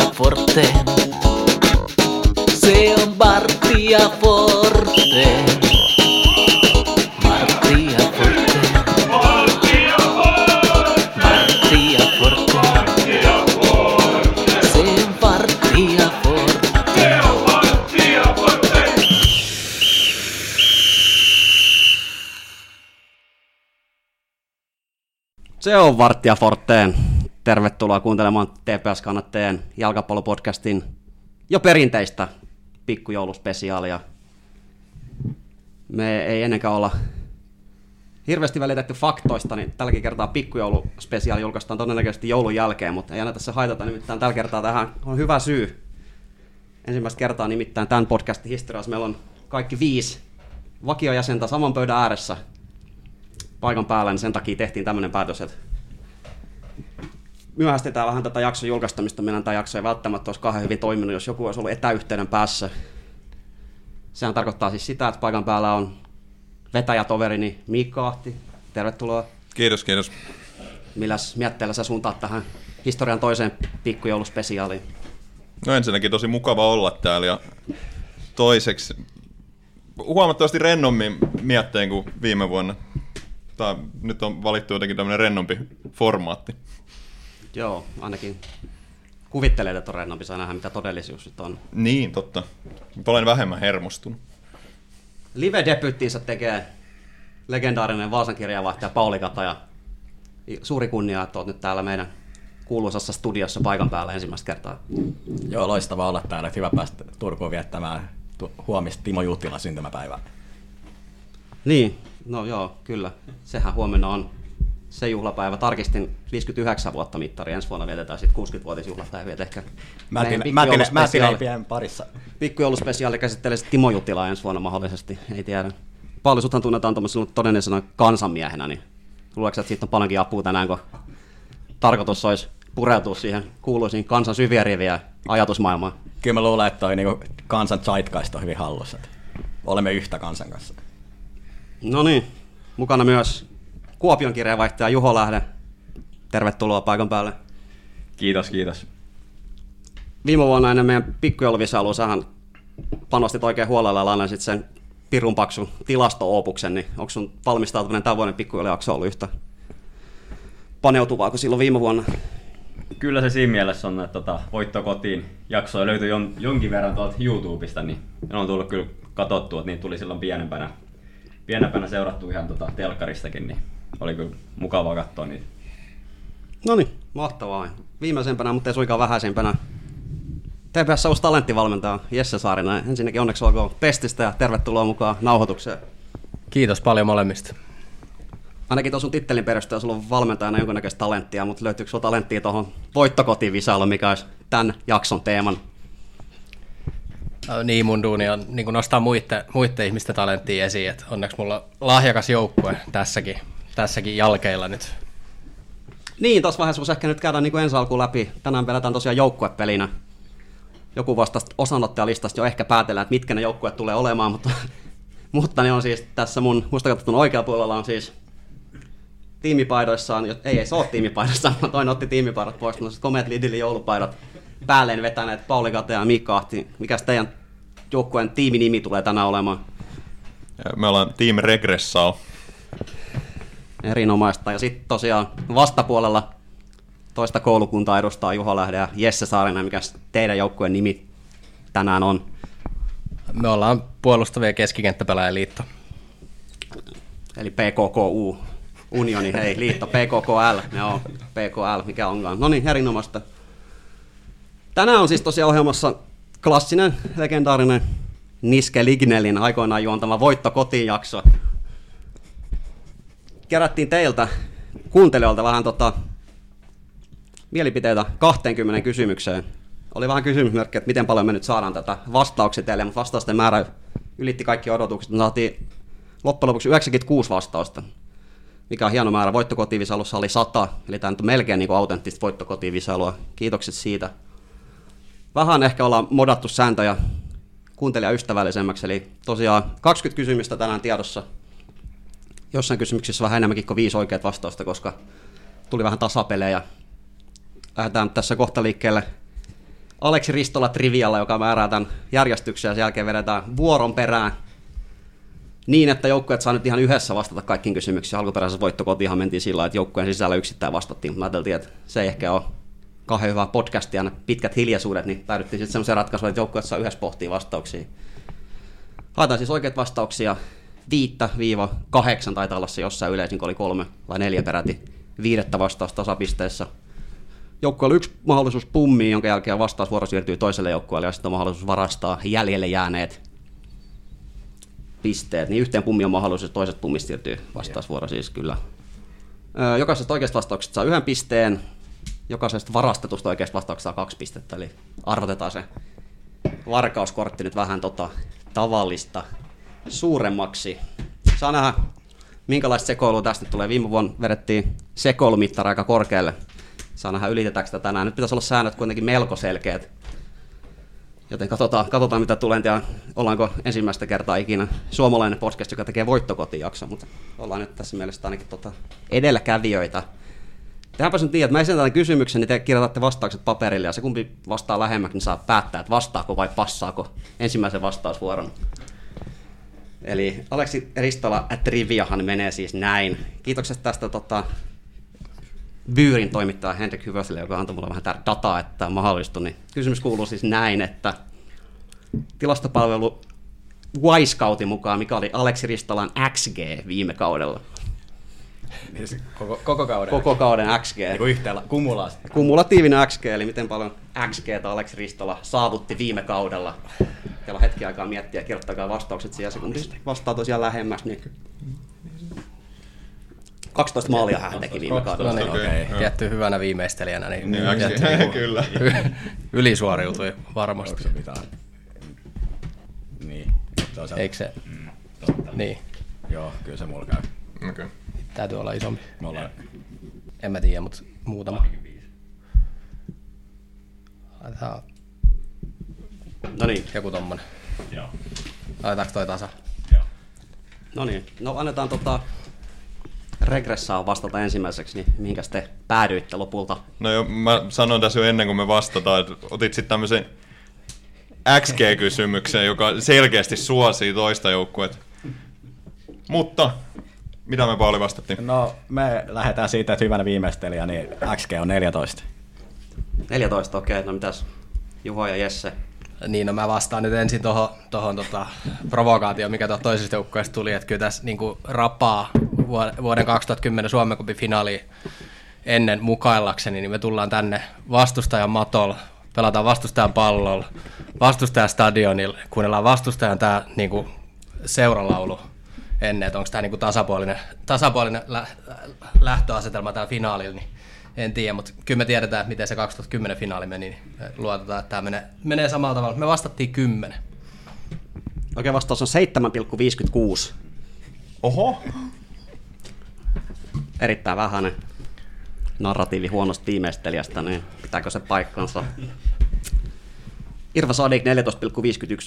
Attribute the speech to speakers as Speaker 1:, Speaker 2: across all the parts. Speaker 1: fuerte. Se partía fuerte. Partía fuerte. Partía fuerte. Se partía fuerte.
Speaker 2: Se on Varttia Forteen. Tervetuloa kuuntelemaan TPS-kannattajien jalkapallopodcastin jo perinteistä pikkujouluspesiaalia. Me ei ennenkään olla hirveästi välitetty faktoista, niin tälläkin kertaa pikkujouluspesiaali julkaistaan todennäköisesti joulun jälkeen, mutta ei aina tässä haitata, nimittäin tällä kertaa tähän on hyvä syy. Ensimmäistä kertaa nimittäin tämän podcastin historiassa meillä on kaikki viisi vakiojäsentä saman pöydän ääressä paikan päällä, niin sen takia tehtiin tämmöinen päätös, että myöhästetään vähän tätä jakson julkaistamista. Meillä tämä jakso ei välttämättä olisi kauhean hyvin toiminut, jos joku olisi ollut etäyhteyden päässä. Sehän tarkoittaa siis sitä, että paikan päällä on vetäjätoverini Miikka Ahti. Tervetuloa.
Speaker 3: Kiitos, kiitos.
Speaker 2: Milläs mietteellä sä suuntaat tähän historian toiseen pikkujouluspesiaaliin?
Speaker 3: No ensinnäkin tosi mukava olla täällä ja toiseksi huomattavasti rennommin mietteen kuin viime vuonna. Tää, nyt on valittu jotenkin tämmöinen rennompi formaatti.
Speaker 2: Joo, ainakin kuvittelee, että on rennompi. Saa nähdä, mitä todellisuus nyt on.
Speaker 3: Niin, totta. Nyt olen vähemmän hermostunut.
Speaker 2: live-debyttiinsä tekee legendaarinen Vaasan kirjeenvaihtaja Pauli Kataja. Suuri kunnia, että olet nyt täällä meidän kuuluisassa studiossa paikan päällä ensimmäistä kertaa.
Speaker 4: Joo, loistavaa olla täällä. Hyvä päästä Turkuun viettämään tu- huomista Timo Juutilan syntymäpäivää.
Speaker 2: Niin, no joo, kyllä. Sehän huomenna on se juhlapäivä. Tarkistin 59 vuotta mittari. Ensi vuonna vietetään sitten 60-vuotisjuhlapäivä. et Ehkä meidän
Speaker 4: Mätin- Mätin-
Speaker 2: pikkujouluspesiaali-
Speaker 4: Mätileipien parissa.
Speaker 2: pikkujouluspesiaali käsittelee sit Timo Jutilaa ensi vuonna mahdollisesti. Ei tiedä. Pauli, suthan tunnetaan tuollaisena todellisena kansanmiehenä, niin luuleeko, sä, että siitä on paljonkin apua tänään, kun tarkoitus olisi pureutua siihen kuuluisiin kansan syviä riviä ja ajatusmaailmaan.
Speaker 4: Kyllä mä luulen, että toi niinku kansan zeitgeist on hyvin hallussa. Olemme yhtä kansan kanssa.
Speaker 2: No niin, mukana myös Kuopion kirjeenvaihtaja Juho Lähde. Tervetuloa paikan päälle.
Speaker 5: Kiitos, kiitos.
Speaker 2: Viime vuonna ennen meidän pikkujouluvisailua sähän panostit oikein huolella ja lainasit sen pirun paksun tilasto-opuksen, niin onko sun valmistautuminen tämän vuoden pikkujoulujakso ollut yhtä paneutuvaa kuin silloin viime vuonna?
Speaker 5: Kyllä se siinä mielessä on, että tota, voitto kotiin jaksoja löytyy jon, jonkin verran tuolta YouTubesta, niin ne on tullut kyllä katsottua, että niitä tuli silloin pienempänä, pienempänä seurattu ihan tota, telkkaristakin, niin oli kyllä mukavaa katsoa niitä.
Speaker 2: No niin, mahtavaa. Viimeisempänä, mutta ei suinkaan vähäisempänä. TPS uusi talenttivalmentaja Jesse Saarinen. Ensinnäkin onneksi olkoon pestistä ja tervetuloa mukaan nauhoitukseen.
Speaker 6: Kiitos paljon molemmista.
Speaker 2: Ainakin tuossa sun tittelin perusteella sulla on valmentajana jonkinnäköistä talenttia, mutta löytyykö sulla talenttia tuohon voittokotivisailuun, mikä olisi tämän jakson teeman?
Speaker 6: Ö, Niin mun duuni on niin nostaa muitte, muitte ihmisten talenttia esiin, että onneksi mulla on lahjakas joukkue tässäkin, tässäkin jalkeilla nyt.
Speaker 2: Niin, tuossa vaiheessa voisi ehkä nyt käydä niin kuin ensi alkuun läpi. Tänään pelataan tosiaan joukkuepelinä. Joku vastasta osanottajalistasta jo ehkä päätellään, että mitkä ne joukkueet tulee olemaan, mutta, mutta ne on siis tässä mun mustakatsottuna oikealla puolella on siis tiimipaidoissaan, jo- ei ei se ole tiimipaidoissaan, vaan toinen otti tiimipaidat pois, mutta siis komeat Lidlin joulupaidat päälleen vetäneet Pauli Katea ja Mikka Ahti. Mikäs teidän joukkueen tiiminimi tulee tänään olemaan?
Speaker 3: Ja Me ollaan Team Regressao.
Speaker 2: Erinomaista. Ja sitten tosiaan vastapuolella toista koulukuntaa edustaa Juho Lähde ja Jesse Saarinen, mikä teidän joukkueen nimi tänään on.
Speaker 6: Me ollaan puolustavia keskikenttäpelaajaliitto.
Speaker 2: Eli PKKU, unioni, hei, liitto, PKKL, ne on PKL, mikä onkaan. No niin, erinomaista. Tänään on siis tosiaan ohjelmassa klassinen, legendaarinen Niske Lignelin aikoinaan juontama Voitto kotiin jakso. Kerättiin teiltä kuuntelijoilta vähän tota, mielipiteitä 20 kysymykseen. Oli vähän kysymysmerkki, että miten paljon me nyt saadaan tätä vastauksia teille, mutta vastausten määrä ylitti kaikki odotukset. Me saatiin loppujen lopuksi 96 vastausta, mikä on hieno määrä. Voittokotiivisailussa oli 100, eli tämä nyt on melkein niin kuin autenttista voittokotiivisailua. Kiitokset siitä. Vähän ehkä ollaan modattu sääntöjä kuuntelijaystävällisemmäksi, eli tosiaan 20 kysymystä tänään tiedossa. Jossain kysymyksissä vähän enemmänkin kuin viisi oikeat vastausta, koska tuli vähän tasapelejä. Lähdetään tässä kohta liikkeelle Aleksi Ristola trivialla, joka määrää tämän järjestyksen ja sen jälkeen vedetään vuoron perään niin, että joukkueet saa nyt ihan yhdessä vastata kaikkiin kysymyksiin. Alkuperäisessä voittokotihan mentiin sillä lailla, että joukkueen sisällä yksittäin vastattiin, mutta ajateltiin, että se ei ehkä ole kauhean hyvää podcastia, ne pitkät hiljaisuudet, niin päädyttiin sitten semmoiseen ratkaisuun, että joukkueet saa yhdessä pohtia vastauksia. Haetaan siis oikeat vastauksia. Viittä viiva kahdeksan taitaa olla se jossain yleisin, kun oli kolme vai neljä peräti. Viidettä vastausta tasapisteessä. Joukkueella on yksi mahdollisuus pummiin, jonka jälkeen vastausvuoro siirtyy toiselle joukkueelle ja sitten on mahdollisuus varastaa jäljelle jääneet pisteet. Niin yhteen pummiin on mahdollisuus, että toiset pummista siirtyy vastausvuoro siis kyllä. Öö, Jokaisesta oikeasta vastauksesta saa yhden pisteen, jokaisesta varastetusta oikeasta vastauksesta saa kaksi pistettä, eli arvotetaan se varkauskortti nyt vähän tota tavallista suuremmaksi. Saa nähdä, minkälaista sekoilua tästä nyt tulee. Viime vuonna vedettiin sekoilumittari aika korkealle. Saa nähdä, ylitetäänkö sitä tänään. Nyt pitäisi olla säännöt kuitenkin melko selkeät. Joten katsotaan, katsotaan mitä tulee. En tiedä, ollaanko ensimmäistä kertaa ikinä suomalainen podcast, joka tekee voittokotijakso, mutta ollaan nyt tässä mielessä ainakin tota edelläkävijöitä. Tehdäänpäs nyt niin, että mä esitän tämän kysymyksen, niin te kirjoitatte vastaukset paperille, ja se kumpi vastaa lähemmäksi, niin saa päättää, että vastaako vai passaako ensimmäisen vastausvuoron. Eli Aleksi Ristola Triviahan menee siis näin. Kiitokset tästä tota, Byyrin toimittaja Henrik Hyvöselle, joka antoi mulle vähän tää dataa, että tämä mahdollistui. Niin kysymys kuuluu siis näin, että tilastopalvelu Wisecountin mukaan, mikä oli Aleksi Ristolan XG viime kaudella.
Speaker 4: Niin se Koko, koko kauden.
Speaker 2: Koko kauden XG.
Speaker 4: Niin kuin yhteen la- kumulaasti.
Speaker 2: Kumulatiivinen XG, eli miten paljon XG Aleksi Ristola saavutti viime kaudella. Teillä on hetki aikaa miettiä, kirjoittakaa vastaukset siihen, se kun Niin, vastaa tosiaan lähemmäs. Niin 12 maalia hän teki viime kaudella.
Speaker 6: No niin,
Speaker 3: Okei,
Speaker 6: okei.
Speaker 3: joo.
Speaker 6: Pidetty hyvänä viimeistelijänä, niin,
Speaker 3: Niin,
Speaker 6: niin
Speaker 3: äkki- kyllä.
Speaker 6: ylisuoriutui varmasti.
Speaker 4: Onko se mitään? Niin. Se on se-
Speaker 6: Eikö se?
Speaker 4: Mm, totta.
Speaker 6: Niin,
Speaker 4: Joo, kyllä se mulla käy.
Speaker 3: Okei.
Speaker 6: täytyy olla isompi.
Speaker 4: Me ollaan
Speaker 6: En mä tiedä, mutta muutama. Laitetaan
Speaker 2: No niin,
Speaker 6: joku tommonen. Joo. Laitetaanko toi tasa?
Speaker 2: no niin. No annetaan tota regressaa vastata ensimmäiseksi, niin mihinkäs te päädyitte lopulta?
Speaker 3: No jo, mä sanoin tässä jo ennen kuin me vastataan, että otit sitten tämmöisen XG-kysymyksen, joka selkeästi suosii toista joukkuetta. Mutta, mitä me Pauli vastattiin?
Speaker 4: No, me lähdetään siitä, että hyvänä viimeistelijä, niin XG on 14.
Speaker 2: 14, okei, okay. no mitäs Juho ja Jesse?
Speaker 6: Niin, no mä vastaan nyt ensin tuohon tohon, tota, provokaatioon, mikä tuohon toisesta joukkueesta tuli, että kyllä tässä niinku, rapaa vuo- vuoden 2010 Suomen Cupin finaaliin ennen mukaillakseni, niin me tullaan tänne vastustajan matolla, pelataan vastustajan pallolla, vastustajan stadionilla, kuunnellaan vastustajan tämä niinku, seuralaulu ennen, että onko tämä niinku, tasapuolinen, tasapuolinen lä- lähtöasetelma täällä finaalilla, niin en tiedä, mutta kyllä me tiedetään, miten se 2010 finaali meni, niin me luotetaan, että tämä menee, menee samalla tavalla. Me vastattiin 10.
Speaker 2: Okei, vastaus on 7,56.
Speaker 3: Oho!
Speaker 2: Erittäin vähäinen narratiivi huonosta viimeistelijästä, niin pitääkö se paikkansa? Irva Sadik 14,51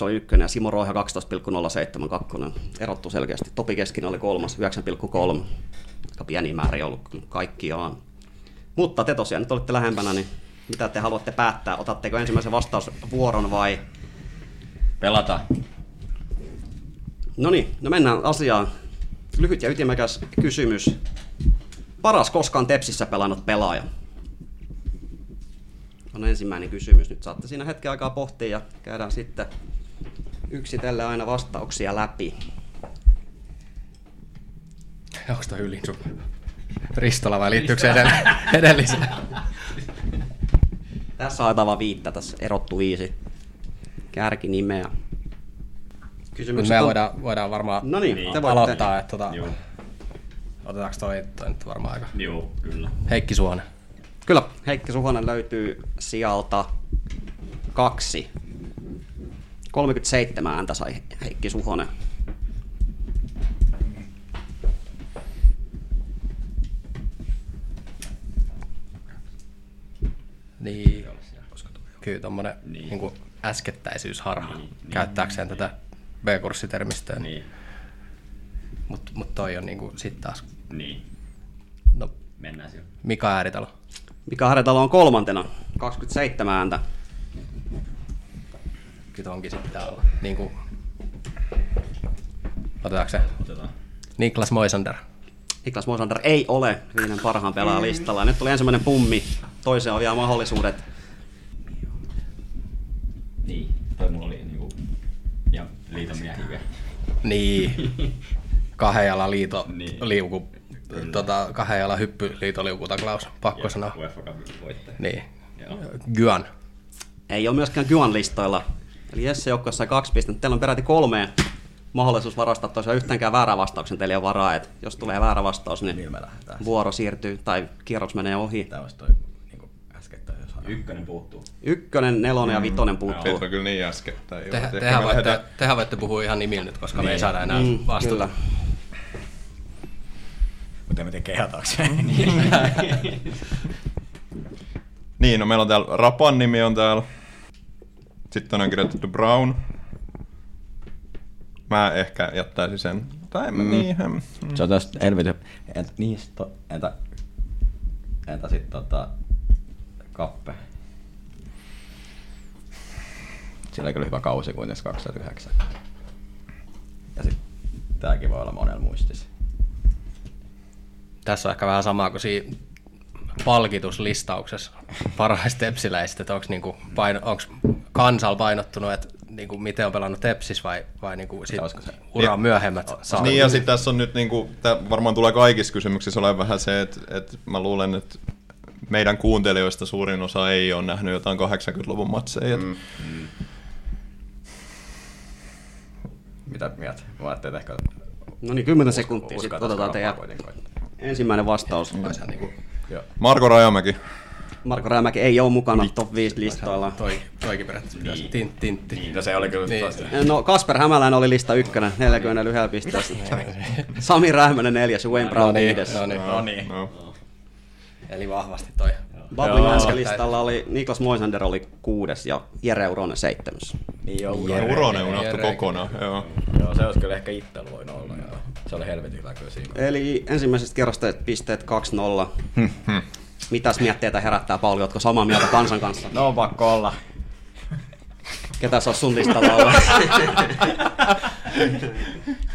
Speaker 2: oli ykkönen ja Simo Roiha 12,072 kakkonen. Erottu selkeästi. Topi Keskinen oli kolmas, 9,3. Aika pieni määrä ei ollut kyllä kaikkiaan. Mutta te tosiaan nyt olette lähempänä, niin mitä te haluatte päättää? Otatteko ensimmäisen vastausvuoron vai
Speaker 5: Pelata.
Speaker 2: No niin, no mennään asiaan. Lyhyt ja ytimekäs kysymys. Paras koskaan Tepsissä pelannut pelaaja? On ensimmäinen kysymys. Nyt saatte siinä hetken aikaa pohtia ja käydään sitten yksitellen aina vastauksia läpi.
Speaker 6: Onko toi ylin sun? Ristola vai liittyykö se edell- edelliseen?
Speaker 2: Tässä haetaan vaan viittä, tässä erottu viisi kärkinimeä. Kysymys
Speaker 6: Mutta No me voidaan, voidaan varmaan
Speaker 2: No niin, te voitte.
Speaker 6: aloittaa. Että tota,
Speaker 5: Joo.
Speaker 6: otetaanko toi, toi nyt varmaan aika.
Speaker 5: Joo, kyllä.
Speaker 6: Heikki Suonen.
Speaker 2: Kyllä, Heikki Suhonen löytyy sieltä kaksi. 37 ääntä sai Heikki Suhonen.
Speaker 6: Niin, kyllä tommonen niin. Niin äskettäisyysharha, niin, käyttääkseen niin, tätä B-kurssitermistöä. Niin.
Speaker 5: Niin,
Speaker 6: Mutta mut toi on niinku sit taas,
Speaker 5: niin.
Speaker 6: no
Speaker 5: Mennään siihen.
Speaker 6: Mika Ääritalo.
Speaker 2: Mika Harjatalo on kolmantena, 27 ääntä.
Speaker 6: nyt onkin sitten täällä. Niin kuin... Otetaanko se?
Speaker 7: Otetaan.
Speaker 6: Niklas Moisander.
Speaker 2: Niklas Moisander ei ole viiden parhaan pelaajan listalla. Nyt tuli ensimmäinen pummi, toiseen on vielä mahdollisuudet.
Speaker 7: Niin, toi mulla oli niinku... Ja liiton miehiä vielä.
Speaker 6: Niin. Kahden jalan liito,
Speaker 7: Niin.
Speaker 6: niin. liuku, tota, kahden jalan hyppy, liitoliukutaklaus, pakko
Speaker 7: Ja
Speaker 8: No.
Speaker 6: sanoa.
Speaker 7: UEFA Cupin voittaja.
Speaker 6: Niin.
Speaker 7: Joo.
Speaker 6: Gyan.
Speaker 2: Ei ole myöskään Kyan listoilla. Eli Jesse joukkueessa on kaksi pistettä. Teillä on peräti kolme mahdollisuus varastaa tosiaan yhtäänkään väärää vastauksen. Teillä ei ole varaa, että jos tulee väärä vastaus, niin
Speaker 8: Niin me lähdetään.
Speaker 2: vuoro siirtyy tai kierros menee ohi.
Speaker 8: Tämä olisi toi niinku äskettäin jos sanoin.
Speaker 7: Ykkönen puuttuu.
Speaker 2: Ykkönen, nelonen ja
Speaker 8: Mm.
Speaker 2: vitonen puuttuu.
Speaker 3: Se on kyllä niin äsken. Tai joo,
Speaker 6: Tehän,
Speaker 3: ehkä
Speaker 6: tehän,
Speaker 3: me
Speaker 6: voitte,
Speaker 3: lähdetään-
Speaker 6: tehän voitte puhua ihan nimillä nyt, koska niin. me ei saada enää
Speaker 2: Mm,
Speaker 6: mm, vastata.
Speaker 2: kyllä.
Speaker 8: Mutta en mä tiedä kehataanko se.
Speaker 3: Niin, no meillä on täällä Rapan nimi on täällä. Sitten on kirjoitettu Brown. Mä ehkä jättäisin sen. Tai mm. niin. hän- mm.
Speaker 8: se on tästä elvity. Entä, niin, sit to, entä, entä sitten tota, kappe? Sillä oli kyllä hyvä kausi kuitenkin 2009. Ja sitten tääkin voi olla monella muistis.
Speaker 6: Tässä on ehkä vähän samaa kuin siinä palkituslistauksessa parhaista tepsiläisistä, että onko niinku paino, onks kansalla painottunut, että niinku miten on pelannut tepsis vai, vai niinku sit
Speaker 8: Olisiko se-
Speaker 6: ura
Speaker 3: Niin-
Speaker 6: myöhemmät saa.
Speaker 3: Niin ja sitten tässä on nyt niinku, tää varmaan tulee kaikissa kysymyksissä ole vähän se, että et mä luulen, että meidän kuuntelijoista suurin osa ei ole nähnyt jotain 80-luvun matseja. Mm.
Speaker 8: Mitä mieltä? Mä ajattelin, että ehkä
Speaker 2: No niin, 10 sekuntia sitten
Speaker 8: uskaltais
Speaker 2: otetaan teidän
Speaker 8: varmaan kuitenkin.
Speaker 2: ensimmäinen vastaus.
Speaker 6: Olisihan niinku,
Speaker 8: Joo.
Speaker 3: Marko Rajamäki.
Speaker 2: Marko Rajamäki ei ole mukana
Speaker 8: Niin.
Speaker 2: top 5 listoilla.
Speaker 6: toi, toikin periaatteessa pitäisi. Niin. Tint, tintti. Niin.
Speaker 8: No se oli kyllä
Speaker 6: Niin.
Speaker 8: niin.
Speaker 2: No Kasper Hämäläinen oli lista ykkönen, 40 yhdellä pisteessä.
Speaker 6: Niin.
Speaker 2: Sami Rähmänen neljäs ja Wayne Brown
Speaker 6: No niin,
Speaker 2: viides.
Speaker 6: no niin.
Speaker 8: No niin.
Speaker 3: No.
Speaker 6: Eli vahvasti toi.
Speaker 2: Bablin
Speaker 8: Joo.
Speaker 2: äsken listalla oli Niklas Moisander oli kuudes ja Jere Uronen seitsemäs.
Speaker 8: Niin joo,
Speaker 6: Jere.
Speaker 3: Uronen unohtui
Speaker 6: Jere-
Speaker 3: kokonaan. Joo.
Speaker 8: Joo, se olisi kyllä ehkä itsellä voinut olla. Joo. Se oli helvetin hyvä kyllä siinä.
Speaker 2: Eli ensimmäisestä kerrasta pisteet 2-0. Mitäs mietteitä herättää, Pauli? Ootko samaa mieltä kansan kanssa?
Speaker 8: No on pakko olla.
Speaker 2: Ketä se olisi sun listalla ollut?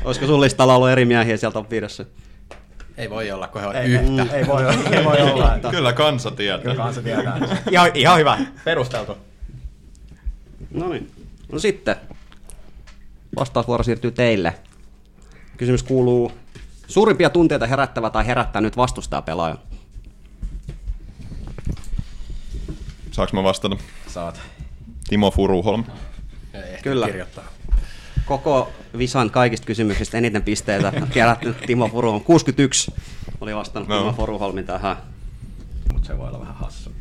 Speaker 2: Olisiko sun listalla ollut eri miehiä sieltä on viidessä?
Speaker 6: Ei voi olla, kun he on
Speaker 8: Ei,
Speaker 6: yhtä.
Speaker 8: mm. ei voi, olla- ei voi olla. Että
Speaker 3: Kyllä kansa tietää.
Speaker 8: kansa tietää. Ihan, ihan hyvä. Perusteltu.
Speaker 2: No niin. No sitten. Vastausvuoro siirtyy teille. Kysymys kuuluu. Suurimpia tunteita herättävä tai herättänyt vastustaa pelaaja.
Speaker 3: Saanko mä vastata?
Speaker 8: Saat.
Speaker 3: Timo Furuholm.
Speaker 6: Ei ehti
Speaker 2: Kyllä.
Speaker 6: Kirjoittaa.
Speaker 2: Koko Visan kaikista kysymyksistä eniten pisteitä kerätty Timo Furuholm. 61 oli vastannut
Speaker 3: No.
Speaker 2: no. Timo Furuholmin tähän.
Speaker 8: Mut se voi olla vähän hassu.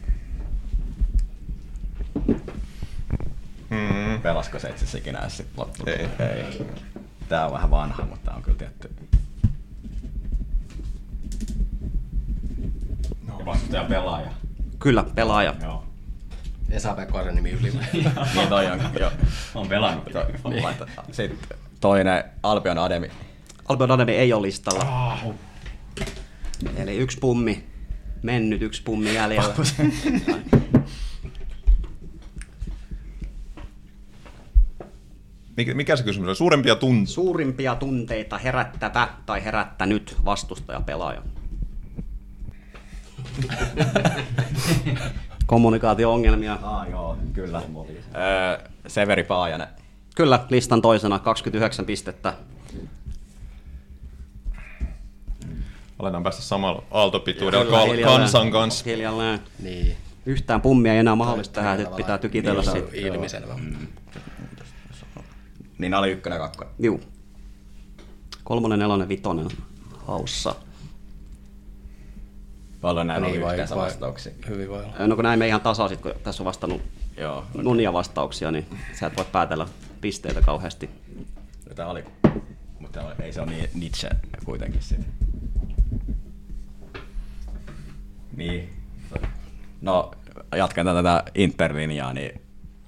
Speaker 8: Mm. Pelasko se itse asiassa ikinä edes sit loppuun?
Speaker 3: Ei.
Speaker 8: ei. Tää on vähän vanha, mutta tää on kyllä tietty. No.
Speaker 7: Ja vastustaja pelaaja.
Speaker 2: Kyllä, pelaaja.
Speaker 7: Joo.
Speaker 6: Esa-Pekko nimi yli.
Speaker 8: Niin toi on. Joo.
Speaker 7: On pelannut.
Speaker 8: Niin. Sitten toinen Albion Ademi.
Speaker 2: Albert Ademi ei ole listalla. Eli yksi pummi mennyt, yksi pummi jäljellä.
Speaker 3: Mikä, mikä se kysymys on? Suurempia tunteja.
Speaker 2: Suurimpia tunteita herättävä tai herättänyt vastustajapelaaja. Kommunikaatio-ongelmia.
Speaker 8: Ah joo, kyllä. Öö, Severi Paajanen.
Speaker 2: Kyllä, listan toisena 29 pistettä.
Speaker 3: Aletaan päästä samalla aaltopituudella
Speaker 2: Kyllä,
Speaker 3: kal-
Speaker 2: hiljalleen.
Speaker 3: kansan kanssa.
Speaker 2: Hiljalleen.
Speaker 6: niin.
Speaker 2: Yhtään pummia ei enää mahdollista tähän, nyt pitää Mm. tykitellä
Speaker 3: Niin,
Speaker 6: Se on
Speaker 2: siitä.
Speaker 6: ilmiselvä. Niin
Speaker 8: Niin oli ykkönen ja kakkonen.
Speaker 2: Juu. Kolmonen, nelonen, vitonen haussa.
Speaker 8: Paljon näin oli
Speaker 6: Niin, vai-
Speaker 8: yhteensä
Speaker 6: vai-
Speaker 8: vastauksia.
Speaker 6: Hyvin voi olla.
Speaker 2: No kun näin me ihan tasaisit, kun tässä on vastannut
Speaker 8: Joo.
Speaker 2: monia vastauksia, niin sä et voi päätellä pisteitä kauheasti.
Speaker 8: No, Tää oli, mutta tää oli- ei se ole niin Nietzsche kuitenkin sit. Niin. No, jatkan tätä interlinjaa, niin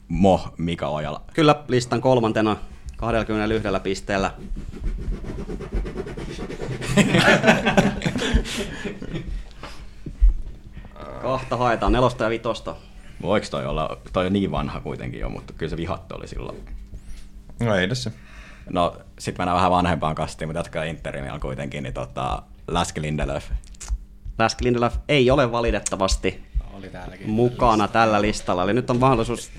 Speaker 8: Mo Mika Ojala.
Speaker 2: Kyllä, listan kolmantena 21 pisteellä. Kahta haetaan, nelosta ja vitosta.
Speaker 4: Voiko toi olla, toi on niin vanha kuitenkin jo, mutta kyllä se vihattu oli silloin.
Speaker 3: No ei tässä.
Speaker 4: No, sit mennään vähän vanhempaan kastiin, mutta jatkaa Interimilla kuitenkin, niin tota, Läski Lindelöf.
Speaker 2: Läski Lindelöf ei ole valitettavasti
Speaker 6: Oli täälläkin.
Speaker 2: Mm. mukana tällä listalla. Eli nyt on mahdollisuus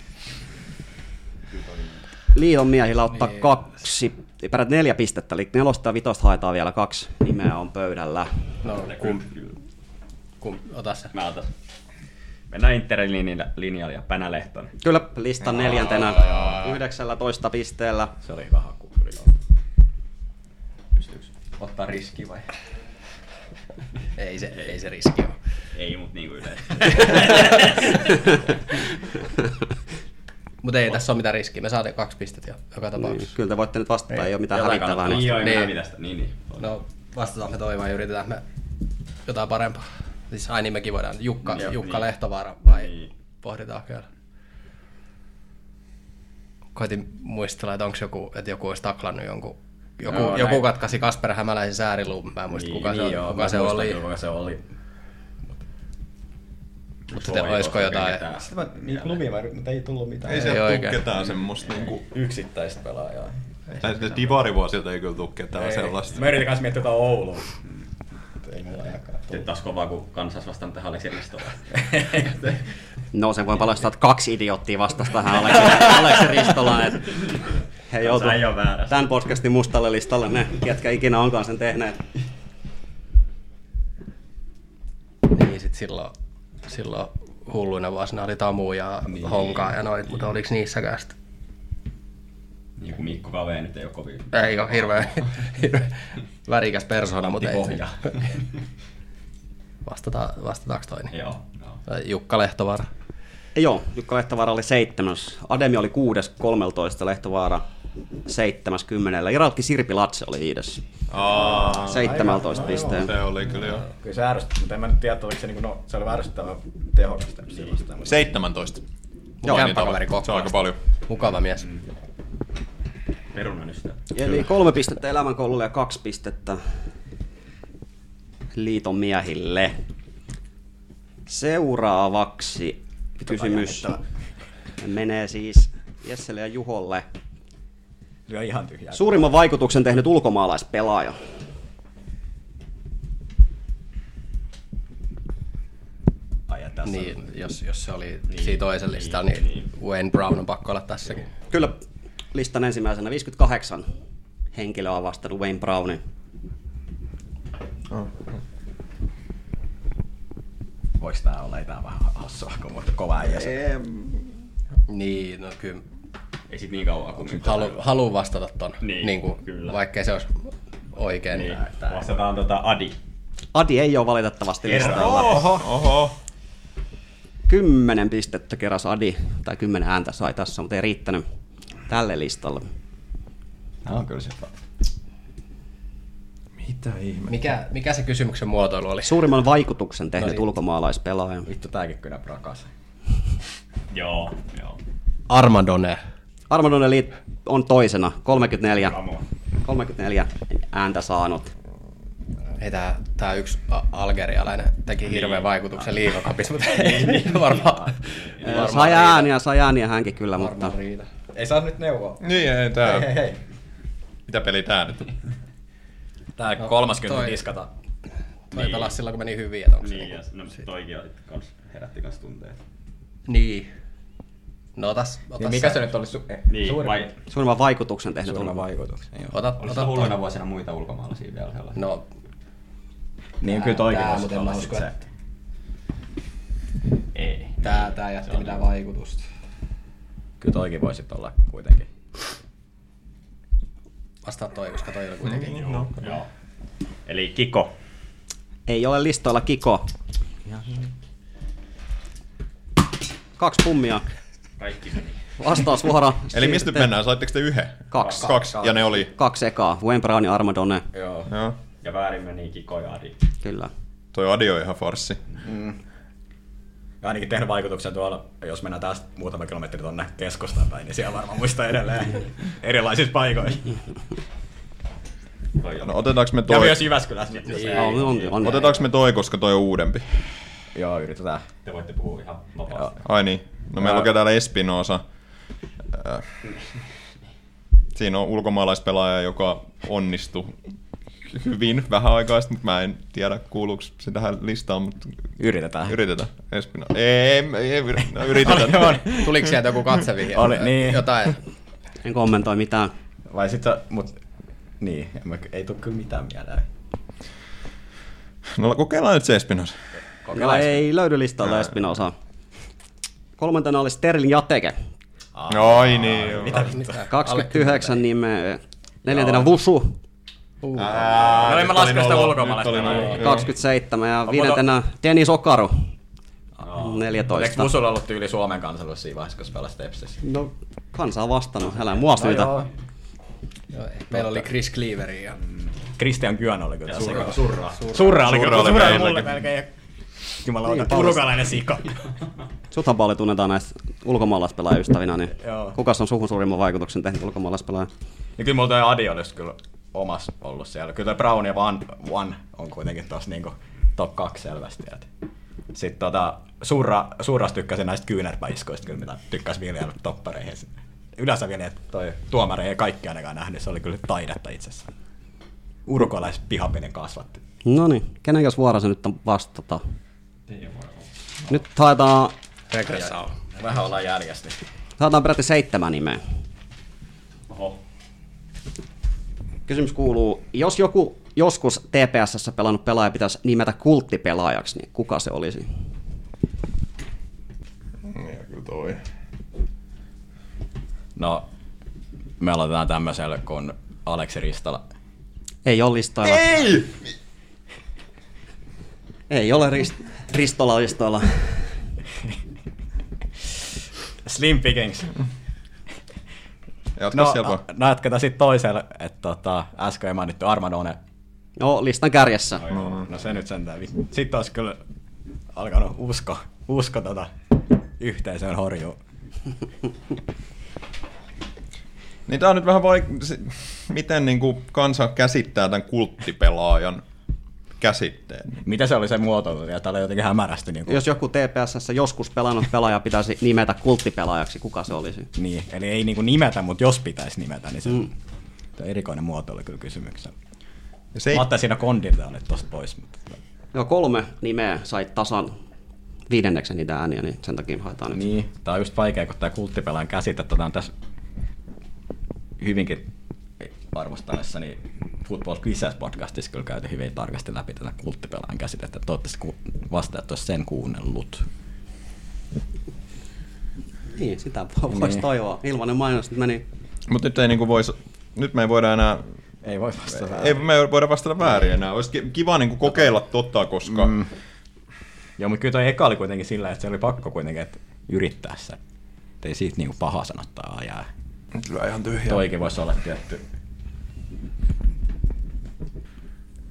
Speaker 2: liiton miehillä ottaa niin. kaksi, perät neljä pistettä, eli nelosta ja vitosta haetaan vielä kaksi nimeä on pöydällä.
Speaker 6: No, kum, kum, ota se.
Speaker 5: Mä otan. Mennään Interin linjalla- linjalla ja Pänä Lehtonen.
Speaker 2: Kyllä listan neljäntenä 19 pisteellä.
Speaker 4: Se oli hyvä haku. kyllä.
Speaker 5: Pystyykö ottaa riski vai?
Speaker 6: Ei se, ei se riski ole.
Speaker 5: Ei, mut niinku yleensä.
Speaker 6: Mutta ei tässä ole mitään riskiä. Me saatiin kaksi pistettä jo,
Speaker 2: Niin.
Speaker 6: joka tapauksessa.
Speaker 2: Kyllä te voitte nyt vastata, ei, ei ole mitään
Speaker 4: Jotain
Speaker 2: hävittävää.
Speaker 4: kannattaa.
Speaker 5: Niin joo,
Speaker 6: Niin.
Speaker 5: ei niin. tästä. Niin, niin.
Speaker 6: No, vastataan me toimaan ja yritetään me jotain parempaa. Siis ai niin mekin voidaan. Jukka,
Speaker 5: Joo,
Speaker 6: Jukka
Speaker 5: niin.
Speaker 6: Lehtovaara vai
Speaker 5: Niin.
Speaker 6: pohditaan kyllä. Koitin muistella, että onko joku, että joku olisi taklannut jonkun joku,
Speaker 4: Joo,
Speaker 6: joku
Speaker 4: näin.
Speaker 6: katkaisi Kasper Hämäläisen sääriluun, mä en muista niin, kuka, niin, se, joo, kuka
Speaker 4: mä
Speaker 6: se
Speaker 4: muistan
Speaker 6: oli,
Speaker 4: kyllä, Kuka se oli.
Speaker 6: mutta sitten olisiko jotain,
Speaker 4: Sitten mä niin lumiin, mutta ei tullut mitään.
Speaker 3: Ei
Speaker 4: Ei se
Speaker 3: sieltä tuu
Speaker 6: oikein.
Speaker 3: ketään semmoista niinku...
Speaker 4: yksittäistä pelaajaa.
Speaker 3: Tai sitten divarivuosilta ei kyllä tuu ketään sellaista.
Speaker 4: Mä yritin kanssa miettiä jotain Oulua. Mut Ei mulla ainakaan.
Speaker 5: Sitten taas kovaa, kun kansas vastaan tähän Aleksi Ristola.
Speaker 2: No sen voin paljastaa, että kaksi idioottia vastasi tähän Aleksi, Aleksi Ristolaan. että He joutu
Speaker 5: ei oo väärässä.
Speaker 2: tämän podcastin mustalle listalle ne, ketkä ikinä onkaan sen tehneet.
Speaker 6: niin sit silloin, silloin hulluina vuosina oli Tamu ja niin. Honkaa ja noit, mutta oliko niissäkään sitten?
Speaker 5: Joku Mikko Kavee nyt ei oo kovin.
Speaker 6: Ei ole hirveän, hirveän värikäs persona, mutta ei.
Speaker 5: Pohja.
Speaker 6: Vastata, vastataanko toi? Niin?
Speaker 5: Joo. joo.
Speaker 6: Tai Jukka Lehtovaara.
Speaker 2: Joo, Jukka Lehtovaara oli seitsemäs, Ademi oli kuudes, 13, Lehtovaara seitsemäs, kymmenellä. Iralkki Sirpi Latse oli viides,
Speaker 3: Aa,
Speaker 2: 17 pisteen.
Speaker 3: se oli kyllä jo.
Speaker 8: Kyllä se ärsytti, mutta en mä nyt tiedä, oliko se, niin no, se oli ärsyttävän tehokasta. Niin.
Speaker 3: 17.
Speaker 6: Joo, Mm,
Speaker 3: Niin,
Speaker 6: kämppäkaveri
Speaker 3: Se on aika
Speaker 6: kokkaan.
Speaker 3: paljon.
Speaker 6: Mukava mies.
Speaker 5: Perunan ystävä.
Speaker 2: Eli kolme pistettä elämänkoululle ja kaksi pistettä liiton miehille. Seuraavaksi kysymys menee siis Jesselle ja Juholle.
Speaker 4: Lyö ihan tyhjää.
Speaker 2: Suurimman vaikutuksen tehnyt ulkomaalaispelaaja.
Speaker 4: Aja tässä.
Speaker 6: Niin, jos, jos se oli niin, siinä toisen listalla, niin, niin, Wayne Brown on pakko olla tässäkin.
Speaker 2: Kyllä listan ensimmäisenä 58 henkilöä on vastannut Wayne Brownin.
Speaker 4: Voiks tää olla? Ei tää vähän hassua, kun mutta kova äijä se.
Speaker 6: Niin, no kyllä
Speaker 5: Ei sit niin kauan kuin nyt.
Speaker 6: halu, haluan vastata ton, niin,
Speaker 5: Niin,
Speaker 6: niin kuin,
Speaker 5: kyllä.
Speaker 6: vaikkei se olisi oikein.
Speaker 5: Niin.
Speaker 6: Niin.
Speaker 5: Vastataan tota Adi.
Speaker 2: Adi ei ole valitettavasti listalla.
Speaker 3: Oho. Oho.
Speaker 2: Kymmenen pistettä keräs Adi, tai kymmenen ääntä sai tässä, mutta ei riittänyt tälle listalle.
Speaker 4: Tää on kyllä se. Mitä ihme?
Speaker 6: Mikä, mikä se kysymyksen muotoilu oli?
Speaker 2: Suurimman vaikutuksen
Speaker 6: No
Speaker 2: tehnyt
Speaker 6: niin.
Speaker 2: ulkomaalaispelaaja.
Speaker 4: Vittu tääkin kyllä prakas.
Speaker 5: Joo, joo.
Speaker 6: Armadone.
Speaker 2: Armadon eli on toisena, 34,
Speaker 5: Bravo.
Speaker 2: 34 ääntä saanut.
Speaker 6: Ei tää, tää yksi a- algerialainen teki
Speaker 4: Niin.
Speaker 6: hirveän vaikutuksen liigakapissa, mutta ei niin, varmaan.
Speaker 2: Varmaan sai ääniä, sai ääniä hänkin kyllä, mutta
Speaker 6: Varmaan riitä.
Speaker 8: Ei saa nyt neuvoa.
Speaker 3: Niin, ei tää.
Speaker 8: Hei hei.
Speaker 3: Mitä peli tää nyt?
Speaker 4: Tää kolmas
Speaker 6: toi-
Speaker 4: kymppi diskata.
Speaker 6: Toi
Speaker 4: niin.
Speaker 6: pelas silloin, kun meni hyvin, että onko se
Speaker 5: Niin, ja no, toikin oli kans, herätti kans tunteet.
Speaker 6: Niin. No otas, otas
Speaker 4: Niin mikä
Speaker 6: sä.
Speaker 4: se nyt oli su- eh,
Speaker 5: Niin,
Speaker 4: suurin-
Speaker 5: vai
Speaker 2: suurimman vaikutuksen tehnyt
Speaker 4: suurimman
Speaker 2: ulkomaalaispelaaja.
Speaker 4: vaikutuksen? Joo.
Speaker 6: Ota,
Speaker 5: oliko
Speaker 6: ota
Speaker 5: se hulluina vuosina muita ulkomaalaisia vielä sellaisia?
Speaker 6: No,
Speaker 4: Niin kyllä toikin
Speaker 6: Tää,
Speaker 4: voisi
Speaker 6: mutta en
Speaker 4: olla
Speaker 6: mä
Speaker 4: sit
Speaker 6: usko,
Speaker 4: se.
Speaker 6: että-
Speaker 5: Ei.
Speaker 6: tää, tää jätti mitään vaikutusta.
Speaker 4: Kyllä toikin voisi sit olla kuitenkin.
Speaker 6: Vastaa toi, koska toi oli kuitenkin.
Speaker 3: No.
Speaker 5: Joo. Eli Kiko.
Speaker 2: Ei ole listoilla Kiko. Kaksi pummia.
Speaker 5: Kaikki meni.
Speaker 2: Vastausvuoro.
Speaker 3: Eli mistä
Speaker 2: Siirrytte-
Speaker 3: nyt mennään? Saitteko te yhden?
Speaker 2: Kaksi.
Speaker 3: Kaksi. Ja ne oli.
Speaker 2: Kaksi ekaa. Wayne Brown ja Armadone.
Speaker 4: Joo.
Speaker 3: Joo.
Speaker 5: Ja väärin meni Kiko ja Adi.
Speaker 2: Kyllä.
Speaker 3: Toi adio ihan farsi.
Speaker 8: Ja ainakin tehnyt vaikutuksen tuolla, jos mennään taas muutama kilometri tuonne keskustaan päin, niin siellä varmaan muistaa edelleen erilaisissa paikoissa.
Speaker 5: Toi oli.
Speaker 3: No otetaanko me
Speaker 8: Ja
Speaker 3: toi?
Speaker 8: myös Jyväskylässä.
Speaker 2: Ei, on, on, on.
Speaker 3: Otetaanko me toi, koska toi on uudempi?
Speaker 4: Joo, yritetään.
Speaker 5: Te voitte puhua ihan vapaasti.
Speaker 3: Ai niin. No meillä lukee täällä Espinosa. Äh, Siinä on ulkomaalaispelaaja, joka onnistui hyvin vähän aikaa sitten, mutta mä en tiedä kuuluuko se tähän listaan, mutta
Speaker 4: Yritetään.
Speaker 3: yritetään. Espino. Ei, ei, ei yri- no, yritetään.
Speaker 4: Oli, on.
Speaker 6: Tuliko sieltä joku katsevihje?
Speaker 4: Oli, niin.
Speaker 6: Jotain.
Speaker 2: En kommentoi mitään.
Speaker 4: Vai sit sä, mut... Niin, en mä, ei tuu kyllä mitään mieleen.
Speaker 3: No kokeillaan nyt se Espinosa.
Speaker 2: No ei löydy listalta Espinosaa. Kolmantena oli Sterling Jateke.
Speaker 3: Ai niin, joo.
Speaker 8: Äh,
Speaker 6: Mitä?
Speaker 2: 29 nimeä. Neljäntenä Vusu.
Speaker 3: Ää,
Speaker 8: No en
Speaker 3: nyt
Speaker 8: mä
Speaker 3: oli
Speaker 8: laske sitä
Speaker 3: nolla.
Speaker 8: ulkomaalaista.
Speaker 3: Nyt oli nolla.
Speaker 8: Joo. no-
Speaker 3: Joo.
Speaker 2: 27 ja viidentenä Dennis Okaru.
Speaker 8: Eikö
Speaker 2: 14.
Speaker 8: Musulla ollut tyyli Suomen kansallisuus siinä vaiheessa, kun se pelasi Tepsissä?
Speaker 2: No, kansa on vastannut. Älä
Speaker 8: No
Speaker 2: mua syytä.
Speaker 6: Joo, Meillä oli Chris Cleaveri
Speaker 4: Mm.
Speaker 6: ja
Speaker 8: Christian Kyan oli kyllä tässä.
Speaker 6: Surra.
Speaker 8: Surra oli
Speaker 3: Surra oli
Speaker 8: kyllä. Surra oli
Speaker 3: meilläkin.
Speaker 8: mulle melkein. Jumalauta,
Speaker 2: paljon-
Speaker 8: turkalainen sika.
Speaker 2: Suthan paljon tunnetaan näistä ulkomaalaispelaajaystävinä, niin
Speaker 8: Joo.
Speaker 2: kukas on suhun suurimman vaikutuksen tehnyt ulkomaalaispelaaja?
Speaker 8: Ja kyllä mulla toi Adi olisi kyllä omas ollut siellä. Kyllä toi Brown ja Van, One on kuitenkin tossa niinku top kaksi selvästi. Et. Sitten tota, Surra, Surras tykkäsi näistä kyynärpäiskoista, kyllä mitä tykkäsi viljellä toppareihin. Yleensä vielä, että toi tuomari ei kaikki ainakaan nähnyt, se oli kyllä taidetta itsessään. Urkolais pihapelin kasvatti.
Speaker 2: No niin, kenen jos vuoro se nyt on vastata? Nyt haetaan,
Speaker 6: Regressao.
Speaker 8: Vähän ollaan jäljessä.
Speaker 2: haetaan peräti seitsemän nimeä.
Speaker 5: Oho.
Speaker 2: Kysymys kuuluu, jos joku joskus TPSssä pelannut pelaaja pitäisi nimetä kulttipelaajaksi, niin kuka se olisi?
Speaker 3: Niin, Ja kyllä toi.
Speaker 8: No, me aloitetaan tämmöisellä, kun Aleksi Ristala.
Speaker 2: Ei ole listoilla. Ei! Ei ole rist- Ristola listoilla.
Speaker 8: Slim Pickings.
Speaker 3: Jatka no,
Speaker 8: No,
Speaker 3: siellä vaan.
Speaker 8: no jatketaan sitten toisella, että tota, äsken ei mainittu Armadone.
Speaker 2: No, listan kärjessä.
Speaker 8: No se nyt sentään. vi- Sitten olisi kyllä alkanut usko, usko tota yhteisöön horjuu.
Speaker 3: Niin tää on nyt vähän vaik- se, miten niin kuin kansa käsittää tämän kulttipelaajan käsitteen.
Speaker 8: Mitä se oli se muotoilu? Ja täällä jotenkin hämärästi. Niin, kuin,
Speaker 2: Jos joku TPSssä joskus pelannut pelaaja pitäisi nimetä kulttipelaajaksi, kuka se olisi?
Speaker 8: niin, eli ei niin kuin nimetä, mutta jos pitäisi nimetä, niin se mm. on erikoinen muotoilu kyllä kysymyksellä.
Speaker 3: Ja se ei,
Speaker 8: Mä ottaisin siinä kondilta nyt tosta pois. Mutta...
Speaker 2: Joo, kolme nimeä sait tasan viidenneksen niitä ääniä, niin sen takia haetaan nyt.
Speaker 8: Niin, tää on just vaikea, kun tää kulttipelaajan käsite, tota on tässä hyvinkin arvostaneessa, niin Football Quizzes podcastissa kyllä käyty hyvin tarkasti läpi tätä kulttipelaajan käsitettä. Toivottavasti ku- vastaajat olisi sen kuunnellut.
Speaker 2: Niin, sitä vo- voisi
Speaker 8: Niin.
Speaker 2: toivoa. Ilmainen mainos nyt meni.
Speaker 3: mutta nyt ei niin kuin vois, nyt me ei voida enää,
Speaker 8: Ei voi vastata.
Speaker 3: ei me ei voida vastata väärin enää. Olisi ki- kiva niin kuin kokeilla totta, koska mm.
Speaker 8: Joo, mutta kyllä toi eka oli kuitenkin sillä, että se oli pakko kuitenkin että yrittää se. Et ei siitä niinku paha sanottaa ajaa.
Speaker 3: Lyö ihan tyhjä.
Speaker 8: Toikin voisi olla tietty,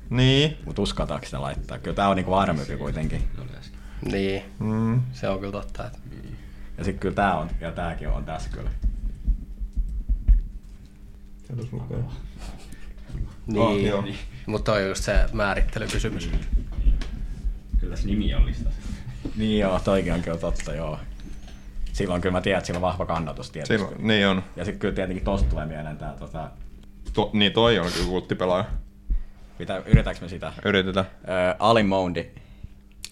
Speaker 3: Niin,
Speaker 8: mutta uskaltaako sitä laittaa? Kyllä tää on niinku varmempi kuitenkin.
Speaker 6: Niin. Se on kyllä totta. Että...
Speaker 8: Ja sitten kyllä tää on, ja tääkin on tässä kyllä.
Speaker 3: Oh,
Speaker 6: Niin.
Speaker 3: joo.
Speaker 6: Mutta toi on just se määrittelykysymys.
Speaker 5: Kyllä se nimi on listassa.
Speaker 8: Niin joo, toikin on kyllä totta, joo. Silloin kyllä mä tiedän, että sillä on vahva kannatus tietysti.
Speaker 3: Silloin, niin on.
Speaker 8: Ja sitten kyllä tietenkin tosta tulee mieleen tää, tota,
Speaker 3: To, niin toi on kyllä kulttipelaaja.
Speaker 8: mitä, yritetäänkö me sitä?
Speaker 3: Yritetään.
Speaker 8: Öö, Ali Moundi.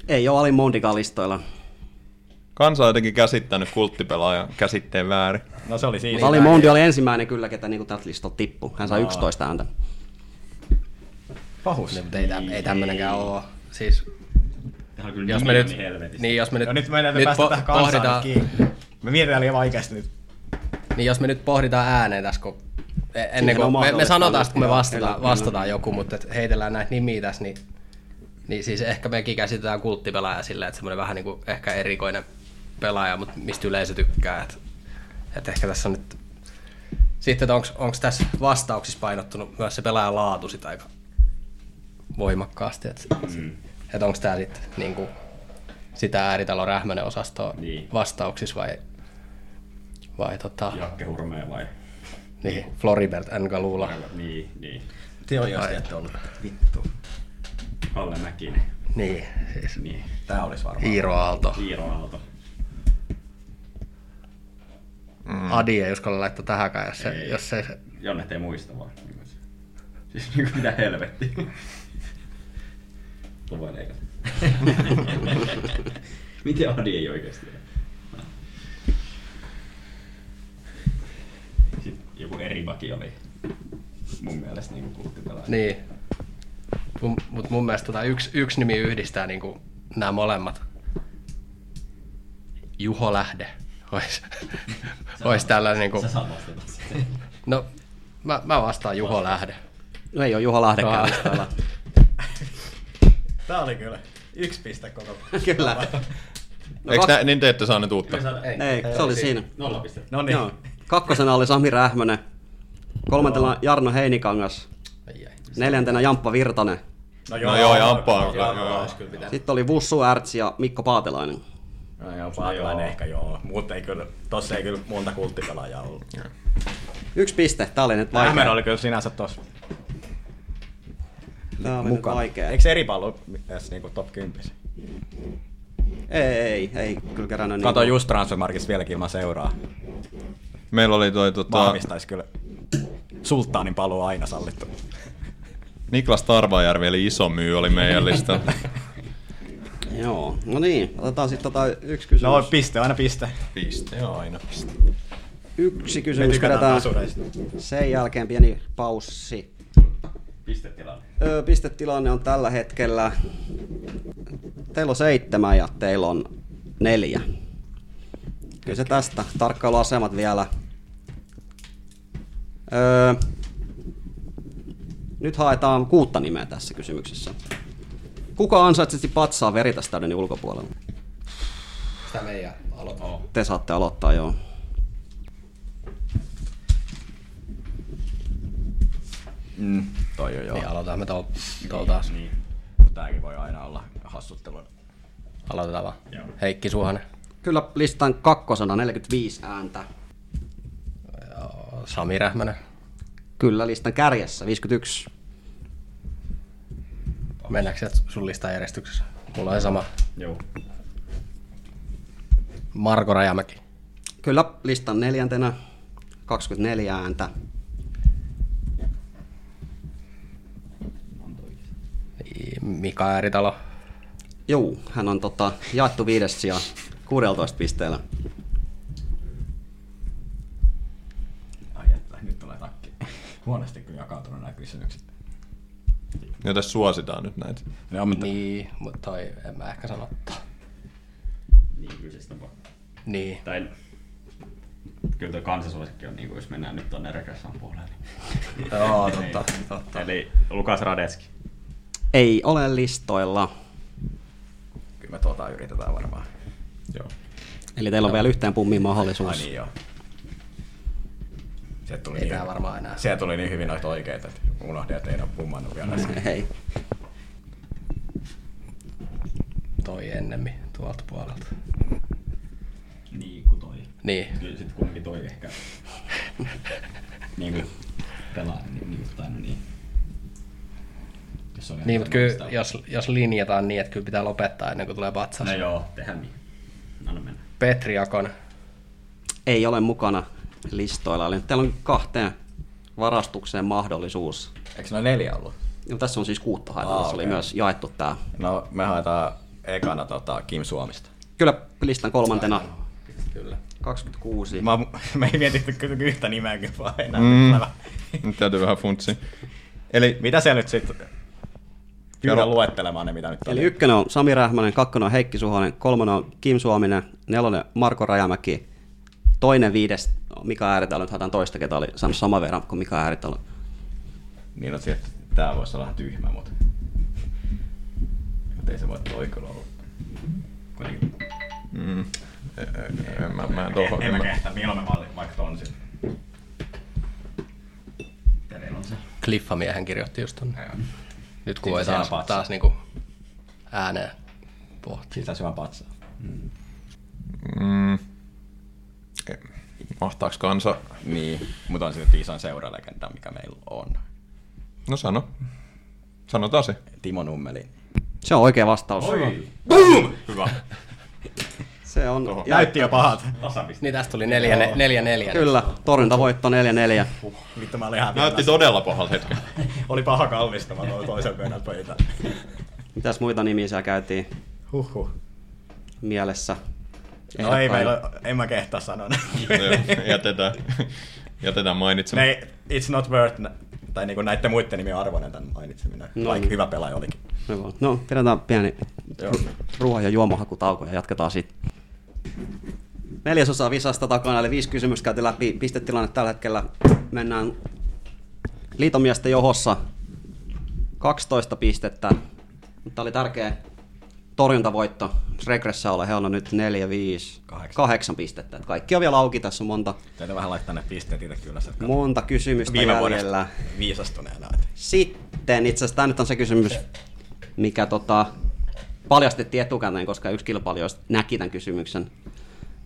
Speaker 2: Ei ole Ali Mondikaan listoilla.
Speaker 3: Kansa on jotenkin käsittänyt kulttipelaajan käsitteen väärin.
Speaker 8: No se oli siinä.
Speaker 2: Ali Mondi oli ensimmäinen kyllä, ketä niinku tältä listalta tippui. Hän sai 11 ääntä.
Speaker 8: Pahus.
Speaker 6: Mutta ei, tä- ei tämmönenkään oo. Siis,
Speaker 5: Tämä on kyllä
Speaker 6: jos
Speaker 5: nimi
Speaker 6: me
Speaker 5: on
Speaker 6: nyt,
Speaker 5: niin helvetissä.
Speaker 6: niin jos me nyt,
Speaker 8: No nyt meidän nyt päästä tähän kansaan
Speaker 6: pohditaan,
Speaker 8: kiinni. Me mietitään liian vaikeasti nyt.
Speaker 6: Niin jos me nyt pohditaan ääneen tässä, kun e- ennen
Speaker 2: Siihen on
Speaker 6: kuin me, me
Speaker 2: mahdollista
Speaker 6: sanotaan, sit, kun me
Speaker 2: olla.
Speaker 6: vastataan,
Speaker 2: Kyllä,
Speaker 6: vastataan joku, mutta et heitellään näitä nimiä tässä, niin, niin siis ehkä mekin käsitetään kulttipelaaja silleen, että semmoinen vähän niin kuin ehkä erikoinen pelaaja, mutta mistä yleisö tykkää. Että et ehkä tässä on nyt... Sitten, että onko tässä vastauksissa painottunut myös se pelaajan laatu sit aika voimakkaasti. Että mm. et onko tämä sitten niinku sitä ääritalon rähmänen osastoa niin.
Speaker 5: Niin.
Speaker 6: vastauksissa vai, vai tota,
Speaker 5: Jakke Hurmea vai?
Speaker 6: niin, Floribert Ngalula.
Speaker 5: Niin, niin.
Speaker 8: Te oikeasti ette ollut. Vittu.
Speaker 5: Kalle Mäkinen.
Speaker 6: Niin, siis
Speaker 5: Niin.
Speaker 8: Tää olisi varmaan.
Speaker 6: Iiro Aalto.
Speaker 5: Iiro Aalto.
Speaker 6: Mm. Adi ei uskalla laittaa tähänkään, jos, se,
Speaker 5: Ei.
Speaker 6: jos se, se
Speaker 5: Jonnet ei muista vaan. niin Siis niinku mitä helvettiä. Luvoin eikä. Miten Adi ei oikeesti? ole? Sitten joku eri vaki oli mun mielestä niinku kulttipelaaja.
Speaker 6: Niin. Mun, mut mun mielestä tota yksi, yksi nimi yhdistää niinku nämä molemmat. Juho Lähde olisi, ois tällainen niinku...
Speaker 5: Sä saat vastata siihen.
Speaker 6: No, mä, mä vastaan Juho Lähde.
Speaker 2: No ei ole Juha Lahdekään
Speaker 6: Ah.
Speaker 2: listalla.
Speaker 8: Tää oli kyllä yksi piste koko.
Speaker 2: Kyllä.
Speaker 3: No, Eikö
Speaker 2: kak-
Speaker 3: nä, niin te ette saa nyt uutta?
Speaker 5: Me saadaan-
Speaker 2: Ei, se oli siinä.
Speaker 5: Nolla pistettä.
Speaker 8: No niin.
Speaker 2: Joo. Kakkosena oli Sami Rähmönen. Kolmantena Jarno Heinikangas.
Speaker 6: Ai, ai.
Speaker 2: Neljäntenä Jamppa Virtanen.
Speaker 8: No
Speaker 3: joo, jampaa kyllä, joo.
Speaker 8: olisi kyllä pitänyt.
Speaker 2: Sitten oli Vussu Ärtsi ja Mikko Paatelainen.
Speaker 8: No joo, Paatelainen ehkä joo. Muut ei kyllä, tossa ei kyllä monta kulttipelaajaa ollut.
Speaker 2: Yksi piste. Tää oli nyt
Speaker 8: Lähmän
Speaker 2: vaikea.
Speaker 8: oli kyllä sinänsä tossa.
Speaker 2: Tää oli nyt
Speaker 8: mukana.
Speaker 2: vaikea.
Speaker 8: Eikö eri pallo edes niinku top 10?
Speaker 2: Ei, ei, ei kyllä kerännyt niin
Speaker 5: Niin
Speaker 8: Kato just Transfermarkissa vieläkin ilman seuraa.
Speaker 3: Meillä oli toi tota,
Speaker 8: Vahvistaisi kyllä. Sulttaanin paluu aina sallittu.
Speaker 3: Niklas Tarvajärvi eli iso myy oli meidän listalla.
Speaker 2: Joo, no niin, otetaan sitten tota yksi kysymys.
Speaker 8: No piste, aina piste.
Speaker 3: Piste, joo aina piste.
Speaker 2: yksi
Speaker 8: Me
Speaker 2: kysymys
Speaker 8: tykätään
Speaker 2: pidetään.
Speaker 8: tasureista.
Speaker 2: Sen jälkeen pieni paussi.
Speaker 5: Pistetilanne.
Speaker 2: Öö, pistetilanne on tällä hetkellä. Teillä on seitsemän ja teillä on neljä. Kyllä se tästä. Tarkkailuasemat vielä. Öö, nyt haetaan kuutta nimeä tässä kysymyksessä. Kuka ansaitsisi patsaa veritästäyden ulkopuolella?
Speaker 6: Sitä meidän aloittaa.
Speaker 5: Oh.
Speaker 2: Te saatte aloittaa, joo.
Speaker 8: Mm, toi on joo.
Speaker 6: Niin, aloitetaan me tuolla tuol taas.
Speaker 8: Niin. Tääkin voi aina olla hassuttelun.
Speaker 6: Aloitetaan vaan. Heikki Suhonen.
Speaker 2: Kyllä listan kakkosena 45 ääntä.
Speaker 6: Joo, Sami Rähmänen.
Speaker 2: Kyllä listan kärjessä 51.
Speaker 6: Mennäänkö sieltä sun listan järjestyksessä? Mulla on sama.
Speaker 5: Joo.
Speaker 6: Marko Rajamäki.
Speaker 2: Kyllä listan neljäntenä 24 ääntä.
Speaker 6: Mika Ääritalo.
Speaker 2: Juu, hän on tota, jaettu viides sija 16 pisteellä.
Speaker 8: Ai että, nyt tulee takki. Huonosti kyllä jakautunut nämä kysymykset.
Speaker 3: Joten suositaan nyt näitä.
Speaker 8: Ne on, mutta
Speaker 6: Niin, mutta toi en mä ehkä sano ottaa.
Speaker 5: Niin kyllä se sitä voi.
Speaker 6: Niin.
Speaker 5: Tai kyllä tuo kansasuosikki on, niin kuin jos mennään nyt tuonne regression puolelle. Niin.
Speaker 6: Joo, totta, totta.
Speaker 5: Eli Lukas Radetski.
Speaker 2: Ei ole listoilla.
Speaker 8: kyllä me tuota yritetään varmaan.
Speaker 3: Joo.
Speaker 2: Eli teillä on vielä yhteen pummiin
Speaker 8: Ai
Speaker 2: mahdollisuus.
Speaker 8: niin joo. Se tuli,
Speaker 6: Ei
Speaker 8: niin,
Speaker 6: tää varmaan enää.
Speaker 8: se tuli niin hyvin noita oikeita, että unohdin, että ei ole pummannut vielä äsken.
Speaker 2: Hei.
Speaker 6: toi ennemmin tuolta puolelta.
Speaker 5: Niin kuin toi.
Speaker 6: Niin.
Speaker 5: Kyllä sit kumminkin toi ehkä niin kuin pelaa niin, niin, tai no niin. Jos on ihan
Speaker 6: Niin, mutta
Speaker 5: mahdollista.
Speaker 6: kyllä jos, jos linjataan niin, että kyllä pitää lopettaa ennen kuin tulee patsas.
Speaker 5: No joo, tehdään niin. Anna mennä.
Speaker 6: Petri Akon.
Speaker 2: Ei ole mukana listoilla. Eli teillä on kahteen varastukseen mahdollisuus.
Speaker 8: Eikö noin neljä ollut?
Speaker 2: No, tässä on siis kuutta haetaan.
Speaker 8: Aa,
Speaker 2: Tässä oli
Speaker 8: okei.
Speaker 2: myös jaettu tämä.
Speaker 8: No me haetaan ekana tota Kim Suomista.
Speaker 2: Kyllä listan kolmantena
Speaker 6: Kyllä.
Speaker 2: 26.
Speaker 8: niin. Mä, me ei mietitty kyllä yhtä nimeäkin vaan enää. Mm.
Speaker 3: Nyt täytyy vähän funtsia. Eli
Speaker 8: Mitä se nyt sitten? Pyydän
Speaker 3: Kerro.
Speaker 8: luettelemaan ne, mitä nyt
Speaker 2: Eli
Speaker 8: oli.
Speaker 2: ykkönen on Sami Rähmänen, kakkonen on Heikki Suhonen, kolmonen on Kim Suominen, nelonen Marko Rajamäki, toinen viides on Mika Ääritalo, nyt haetaan toista, ketä oli saanut saman verran kuin Mika Ääritalo.
Speaker 8: Niin on sieltä, tää voisi olla vähän tyhmä, mutta... Mut ei se voi toi kyllä olla. Kuitenkin.
Speaker 3: en mä, mä en tohon.
Speaker 8: En mä
Speaker 3: kyllä.
Speaker 8: kehtä, milloin me malli, vaikka ton sit.
Speaker 5: Tereillä on se.
Speaker 6: Kliffamiehen kirjoitti just tonne.
Speaker 5: Niin,
Speaker 6: Nyt
Speaker 8: Siitä
Speaker 6: kun voi
Speaker 8: siellä
Speaker 6: taas,
Speaker 8: patsas.
Speaker 6: taas niinku ääneen pohtia.
Speaker 8: Siltä syvän patsaa.
Speaker 3: Mm. Mahtaaks kansa?
Speaker 8: Niin, mutta on sitten isoin seuralegenda, mikä meillä on.
Speaker 3: No sano. Sanotaan se.
Speaker 8: Timo Nummeli.
Speaker 2: Se on oikea vastaus.
Speaker 5: Oi!
Speaker 8: Hyvä.
Speaker 2: Se Se on.
Speaker 3: Oho.
Speaker 2: Ja,
Speaker 8: Näytti jo pahat.
Speaker 5: Tasapiste.
Speaker 6: Niin tästä tuli neljä, ne, neljä, neljä.
Speaker 2: kyllä, torjuntavoitto 4-4.
Speaker 8: Vittu mä olin ihan
Speaker 3: Näytti todella pahalta hetken.
Speaker 8: Oli paha kallistama toi toisen venän pöytä.
Speaker 2: Mitäs muita nimiä siellä käytiin
Speaker 8: Huhhuh.
Speaker 2: mielessä?
Speaker 8: No ei
Speaker 2: Ehdokkaina.
Speaker 8: meillä, en mä kehtaa sanoa.
Speaker 3: Joo, jätetään, jätetään mainitsematta.
Speaker 8: ne, it's not worth, nä- tai niinku näiden muiden nimien arvoinen tämän mainitseminen,
Speaker 2: No
Speaker 8: no, vaikka
Speaker 2: niin.
Speaker 8: hyvä pelaaja olikin.
Speaker 2: Hyvä. No, pidetään pieni ruoan ja juomahakutauko ja jatketaan sitten. Neljäsosa visasta takana, eli viisi kysymystä käytiin läpi. Pistetilanne tällä hetkellä mennään liitomiesten johossa 12 pistettä. Tämä oli tärkeä torjuntavoitto. Regressiolla he on nyt 4, 5,
Speaker 8: Kahdeksan.
Speaker 2: 8 pistettä. Et Kaikki on vielä auki, tässä on monta,
Speaker 8: Täytyy vähän laittaa ne pisteet itse kyllä. sieltä
Speaker 2: monta kysymystä
Speaker 8: Viime
Speaker 2: jäljellä.
Speaker 8: vuodesta viisastuneena. et
Speaker 2: Sitten itse asiassa tämä nyt on se kysymys, mikä tota, paljastettiin etukäteen, koska yksi kilpailijoista näki tämän kysymyksen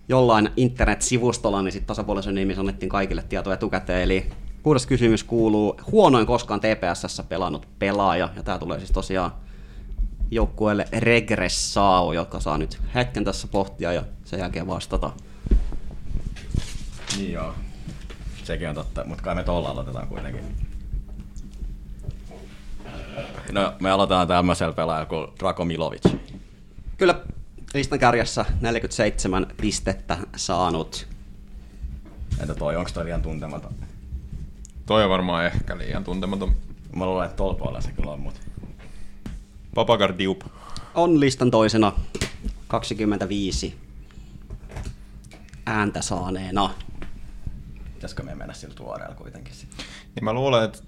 Speaker 2: jollain internet-sivustolla, niin sitten tasapuolisen nimi annettiin kaikille tieto etukäteen. Eli kuudes kysymys kuuluu, huonoin koskaan TPSssä pelannut pelaaja, ja tämä tulee siis tosiaan joukkueelle Regressao, joka saa nyt hetken tässä pohtia ja sen jälkeen vastata.
Speaker 8: Niin joo. Sekin on totta, mutta kai me tuolla aloitetaan kuitenkin. No, me aloitetaan tämmöisellä pelaajalla kuin Drako Milovic.
Speaker 2: Kyllä listan kärjessä 47 pistettä saanut
Speaker 8: Entä toi, onko toi liian tuntematon?
Speaker 3: Toi on varmaan ehkä liian tuntematon.
Speaker 8: Mä luulen, että tuolla puolella se kyllä on, mutta
Speaker 3: Papakar Diup.
Speaker 2: on listan toisena 25 ääntä saaneena.
Speaker 8: pitäisikö me mennä sillä tuoreella kuitenkin sitten?
Speaker 3: Niin mä luulen, että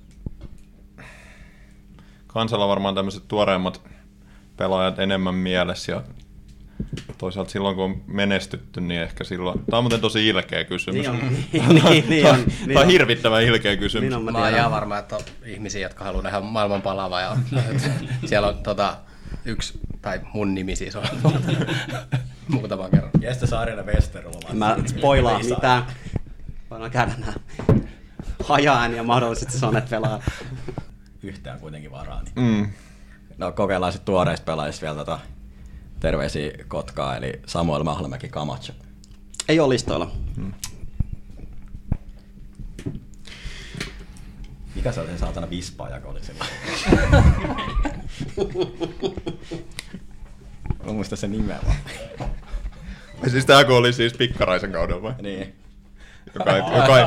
Speaker 3: kansalla varmaan tämmöiset tuoreimmat pelaajat enemmän mielessä ja toisaalta silloin kun on menestytty, niin ehkä silloin... Tämä on muuten tosi ilkeä kysymys.
Speaker 2: niin, niin on. Niin
Speaker 3: Tämä on
Speaker 2: on.
Speaker 3: hirvittävän ilkeä kysymys.
Speaker 2: Niin on, mä
Speaker 6: Mä oon
Speaker 2: tiedän.
Speaker 6: ihan varma, että on ihmisiä, jotka haluaa nähdä maailman palavaa. Ja siellä on tota, yksi, tai mun nimi siis on muutaman kerran.
Speaker 8: Jeste Saarinen Westerlo.
Speaker 2: Mä en spoilaa mitään. Voidaan käydä nää hajaan ja mahdolliset sonet pelaa.
Speaker 8: Yhtään kuitenkin varaa. Niin.
Speaker 3: Mm.
Speaker 8: No kokeillaan sitten tuoreista pelaajista vielä tota terveisiä Kotkaa, eli Samuel Mahlamäki Kamacho.
Speaker 2: Ei ole listoilla.
Speaker 8: Mikä se oli se saatana vispaaja, kun oli sillä? Mä muistan sen nimeä vaan.
Speaker 3: Siis tämä kun oli siis pikkaraisen kaudella vai?
Speaker 8: Niin.
Speaker 3: Joka ei, joka, ei,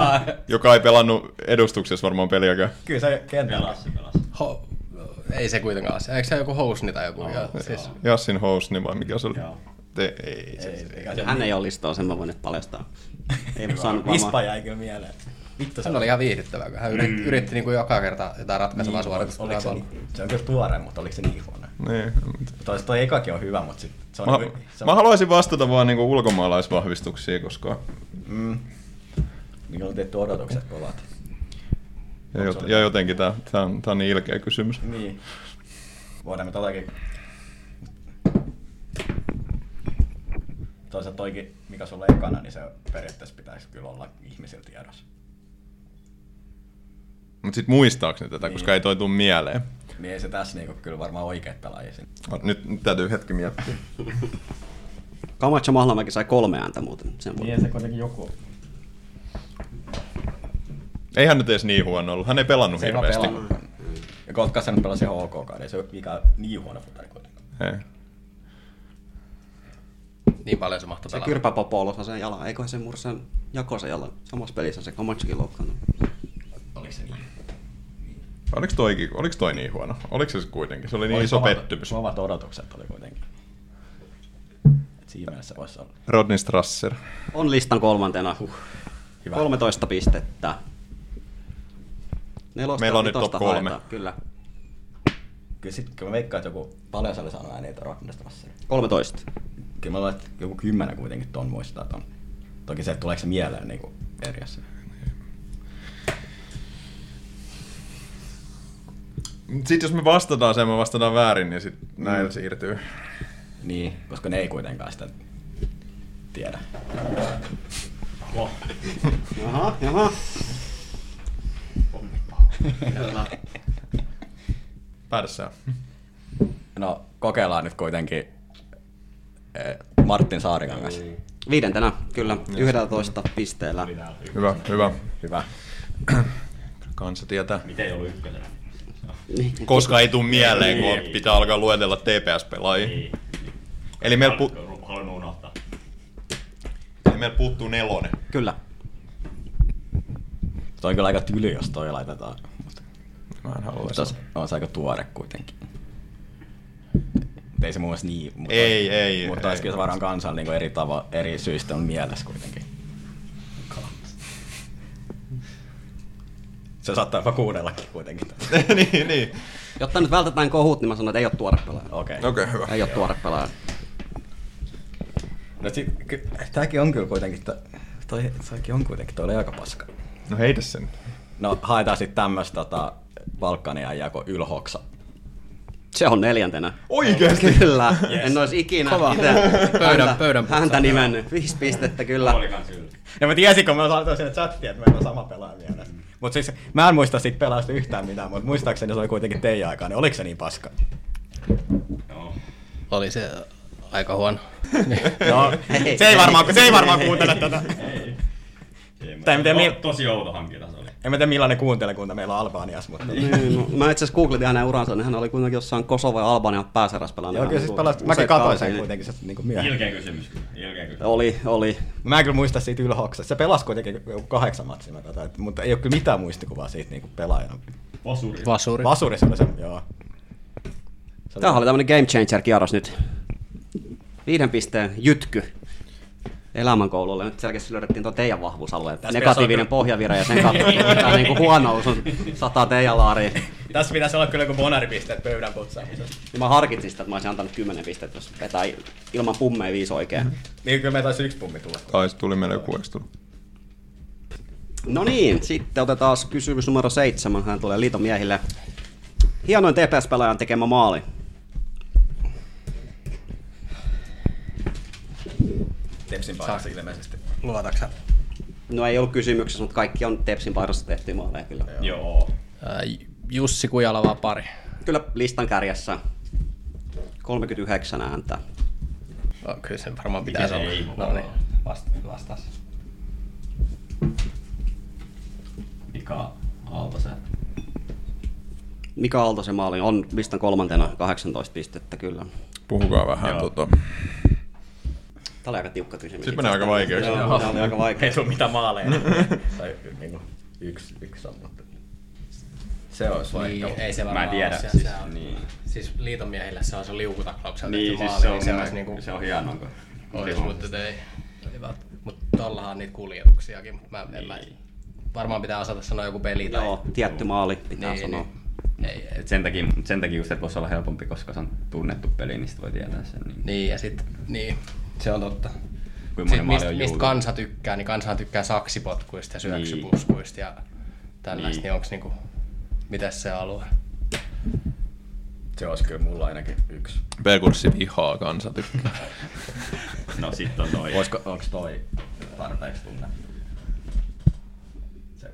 Speaker 3: joka ei pelannut edustuksessa varmaan peliäkään.
Speaker 8: Kyllä se kentällä.
Speaker 5: Pelas se pelas.
Speaker 6: Ho- ei se kuitenkaan ole se. Eikö se ole joku housni tai joku? ja, siis,
Speaker 3: Jassin Housni vai mikä se oli?
Speaker 5: Joo.
Speaker 3: Te, ei, se-
Speaker 8: niin-
Speaker 2: Hän ei ole listoilla, sen mä voin nyt paljastaa. Ei mä saanut
Speaker 8: Vispa
Speaker 2: varmaan.
Speaker 8: jäi kyllä mieleen. Vittu
Speaker 6: hän oli ihan viihdyttävää, kun hän yritti, yritti niin kuin joka kerta jotain ratkaisevaa
Speaker 8: Niin,
Speaker 6: niin, suoritusta.
Speaker 8: oliko se,
Speaker 6: Oliko
Speaker 8: niin, se on kyllä tuore, mutta oliko se niin huono?
Speaker 3: Niin.
Speaker 8: Toi, toi ekakin on hyvä, mutta sit se on...
Speaker 3: Mä,
Speaker 8: niinku- se on
Speaker 3: mä haluaisin vastata vaan niinku ulkomaalaisvahvistuksia, koska
Speaker 8: Mikä on tehty niinku odotukset kovat.
Speaker 3: ja, jot, ja jotenkin tämä tää on, tää on niin ilkeä kysymys.
Speaker 8: Niin. Voidaan me totakin... Toisaalta toikin, mikä sulla ekana, niin se periaatteessa pitäisi kyllä olla ihmisillä tiedossa.
Speaker 3: Mutta sitten muistaakseni tätä,
Speaker 8: Niin.
Speaker 3: koska ei toi tuu mieleen.
Speaker 8: Niin ei se tässä niinku kyllä varmaan oikeat pelaajia sinne.
Speaker 3: Nyt, nyt täytyy hetki miettiä.
Speaker 2: Kamatsa Mahlamäki sai kolme ääntä muuten. Sen voi.
Speaker 8: se kuitenkin joku.
Speaker 3: Ei hän nyt edes niin huono ollut. Hän ei pelannut
Speaker 8: Se ei vaan
Speaker 3: hirveästi. Mm.
Speaker 8: pelannut. Ja Kotka sen pelasi ihan ok kauden, ei se ole mikä niin huono futari kuitenkaan.
Speaker 3: Ei.
Speaker 6: niin paljon se mahtoi
Speaker 2: Se
Speaker 6: pelata.
Speaker 2: kyrpäpopo osaa sen jalan. Eiköhän se mursan jako sen jalan. Samassa pelissä se Kamatsakin loukkaantunut.
Speaker 8: Oliko se niin?
Speaker 3: Oliko, toikin, oliko toi niin huono? Oliko se se kuitenkin? Se oli niin
Speaker 8: Oli
Speaker 3: iso
Speaker 8: kovat-
Speaker 3: pettymys.
Speaker 8: Kovat odotukset oli kuitenkin. Et siinä mielessä voisi olla
Speaker 3: Rodney Strasser.
Speaker 2: On listan kolmantena.
Speaker 8: hyvä.
Speaker 2: 13 pistettä. Nelosta
Speaker 3: Meillä on
Speaker 2: ja
Speaker 3: nyt top
Speaker 2: vitosta
Speaker 3: kolme.
Speaker 2: haetaan, Kyllä.
Speaker 8: Kyllä sit, kun mä veikkaan, että joku paljon sä oli saanut ääniä Rocknestassa.
Speaker 2: 13.
Speaker 8: Kyllä mä luulen, että joku kymmenen kuitenkin ton muistaa ton. Toki se, että tuleeko se mieleen niinku eri asia.
Speaker 3: Sitten jos me vastataan sen, me vastataan väärin, niin sit
Speaker 8: Mm.
Speaker 3: näillä siirtyy.
Speaker 8: Niin, koska ne ei kuitenkaan sitä tiedä.
Speaker 2: Jaha, jaha.
Speaker 3: Päädessä.
Speaker 8: No, kokeillaan nyt kuitenkin eh, Martin Saarikangas.
Speaker 2: Viidentenä, kyllä, 11 pisteellä.
Speaker 3: Hyvä, hyvä.
Speaker 8: Hyvä.
Speaker 3: Kansa tietää. Niin.
Speaker 5: Miten ei ollut ykkösenä?
Speaker 3: Koska ei tule mieleen,
Speaker 8: Niin.
Speaker 3: kun pitää alkaa luetella TPS-pelaajia. Eli meillä, pu-
Speaker 5: Haluan unohtaa.
Speaker 3: eli meillä puuttuu nelonen.
Speaker 2: Kyllä.
Speaker 8: Toi on kyllä aika tyly, jos toi laitetaan. Mutta
Speaker 3: Mä en halua
Speaker 8: tos- on se aika tuore kuitenkin. Mut Ei se mun mielestä niin. Mutta
Speaker 3: Ei, ei,
Speaker 8: Mutta olisi
Speaker 3: ei.
Speaker 8: kyllä varmaan kansan niin eri, tavo- eri syistä on mielessä kuitenkin. Se saattaa jopa kuunnellakin kuitenkin.
Speaker 3: niin, niin.
Speaker 2: Jotta nyt vältetään kohut, niin mä sanon, että ei ole tuore pelaaja.
Speaker 8: Okei. Okay.
Speaker 3: Okei, okay, hyvä.
Speaker 2: Ei ole tuore pelaaja.
Speaker 8: No sit, ky- tääkin on kyllä kuitenkin, to- toi, toikin on kuitenkin, toi oli aika paska.
Speaker 3: No heitä sen.
Speaker 8: No haetaan sitten tämmöistä tota, Balkania ajaa kuin Ylhoksa.
Speaker 2: Se on neljäntenä.
Speaker 3: Oikeesti?
Speaker 2: Kyllä, yes. en olisi ikinä Kova. itse
Speaker 6: Pöydän-
Speaker 2: häntä,
Speaker 6: pöydän
Speaker 2: häntä nimennyt. Viisi pistettä kyllä.
Speaker 5: Oli kans yllä.
Speaker 8: Ja mä tiesin, kun mä laitoin sinne chattiin, että meillä on sama pelaaja vielä. Mut siis, mä en muista siitä pelaajasta yhtään mitään, mutta muistaakseni se oli kuitenkin teidän aikaan, niin oliko se niin paska?
Speaker 5: Joo.
Speaker 6: Oli se aika huono.
Speaker 8: No,
Speaker 2: Hei.
Speaker 8: se ei varmaan, se ei varmaan kuuntele tätä.
Speaker 5: Ei mä-
Speaker 8: Tai miten
Speaker 5: No,
Speaker 8: mi-
Speaker 5: Tosi outo hankinta se oli.
Speaker 8: En mä tiedä millainen kuuntele, kun meillä on Albaniassa, mutta...
Speaker 2: Niin, no, mä itse asiassa googletin hänen uransa, niin hän oli kuitenkin jossain Kosovo ja Albania pääseräs pelannut.
Speaker 8: Joo, kyllä
Speaker 2: Hän
Speaker 8: siis
Speaker 2: oli
Speaker 8: pelasit,
Speaker 2: useita
Speaker 8: mäkin katsoin
Speaker 2: kausia,
Speaker 8: sen
Speaker 2: niin-
Speaker 8: kuitenkin sit niinku myöhemmin.
Speaker 5: Ilkeä kysymys kyllä. Ilkeä kysymys.
Speaker 2: Oli, oli.
Speaker 8: Mä en kyllä muista siitä Ylhoksesta. Se pelasi kuitenkin joku kahdeksan matsia, mä katsoin, et- mutta ei ole kyllä mitään muistikuvaa siitä niinku pelaajana.
Speaker 5: Posuri.
Speaker 6: Vasuri.
Speaker 8: Vasuri se oli se, joo. Se
Speaker 2: Tämähän oli tämmönen game changer kierros nyt. Viiden pisteen jytky elämänkoululle. Nyt selkeästi löydettiin tuo teidän vahvuusalueet.
Speaker 8: Tässä pitäisi
Speaker 2: Negatiivinen
Speaker 8: olla-
Speaker 2: pohjavire ja sen kautta tämä niinku huonous on sataa teidän laariin.
Speaker 8: Tässä pitäisi olla kyllä joku bonaripisteet pöydän putsaamisesta.
Speaker 2: Ja mä harkitsin sitä, että mä olisin antanut 10 pistettä, jos vetää ilman pummeja viisi oikein.
Speaker 8: Niin kyllä me taisi yksi pummi tulla.
Speaker 3: Taisi tuli meille joku eikö tullut?
Speaker 2: No niin, sitten otetaan kysymys numero seitsemän. Hän tulee liiton miehille. Hienoin TPS-pelaajan tekemä maali.
Speaker 8: Tepsin paikassa ilmeisesti.
Speaker 6: Luotaksä?
Speaker 2: No ei ollut kysymyksessä, mutta kaikki on Tepsin paidassa tehty maaleja kyllä.
Speaker 5: Joo.
Speaker 6: Ää, Äh, Jussi Kujala vaan pari.
Speaker 2: Kyllä listan kärjessä 39 ääntä.
Speaker 6: No, kyllä sen varmaan pitäisi
Speaker 5: Miten
Speaker 6: olla.
Speaker 5: se ei voi
Speaker 6: No
Speaker 5: olla?
Speaker 6: niin, vasta, vastas.
Speaker 5: Mika Aaltosen.
Speaker 2: Mika Aaltosen maali on listan kolmantena 18 pistettä kyllä.
Speaker 3: Puhukaa vähän
Speaker 5: Joo.
Speaker 3: tota.
Speaker 2: Tämä oli aika tiukka kysymys.
Speaker 3: Sitten menee aika vaikeaksi.
Speaker 2: Joo, Tämä oli aika
Speaker 8: Ei
Speaker 2: vaikea.
Speaker 8: tule mitään maaleja.
Speaker 3: Niin.
Speaker 8: tai niinku yksi, yksi on, mutta... Se olisi
Speaker 6: Niin,
Speaker 8: vaikka.
Speaker 6: ei se
Speaker 5: Mä
Speaker 6: varmaan
Speaker 5: en tiedä.
Speaker 6: ole
Speaker 5: Siis,
Speaker 6: se on,
Speaker 5: niin.
Speaker 6: siis liiton miehillä se on se liukutaklauksen
Speaker 5: Niin,
Speaker 6: tehty
Speaker 5: siis se
Speaker 6: maali, niin
Speaker 5: on,
Speaker 6: se olisi niinku
Speaker 5: se on hienoa. kun-
Speaker 6: olisi, mutta ei. ei vält- Mutta tollahan on niitä kuljetuksiakin, mutta mä, en mä,
Speaker 5: Niin.
Speaker 6: varmaan pitää osata sanoa joku peli tai...
Speaker 2: Joo, tietty maali pitää
Speaker 6: Niin,
Speaker 2: sanoa.
Speaker 6: niin. Ei, ei.
Speaker 5: Et sen takia, mut sen takia just, että voisi olla helpompi, koska se on tunnettu peli, niin sit voi tietää sen. Niin.
Speaker 6: Niin, ja sit, niin, se on totta.
Speaker 5: Kuinka
Speaker 6: Sit,
Speaker 5: monen maali
Speaker 6: mistä,
Speaker 5: on
Speaker 6: mistä
Speaker 5: juuri.
Speaker 6: kansa tykkää, niin kansa tykkää saksipotkuista ja syöksypuskuista ja tällaista,
Speaker 5: Niin.
Speaker 6: niin, onks niinku, mitäs se alue?
Speaker 8: Se olisi kyllä mulla ainakin yksi.
Speaker 3: B-kurssi vihaa kansa tykkää.
Speaker 5: No sit on toi.
Speaker 8: Voisiko, onko toi tarpeeksi tunne? Se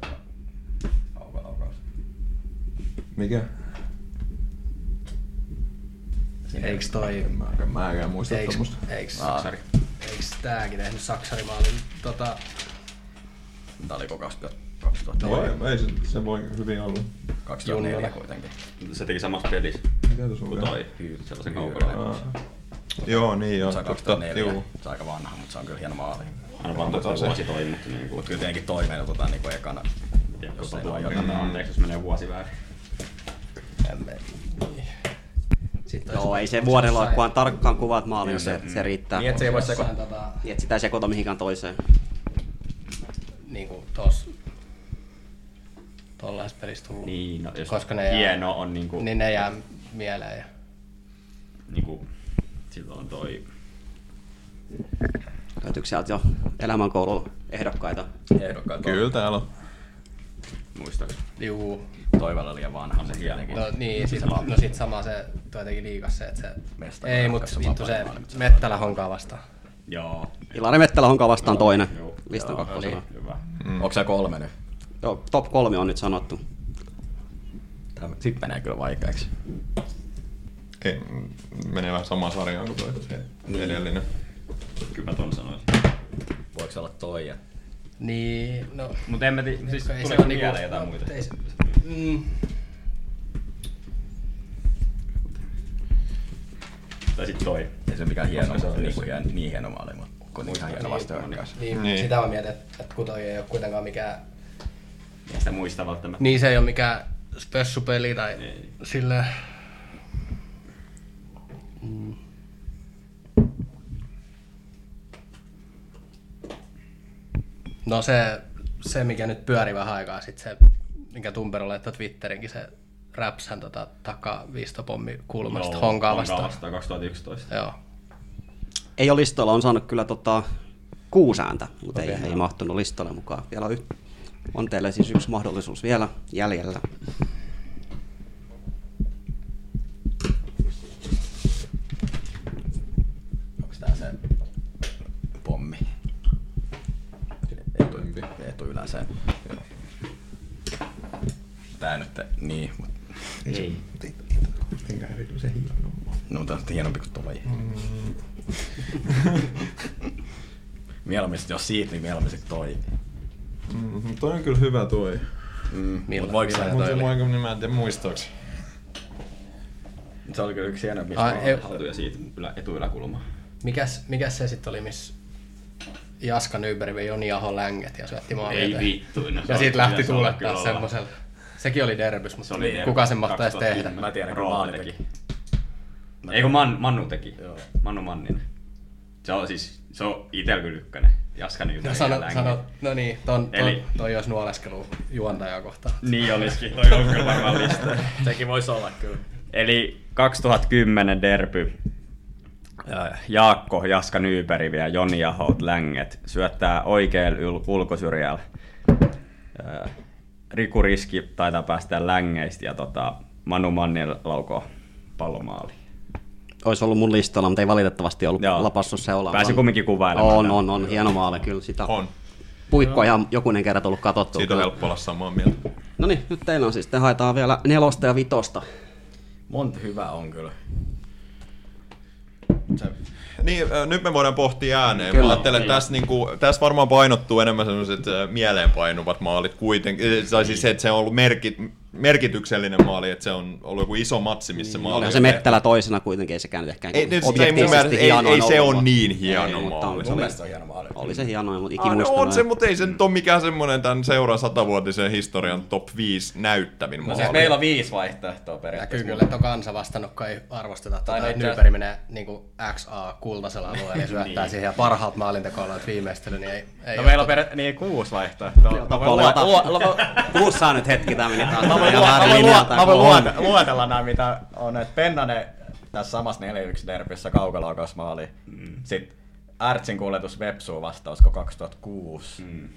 Speaker 8: auka laukaus.
Speaker 3: Mikä?
Speaker 6: Eiks toi,
Speaker 3: Mä, mä enkä muista
Speaker 6: eiks,
Speaker 3: tommosta.
Speaker 6: eiks, saksari, eiks tääkin tehnyt saksarimaalin tota,
Speaker 8: Tää oli koko 2000.
Speaker 3: Joo, ei se, se voi hyvin olla.
Speaker 8: 2004
Speaker 6: Junnulla.
Speaker 8: kuitenkin.
Speaker 5: Se teki samassa pelissä
Speaker 3: Mitä tuossa
Speaker 5: kuin toi. Sellaisen kaukalla.
Speaker 3: Aa. Joo, niin joo.
Speaker 8: Se on
Speaker 3: Totta,
Speaker 8: 2004.
Speaker 3: juu.
Speaker 8: Se on aika vanha, mutta se on kyllä hieno maali.
Speaker 5: Aina vaan tuossa vuosi toi, mutta niin kuin,
Speaker 8: Mutta kyllä tietenkin toimeen otetaan niinku ekana.
Speaker 5: jos
Speaker 8: Jos
Speaker 5: ei
Speaker 8: ei
Speaker 5: tuo
Speaker 8: ole
Speaker 5: aikana,
Speaker 3: jotain.
Speaker 5: anteeksi, jos menee vuosi väärin.
Speaker 6: sit
Speaker 2: Joo, ei se vuodella ole, kunhan tarkkaan kuvat maalin, se, se riittää.
Speaker 8: Niin, et se ei voi
Speaker 6: jossain
Speaker 8: sekoittaa.
Speaker 6: Tota,
Speaker 2: Niin, että sitä ei sekoita mihinkään toiseen.
Speaker 6: niinku tos, tollaisessa pelissä tullut.
Speaker 5: Niin, no, jos
Speaker 6: Koska
Speaker 5: Koska
Speaker 6: ne
Speaker 5: ne
Speaker 6: jää-
Speaker 5: hieno on niinku,
Speaker 6: niin ne jää mieleen. Ja...
Speaker 5: niinku silloin toi
Speaker 2: Löytyykö sieltä jo elämänkoulun ehdokkaita?
Speaker 8: Ehdokkaat
Speaker 3: Kyllä täällä on.
Speaker 5: muistaakseni.
Speaker 6: Juu.
Speaker 8: Toivolla liian vanha, mutta tietenkin.
Speaker 6: No niin, sit, no sit sama se toi teki liikas se, että se...
Speaker 8: Mestari
Speaker 6: ei,
Speaker 8: ratkaisi
Speaker 6: mut
Speaker 8: oman
Speaker 6: vittu se
Speaker 8: paremman, mutta se-
Speaker 6: Mettälä honkaa vastaan.
Speaker 5: Joo.
Speaker 2: Ilari Mettälä onkaan vastaan toinen.
Speaker 5: Joo.
Speaker 2: Listan
Speaker 5: Joo,
Speaker 2: kakkosena.
Speaker 5: niin, Hyvä.
Speaker 8: Onko se kolme nyt?
Speaker 2: Joo, top kolme on nyt sanottu.
Speaker 8: Tää- Sit menee kyllä vaikeaksi.
Speaker 6: Niin.
Speaker 3: Ei, menee vähän samaan sarjaan kuin toi edellinen.
Speaker 5: Kyllä mä ton sanoisin.
Speaker 8: Voiko se olla toi? Ja...
Speaker 6: Niin, no...
Speaker 5: Mut en mä tiedä, siis
Speaker 6: Koska ei se
Speaker 5: tuleeko
Speaker 6: ole niinku-
Speaker 5: mieleen jotain muita?
Speaker 6: ei se- Mm,
Speaker 5: Tai sit toi.
Speaker 4: Ei se mikään hieno,
Speaker 5: Koska se on
Speaker 4: niin,
Speaker 5: just-
Speaker 4: kuin hieno, niin hieno maali, mutta kuitenkin ihan hieno vastahyökkäys.
Speaker 3: Niin.
Speaker 6: niin, niin, sitä mä mietin, että, että kun toi ei ole kuitenkaan mikään...
Speaker 5: Ei sitä muista välttämättä. Niin.
Speaker 6: Niin se ei ole mikään spessupeli tai
Speaker 5: Ei.
Speaker 6: sillä... Mm. No se, se, mikä nyt pyöri vähän aikaa sitten se, minkä Tumpero laittoi Twitterinkin, se räpsän tota, takaviistopommi kulmasta
Speaker 5: Joo,
Speaker 6: no, honkaa
Speaker 5: Honkaa
Speaker 6: vastaan.
Speaker 5: vastaan 2011.
Speaker 6: Joo.
Speaker 2: Ei ole listoilla, on saanut kyllä tota, kuusi ääntä, mutta ei, ei mahtunut listalle mukaan. Vielä on, y- on teille siis yksi mahdollisuus vielä jäljellä.
Speaker 4: Onko tää se pommi? Etu, etu yleensä. Tää nyt, niin, mut...
Speaker 5: Ei.
Speaker 4: Mitenkään erityisen hieno. No, mutta on sitten hienompi kuin toi.
Speaker 8: Mieluummin sit jos siitä, niin mieluummin sit toi.
Speaker 3: Mm, toi on kyllä hyvä toi.
Speaker 4: Mm.
Speaker 6: Millä,
Speaker 8: voiko se-
Speaker 6: millä
Speaker 8: mut
Speaker 6: toi oli?
Speaker 3: aika, niin mä en tiedä muistaakseni.
Speaker 4: Se oli kyllä yksi hieno
Speaker 6: Ai, ei-
Speaker 5: Haltuja siitä ylä, etuyläkulmaa.
Speaker 6: Mikäs, mikäs se sitten oli, missä Jaska Nyberg vei Joni Aho länget ja syötti maalia?
Speaker 5: Ei vittu. No, se
Speaker 6: Ja
Speaker 5: on-
Speaker 6: siitä lähti
Speaker 5: kyllä se on
Speaker 6: tuulettaa
Speaker 5: kyllä olla.
Speaker 6: semmoisella. Sekin oli derbys, mutta
Speaker 5: Se oli
Speaker 6: kuka
Speaker 5: derby
Speaker 6: sen mahtaa edes tehdä?
Speaker 5: 2010.
Speaker 8: Mä tiedän, kun
Speaker 5: Roope
Speaker 8: Maali
Speaker 5: teki.
Speaker 8: teki.
Speaker 5: Ei kun Man, Mannu teki.
Speaker 8: Joo.
Speaker 5: Mannu Manninen. Se on siis, se on itellä kyllä ykkönen. Jaskan ykkönen.
Speaker 6: No sano,
Speaker 5: ja
Speaker 6: sano,
Speaker 5: Längi.
Speaker 6: no niin, ton, ton,
Speaker 5: Eli-
Speaker 6: toi olisi nuoleskelu juontajaa kohtaan.
Speaker 5: Niin olisikin, toi on kyllä varmaan lista.
Speaker 8: Sekin voisi olla kyllä.
Speaker 5: Eli 2010 derby. Äh, Jaakko Jaska Nyyperi vielä Joni Ahoot Länget syöttää oikealla yl- ulkosyrjällä. Äh, Riku Riski taitaa päästä längeistä ja tota, Manu Mannil laukoo palomaali.
Speaker 2: Olisi ollut mun listalla, mutta ei valitettavasti ollut
Speaker 5: Joo.
Speaker 2: Joo. lapassut se olla.
Speaker 5: Pääsi kumminkin kuvailemaan.
Speaker 2: On, on, on. Hieno maali, kyllä sitä.
Speaker 3: On.
Speaker 2: Puikko on ihan jokunen kerran tullut katsottua.
Speaker 3: Siitä on helppo olla samaa mieltä.
Speaker 2: No niin, nyt teillä on siis. Te haetaan vielä nelosta ja vitosta.
Speaker 8: Monta hyvää on kyllä.
Speaker 3: Niin, äh, nyt me voidaan pohtia ääneen. Kyllä,
Speaker 2: Kyllä.
Speaker 3: Mä ajattelen, että tässä, niin kuin, tässä varmaan painottuu enemmän sellaiset äh, mieleenpainuvat maalit kuitenkin. Eh, Tai
Speaker 8: Niin.
Speaker 3: siis se, että se on ollut merki, merkityksellinen maali, että se on ollut joku iso matsi,
Speaker 8: Niin.
Speaker 3: missä maali
Speaker 2: Olihan
Speaker 3: on
Speaker 2: se
Speaker 3: tehty.
Speaker 2: Mettälä toisena kuitenkin, ei sekään nyt ehkä
Speaker 3: Ei, nyt, ei, mun
Speaker 2: objektiivisesti
Speaker 3: mielestä, ei,
Speaker 2: hienoin
Speaker 3: ei se
Speaker 2: ollut,
Speaker 3: ole
Speaker 2: mutta-
Speaker 3: niin hieno
Speaker 2: Ei,
Speaker 3: ei,
Speaker 2: mutta
Speaker 3: maali.
Speaker 2: oli,
Speaker 4: Se on hieno maali.
Speaker 2: oli se hienoin, mutta
Speaker 3: Ah, no on se,
Speaker 2: ikimuistainen.
Speaker 3: mutta ei se nyt ole mikään semmoinen tämän seuran satavuotisen historian top 5 näyttävin maali.
Speaker 8: Siis meillä on viisi vaihtoehtoa
Speaker 6: Näkyy
Speaker 8: periaatteessa.
Speaker 6: kyllä, että on kansa vastannut, kun ei arvosteta. Tai
Speaker 8: no
Speaker 6: tota,
Speaker 8: itse
Speaker 6: Nyberg menee niin kuin XA kultaisella alueella ja syöttää
Speaker 5: Niin.
Speaker 6: siihen ja parhaat maalintekoalueet viimeistely, niin ei, ei
Speaker 8: No
Speaker 6: ole
Speaker 8: meillä on per... niin kuusi vaihtoehtoa. Mä voin luota- luo-
Speaker 2: Plussaa nyt hetki, tämä meni taas.
Speaker 8: Mä voin,
Speaker 2: ihan
Speaker 8: luo- mä
Speaker 2: väärin
Speaker 8: voin, luo-
Speaker 2: linjalta,
Speaker 8: mä
Speaker 2: kun
Speaker 8: voin
Speaker 2: on.
Speaker 8: luota, luotella nämä, mitä on. Et Pennanen tässä samassa 4-1 derbissä kaukalaukas maali.
Speaker 6: Mm.
Speaker 8: Sitten Ärtsin kuljetus Vepsuun vastausko 2006.
Speaker 6: Mm.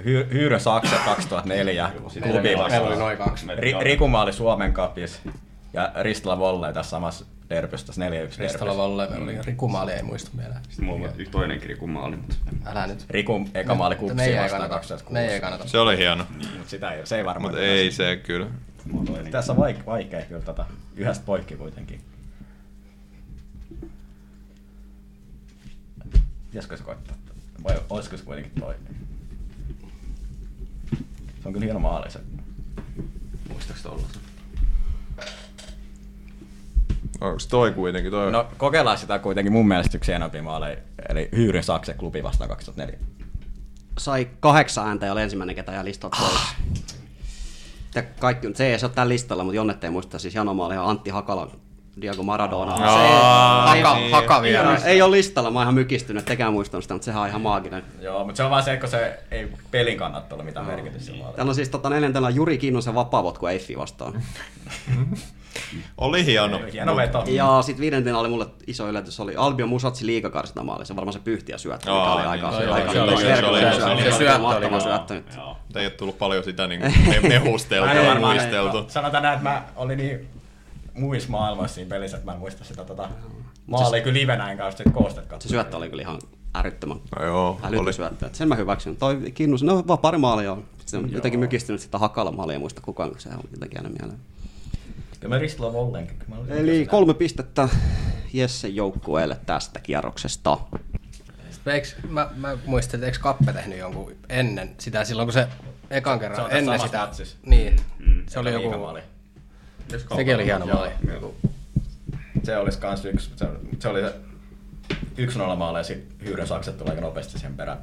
Speaker 8: Hy- Hyyrö Saksa 2004. Klubi
Speaker 6: Meillä oli
Speaker 8: vastaus.
Speaker 6: noin kaksi.
Speaker 8: Ri- Rikumaali Suomen kapis. Ja Ristla Volle tässä samassa derbyssä, tässä 4-1
Speaker 6: Ristola
Speaker 8: derbyssä.
Speaker 6: Volle, meillä
Speaker 5: Niin.
Speaker 6: oli Riku Maali, ei muistu mieleen.
Speaker 5: Mulla on yksi toinen kirikumaali, mutta
Speaker 6: Älä nyt.
Speaker 8: Rikun eka maali
Speaker 6: Me ei
Speaker 8: kupsi vastaan
Speaker 6: kannata. Me ei
Speaker 8: 2006.
Speaker 6: kannata.
Speaker 3: Se oli hieno,
Speaker 8: Mut sitä ei, se ei varmaan.
Speaker 3: mutta ei se kyllä.
Speaker 8: Tässä on vaikea, vaikea kyllä tätä. Yhdestä poikki kuitenkin. Pitäisikö se koittaa? Vai olisiko se kuitenkin toi? Se on kyllä hieno maali se.
Speaker 5: muistaaks tollasen?
Speaker 3: Onko toi kuitenkin? Toi...
Speaker 8: No kokeillaan sitä kuitenkin mun mielestä yksi enempi maaleja. Eli Hyyrin Sakse klubi vastaan 2004.
Speaker 2: Sai kahdeksan ääntä ja oli ensimmäinen, ketä jäi listalta
Speaker 8: Ah.
Speaker 2: pois. Ja kaikki, se ei se ole tällä listalla, mutta Jonnet ei muista, siis Janoma oli ihan Antti Hakala, Diego Maradona. Se ei,
Speaker 8: niin,
Speaker 6: Haka, haka vielä.
Speaker 2: ei ole listalla, mä oon ihan mykistynyt, tekään muistanut sitä, mutta sehän on ihan maaginen.
Speaker 8: Joo, mutta se on vaan se, kun se ei pelin kannattaa olla mitään merkitystä maalilla.
Speaker 2: Täällä on siis tota, neljäntänä on Juri Kinnusen vapaavotku Eiffi vastaan.
Speaker 3: Oli hieno.
Speaker 8: No, Hieno veto.
Speaker 2: Ja sitten viidentenä oli mulle iso yllätys, oli Albion Musatsi liikakarsintamaali. Se on varmaan se pyhtiä syöttö, mikä
Speaker 3: Aa,
Speaker 2: oli
Speaker 3: niin,
Speaker 2: aika...
Speaker 3: se oli-
Speaker 2: aika-
Speaker 3: se oli-
Speaker 2: aika-
Speaker 3: se oli-
Speaker 2: aika-
Speaker 3: se oli-
Speaker 2: aika-
Speaker 6: se syöttö oli
Speaker 2: mahtava
Speaker 6: kyllä.
Speaker 2: syöttö nyt.
Speaker 5: Joo.
Speaker 3: Ei ole tullut paljon sitä niin mehusteltua
Speaker 8: Mä en
Speaker 3: ja
Speaker 8: varmaan-
Speaker 3: muisteltu.
Speaker 8: Sanotaan näin, että mä olin niin muissa maailmassa siinä pelissä, että mä en muista sitä tota... Maali kyllä livenä enkä ole sitten koostet
Speaker 2: Se
Speaker 8: katsonut.
Speaker 2: syöttö oli kyllä ihan ärryttömän
Speaker 3: No joo, oli.
Speaker 2: älytön syöttö. Et Sen mä hyväksyn. Toi Kinnus, no vapari maali on. Se on jotenkin mykistynyt sitä Hakala maalia, en muista kukaan, kun se on jotenkin jäänyt mieleen.
Speaker 8: Kyllä mä ristillä Vollenkin. kyllä mä olin-
Speaker 2: Eli kolme pistettä Jesse joukkueelle tästä kierroksesta.
Speaker 6: Siis Eiks, mä, mä muistelin, että eikö Kappe tehnyt jonkun ennen sitä, silloin kun se ekan kerran,
Speaker 9: Se on tässä
Speaker 6: ennen
Speaker 9: samassa
Speaker 6: sitä.
Speaker 9: matsissa.
Speaker 6: Niin, se oli joku,
Speaker 9: Liigamaali.
Speaker 6: sekin oli hieno maali.
Speaker 9: Joo. niinku, Se olisi kans yksi, se, se oli se 1-0 maali ja sit Hyyrön sakset tuli aika nopeasti sen perään.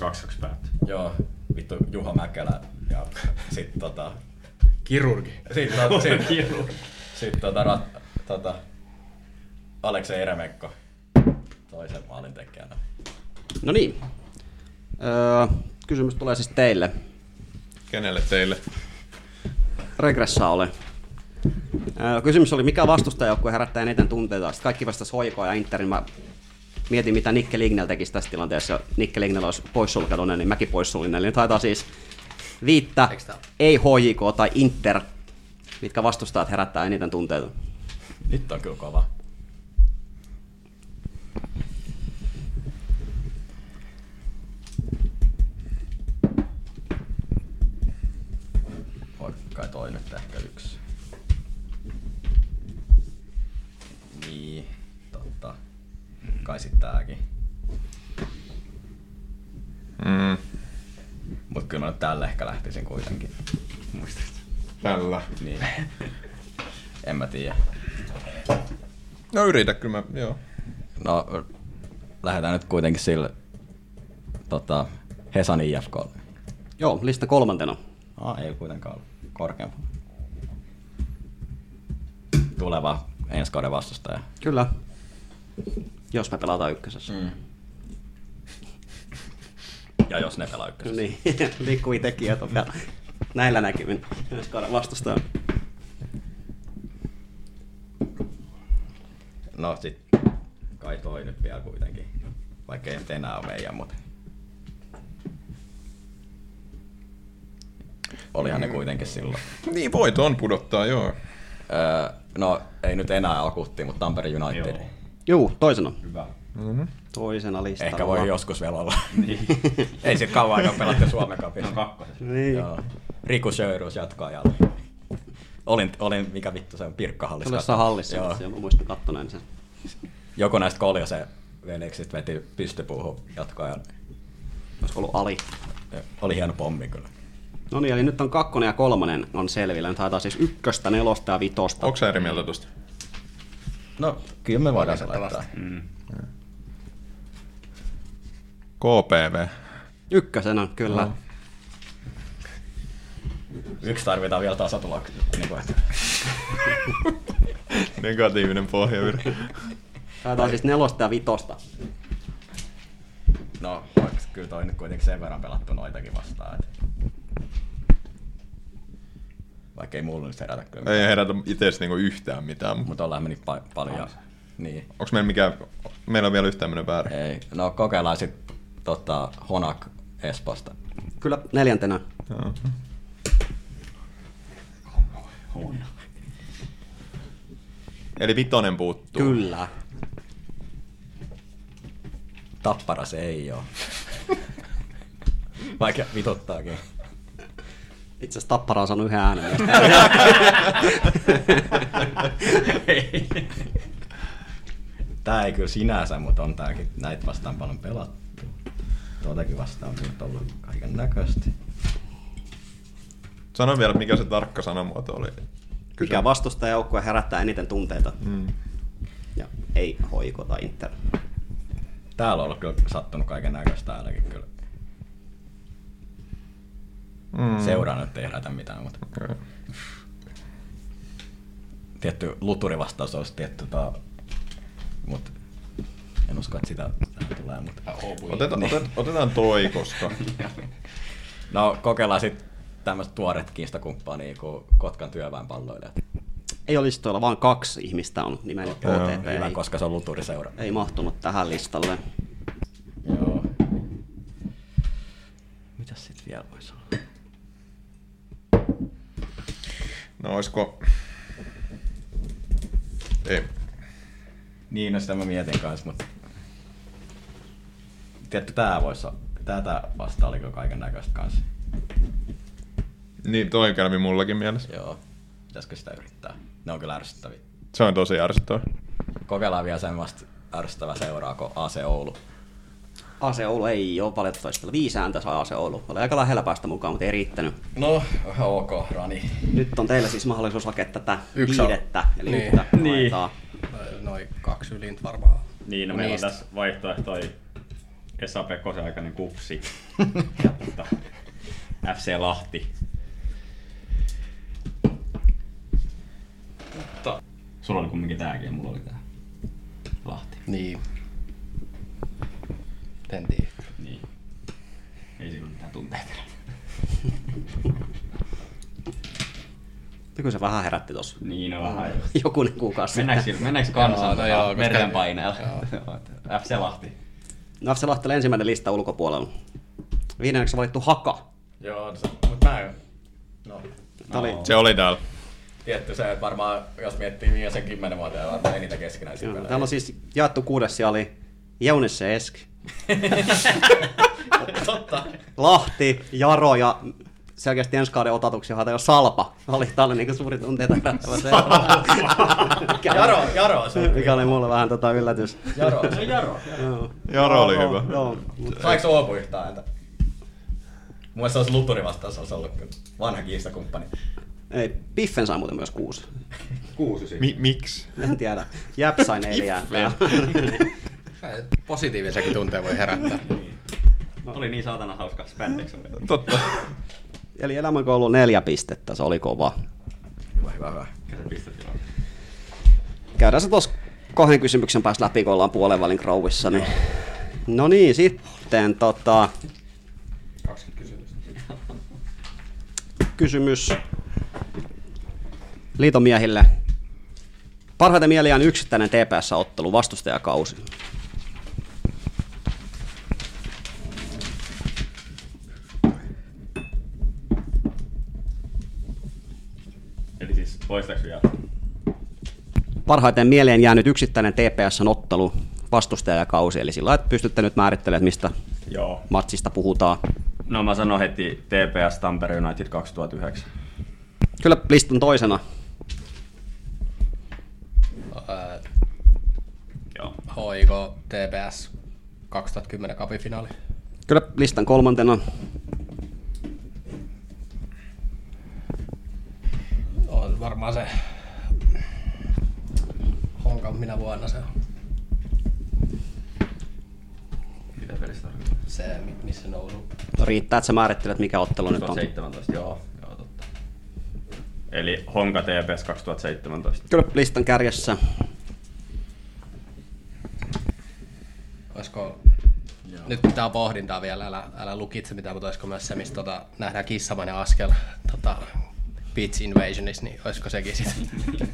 Speaker 5: Ja 2-2 päättyi.
Speaker 9: Joo, vittu Juha Mäkelä ja sit tota...
Speaker 6: Kirurgi.
Speaker 9: Sit, tota, sit, sit tota, rat, tota, Aleksei Eremenko toisen maalin tekijänä.
Speaker 2: No niin. Öö, kysymys tulee siis teille.
Speaker 3: Kenelle teille?
Speaker 2: Regressa ole. Öö, kysymys oli, mikä vastustajajoukkue herättää eniten tunteita? Sitten kaikki vastasi hoikoa ja Interin. Mä mietin, mitä Nikke Lignel tekisi tässä tilanteessa. Nikke Lignel olisi poissulkelunen, niin mäkin poissulinen. Eli taitaa siis viittä,
Speaker 6: Eiks tää-
Speaker 2: ei HJK tai Inter, mitkä vastustajat herättää eniten tunteita.
Speaker 9: Nyt on kyllä kova.
Speaker 8: Kai toi nyt ehkä yksi. Niin, totta. Kai sit tääkin.
Speaker 3: Mm,
Speaker 8: Mut kyllä mä nyt tällä ehkä lähtisin kuitenkin. Muistat?
Speaker 3: tällä.
Speaker 8: Niin. en mä tiedä.
Speaker 3: No yritä kyllä mä, joo.
Speaker 8: No, lähdetään nyt kuitenkin sille tota, Hesan IFK.
Speaker 2: Joo, lista kolmantena.
Speaker 8: Ah, ei kuitenkaan ollut korkeampaa. Tuleva ensi kauden vastustaja.
Speaker 2: Kyllä. Jos me pelataan ykkösessä. Mm.
Speaker 8: Ja jos ne pelaa ykkösessä.
Speaker 2: Niin, liikkui tekijät on vielä näillä näkymin. Jos kauden vastustaa.
Speaker 8: No sit kai toi nyt vielä kuitenkin. Vaikka ei nyt enää ole meidän, mutta... Olihan ne kuitenkin silloin.
Speaker 3: Niin voi ton pudottaa, joo.
Speaker 8: Öö, no ei nyt enää akuutti, mutta Tampere United.
Speaker 5: Joo.
Speaker 2: Juu, toisena.
Speaker 5: Hyvä.
Speaker 2: Toisena listalla.
Speaker 9: Ehkä voi joskus vielä olla. Ei sit kauan aikaa pelattu Suomen
Speaker 5: Se on
Speaker 9: kapissa.
Speaker 5: kakkosessa.
Speaker 2: Niin.
Speaker 8: Joo. Riku Sjöyrus jatkaa ajalla. Olin, olin, mikä vittu se on,
Speaker 2: Se
Speaker 8: Pirkkahallissa.
Speaker 2: oli jossain hallissa.
Speaker 8: Joo.
Speaker 2: Joo. Mä muistan kattoneen niin sen.
Speaker 8: Joku näistä Koljosen veljeksistä veti pystypuuhun jatkoajan.
Speaker 2: Olisiko ollut Ali?
Speaker 8: Ja Oli hieno pommi kyllä.
Speaker 2: No niin, eli nyt on kakkonen ja kolmonen on selvillä. Nyt haetaan siis ykköstä, nelosta ja vitosta.
Speaker 3: Onko sä eri mieltä tosta?
Speaker 8: No, kyllä me voidaan se laittaa.
Speaker 3: KPV.
Speaker 2: Ykkösenä, kyllä. No.
Speaker 8: Mm.
Speaker 9: Yksi tarvitaan vielä tasatuloksi. Niin kuin, että
Speaker 3: Negatiivinen pohjavirhe.
Speaker 2: Haetaan siis nelosta ja vitosta.
Speaker 9: No, vaikka kyllä toi nyt kuitenkin sen verran pelattu noitakin vastaan. Et.
Speaker 8: Vaikka ei mulla nyt herätä kyllä.
Speaker 3: Ei herätä itsestä niinku yhtään mitään.
Speaker 8: Mutta ollaan mennyt pa- paljon. Niin.
Speaker 3: Onko meillä mikään, meillä on vielä yhtään mennyt väärin?
Speaker 8: Ei. No kokeillaan sit tota, Honak Espoosta.
Speaker 2: Kyllä, neljäntenä.
Speaker 3: Eli vitonen puuttuu.
Speaker 2: Kyllä.
Speaker 8: Tappara se ei oo. Vaikka vitottaakin.
Speaker 2: Itse asiassa Tappara on saanut yhden äänen.
Speaker 8: Tää ei kyllä sinänsä, mutta on tääkin näitä vastaan paljon pelattu. Tuotakin vastaan on nyt ollut kaiken näköisesti.
Speaker 3: Sano vielä, mikä se tarkka sanamuoto oli.
Speaker 2: Mikä vastustajajoukkue herättää eniten tunteita? Mm. Ja ei hoiko tai Inter.
Speaker 8: Täällä on ollut kyllä sattunut kaiken näköistä täälläkin kyllä.
Speaker 3: Mm.
Speaker 8: Seuraa nyt ei herätä mitään, mutta
Speaker 3: Okei.
Speaker 8: tietty luturivastaus olisi tietty, ta... mutta en usko, että sitä tähän tulee. Mutta...
Speaker 3: Otetaan,
Speaker 2: niin.
Speaker 3: otet, otetaan toi, koska
Speaker 8: No kokeillaan sitten tämmöistä tuoret kiistakumppania kuin Kotkan työväenpalloilijat.
Speaker 2: Ei ole listoilla, vaan kaksi ihmistä on nimen KTP.
Speaker 8: Hyvä,
Speaker 2: Ei,
Speaker 8: koska se on luturiseura.
Speaker 2: ei mahtunut tähän listalle.
Speaker 8: Joo. Mitäs sitten vielä voisi olla?
Speaker 3: no oisko... Ei.
Speaker 8: Niin, no sitä mä mietin kanssa, mutta... Tietty tää voisi olla. Tätä vasta oli kyllä kaiken näköistä kanssa.
Speaker 3: Niin, toi kävi mullakin mielessä.
Speaker 8: Joo. Pitäisikö sitä yrittää? Ne on kyllä ärsyttäviä.
Speaker 3: Se on tosi ärsyttävä.
Speaker 8: Kokeillaan vielä semmoista ärsyttävää seuraa kuin AC Oulu.
Speaker 2: Ase Oulu ei ole paljon toistella. Viisi ääntä saa Ase Oulu. Oli aika lähellä päästä mukaan, mutta ei riittänyt.
Speaker 4: No, ihan ok, Rani.
Speaker 2: Nyt on teillä siis mahdollisuus hakea tätä
Speaker 6: Yksi on.
Speaker 2: viidettä, eli
Speaker 6: Niin.
Speaker 2: yhtä
Speaker 5: Niin.
Speaker 2: haetaan.
Speaker 6: Noin kaksi ylintä varmaan.
Speaker 5: Niin, no meillä on
Speaker 6: Niistä.
Speaker 5: tässä vaihtoehtoi Esa Pekosen aikainen kupsi. ja tota, FC Lahti. Mutta sulla oli kumminkin tääkin ja mulla oli tää Lahti.
Speaker 6: Niin. En tiedä.
Speaker 5: Niin. Ei siinä ole mitään tunteita.
Speaker 2: Kyllä se vähän herätti tuossa
Speaker 5: Niin, no vähän just.
Speaker 2: jokunen kuukausi
Speaker 5: Mennäänkö,
Speaker 2: sitten.
Speaker 5: sillä- mennäänkö kansan
Speaker 6: Joo, no joo,
Speaker 5: tota,
Speaker 6: koska-
Speaker 5: merenpaineella?
Speaker 6: Joo.
Speaker 5: FC Lahti.
Speaker 2: No FC Lahtela ensimmäinen lista ulkopuolella. Viidenneksi valittu Haka.
Speaker 8: Joo, se- mut mä en... No,
Speaker 2: Tämä oli
Speaker 3: Se oli täällä.
Speaker 8: tietty se varmaan, jos miettii niin viimeisen kymmenen vuotta, ja varmaan eniten
Speaker 6: no
Speaker 8: keskinäisiä
Speaker 2: Joo,
Speaker 8: pelejä.
Speaker 2: Täällä on siis jaettu kuudes siellä oli Jeunesse Esk. Lahti, Jaro ja selkeästi ensi kauden otatuksia haetaan jo Salpa. Oli, tää oli niinku suuri tunteita herättävä se.
Speaker 8: Jaro, Jaro on se.
Speaker 2: Mikä oli mulle vähän tota yllätys.
Speaker 8: Jaro. No Jaro.
Speaker 3: Jaro oli
Speaker 2: Joo,
Speaker 3: hyvä.
Speaker 2: Joo,
Speaker 8: Saiko Oopu yhtään ääntä? Mun mielestä se olisi Luturi vastaus, olisi ollut kyllä. Vanha kiistakumppani.
Speaker 2: ei, Piffen sai muuten myös kuusi.
Speaker 3: Mi- miksi?
Speaker 2: En tiedä. Jäp sai neljä.
Speaker 6: Positiivisenkin tunteen voi herättää.
Speaker 8: No.
Speaker 5: Oli niin saatana hauska spandex. on vielä.
Speaker 3: Totta.
Speaker 2: Eli elämänkoulu neljä pistettä, se oli kova.
Speaker 8: Hyvä, hyvä, hyvä.
Speaker 5: Mikä se pistetilanne?
Speaker 2: Käydään se tuossa kahden kysymyksen päästä läpi, kun ollaan puolen välin krouvissa. Niin. No niin, sitten tota,
Speaker 5: 20 kysymystä.
Speaker 2: kysymys liitomiehille. Parhaiten mieliään yksittäinen TPS-ottelu, vastustajakausi.
Speaker 5: Eli siis toistaiseksi vielä.
Speaker 2: Parhaiten mieleen jäänyt yksittäinen TPS-ottelu, vastustajakausi, eli sillä lailla, että pystytte nyt määrittelemään, mistä
Speaker 5: Joo.
Speaker 2: matsista puhutaan.
Speaker 5: No mä sanon heti TPS Tampere United 2009.
Speaker 2: Kyllä listan toisena.
Speaker 6: Ää,
Speaker 5: Joo.
Speaker 6: HIK TPS 2010 kapifinaali.
Speaker 2: Kyllä listan kolmantena.
Speaker 6: On varmaan se Honkan minä vuonna se on.
Speaker 5: Mitä pelistä tarkoittaa?
Speaker 6: Se, mi- missä nousu.
Speaker 2: No riittää, että sä määrittelet, mikä ottelu nyt on.
Speaker 5: 2017, joo. Joo, totta. Eli Honka TPS 2017.
Speaker 2: Kyllä listan kärjessä.
Speaker 6: Olisiko... Nyt tää on pohdintaa vielä, älä, älä lukitse mitään, mutta olisiko myös se, missä tota, nähdään kissamainen askel tota, Beach Invasionissa, niin olisiko sekin sitten?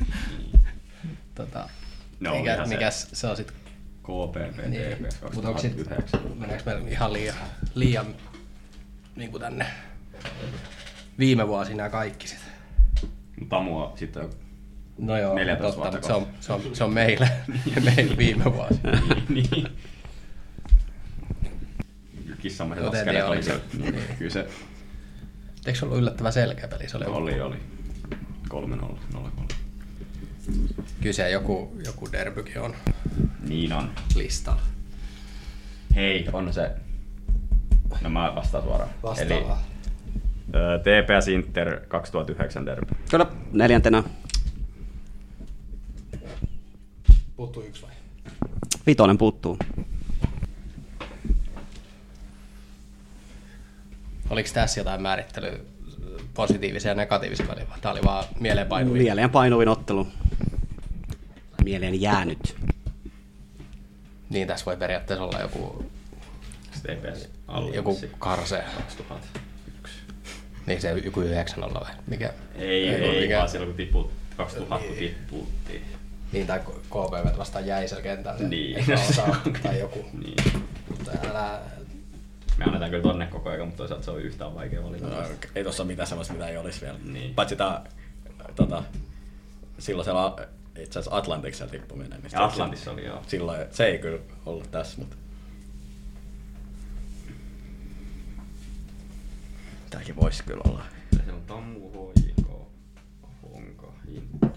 Speaker 6: tota,
Speaker 5: No,
Speaker 6: mikä,
Speaker 5: ihan se.
Speaker 6: mikäs se on sitten
Speaker 5: KPP
Speaker 6: Niin,
Speaker 5: TPS
Speaker 6: mutta onko sit,
Speaker 5: 2009.
Speaker 6: meneekö meillä ihan liian, liian niin kuin tänne viime vuosina nämä kaikki sit?
Speaker 5: Tamua sitten on-
Speaker 6: No joo,
Speaker 5: 14
Speaker 6: totta,
Speaker 5: vuotta
Speaker 6: mutta se on, se on, se on meillä, meillä viime vuosina.
Speaker 5: niin. Kissamaiset
Speaker 6: Joten
Speaker 5: askelet
Speaker 6: ne
Speaker 5: oli
Speaker 6: oli
Speaker 5: se.
Speaker 6: se.
Speaker 5: niin, Kyllä se
Speaker 6: Eikö se ollut yllättävän selkeä peli? Se oli,
Speaker 5: oli, oli. 3-0, 0-3.
Speaker 6: Kyllä se joku, joku derbykin on
Speaker 5: Niin on.
Speaker 6: listalla.
Speaker 5: Hei, on se. No mä vastaan suoraan. Eli
Speaker 6: Vastaavaa.
Speaker 5: ö, TPS Inter 2009 derby.
Speaker 2: Kyllä neljäntenä.
Speaker 6: Puuttuu yksi vai?
Speaker 2: Vitoinen puuttuu.
Speaker 6: Oliko tässä jotain määrittelyä positiivisia ja negatiivisia väliä? vai Tää oli vaan mieleenpainuvia.
Speaker 2: Mieleen painuvin ottelu. Mieleen jäänyt.
Speaker 6: Niin tässä voi periaatteessa olla joku,
Speaker 5: TPS alle.
Speaker 6: joku karse.
Speaker 5: 2000.
Speaker 6: Niin se joku 9-0 vai? Mikä?
Speaker 5: Ei, ei,
Speaker 6: Ei,
Speaker 5: ei
Speaker 6: mikä-
Speaker 5: vaan silloin kun tiput, 2000 kun tipputtiin.
Speaker 6: Niin, tai KPV vastaan jäisellä kentällä.
Speaker 5: Niin.
Speaker 6: Ei saa, tai joku.
Speaker 5: Niin.
Speaker 6: Mutta älä...
Speaker 5: Me annetaan kyllä tonne koko ajan, mutta toisaalta se on yhtään vaikea valita.
Speaker 8: No, ei tossa ole mitään sellaista, mitä ei olisi vielä.
Speaker 5: Niin.
Speaker 8: Paitsi tää, tota, silloin siellä itse asiassa Atlantiksella tippuminen. Niin
Speaker 5: Ja Atlantissa oli joo.
Speaker 8: Silloin, se ei kyllä ollut tässä, mutta... Tääkin voisi kyllä olla.
Speaker 5: Se on Tammu, HJK, Honka, Inter.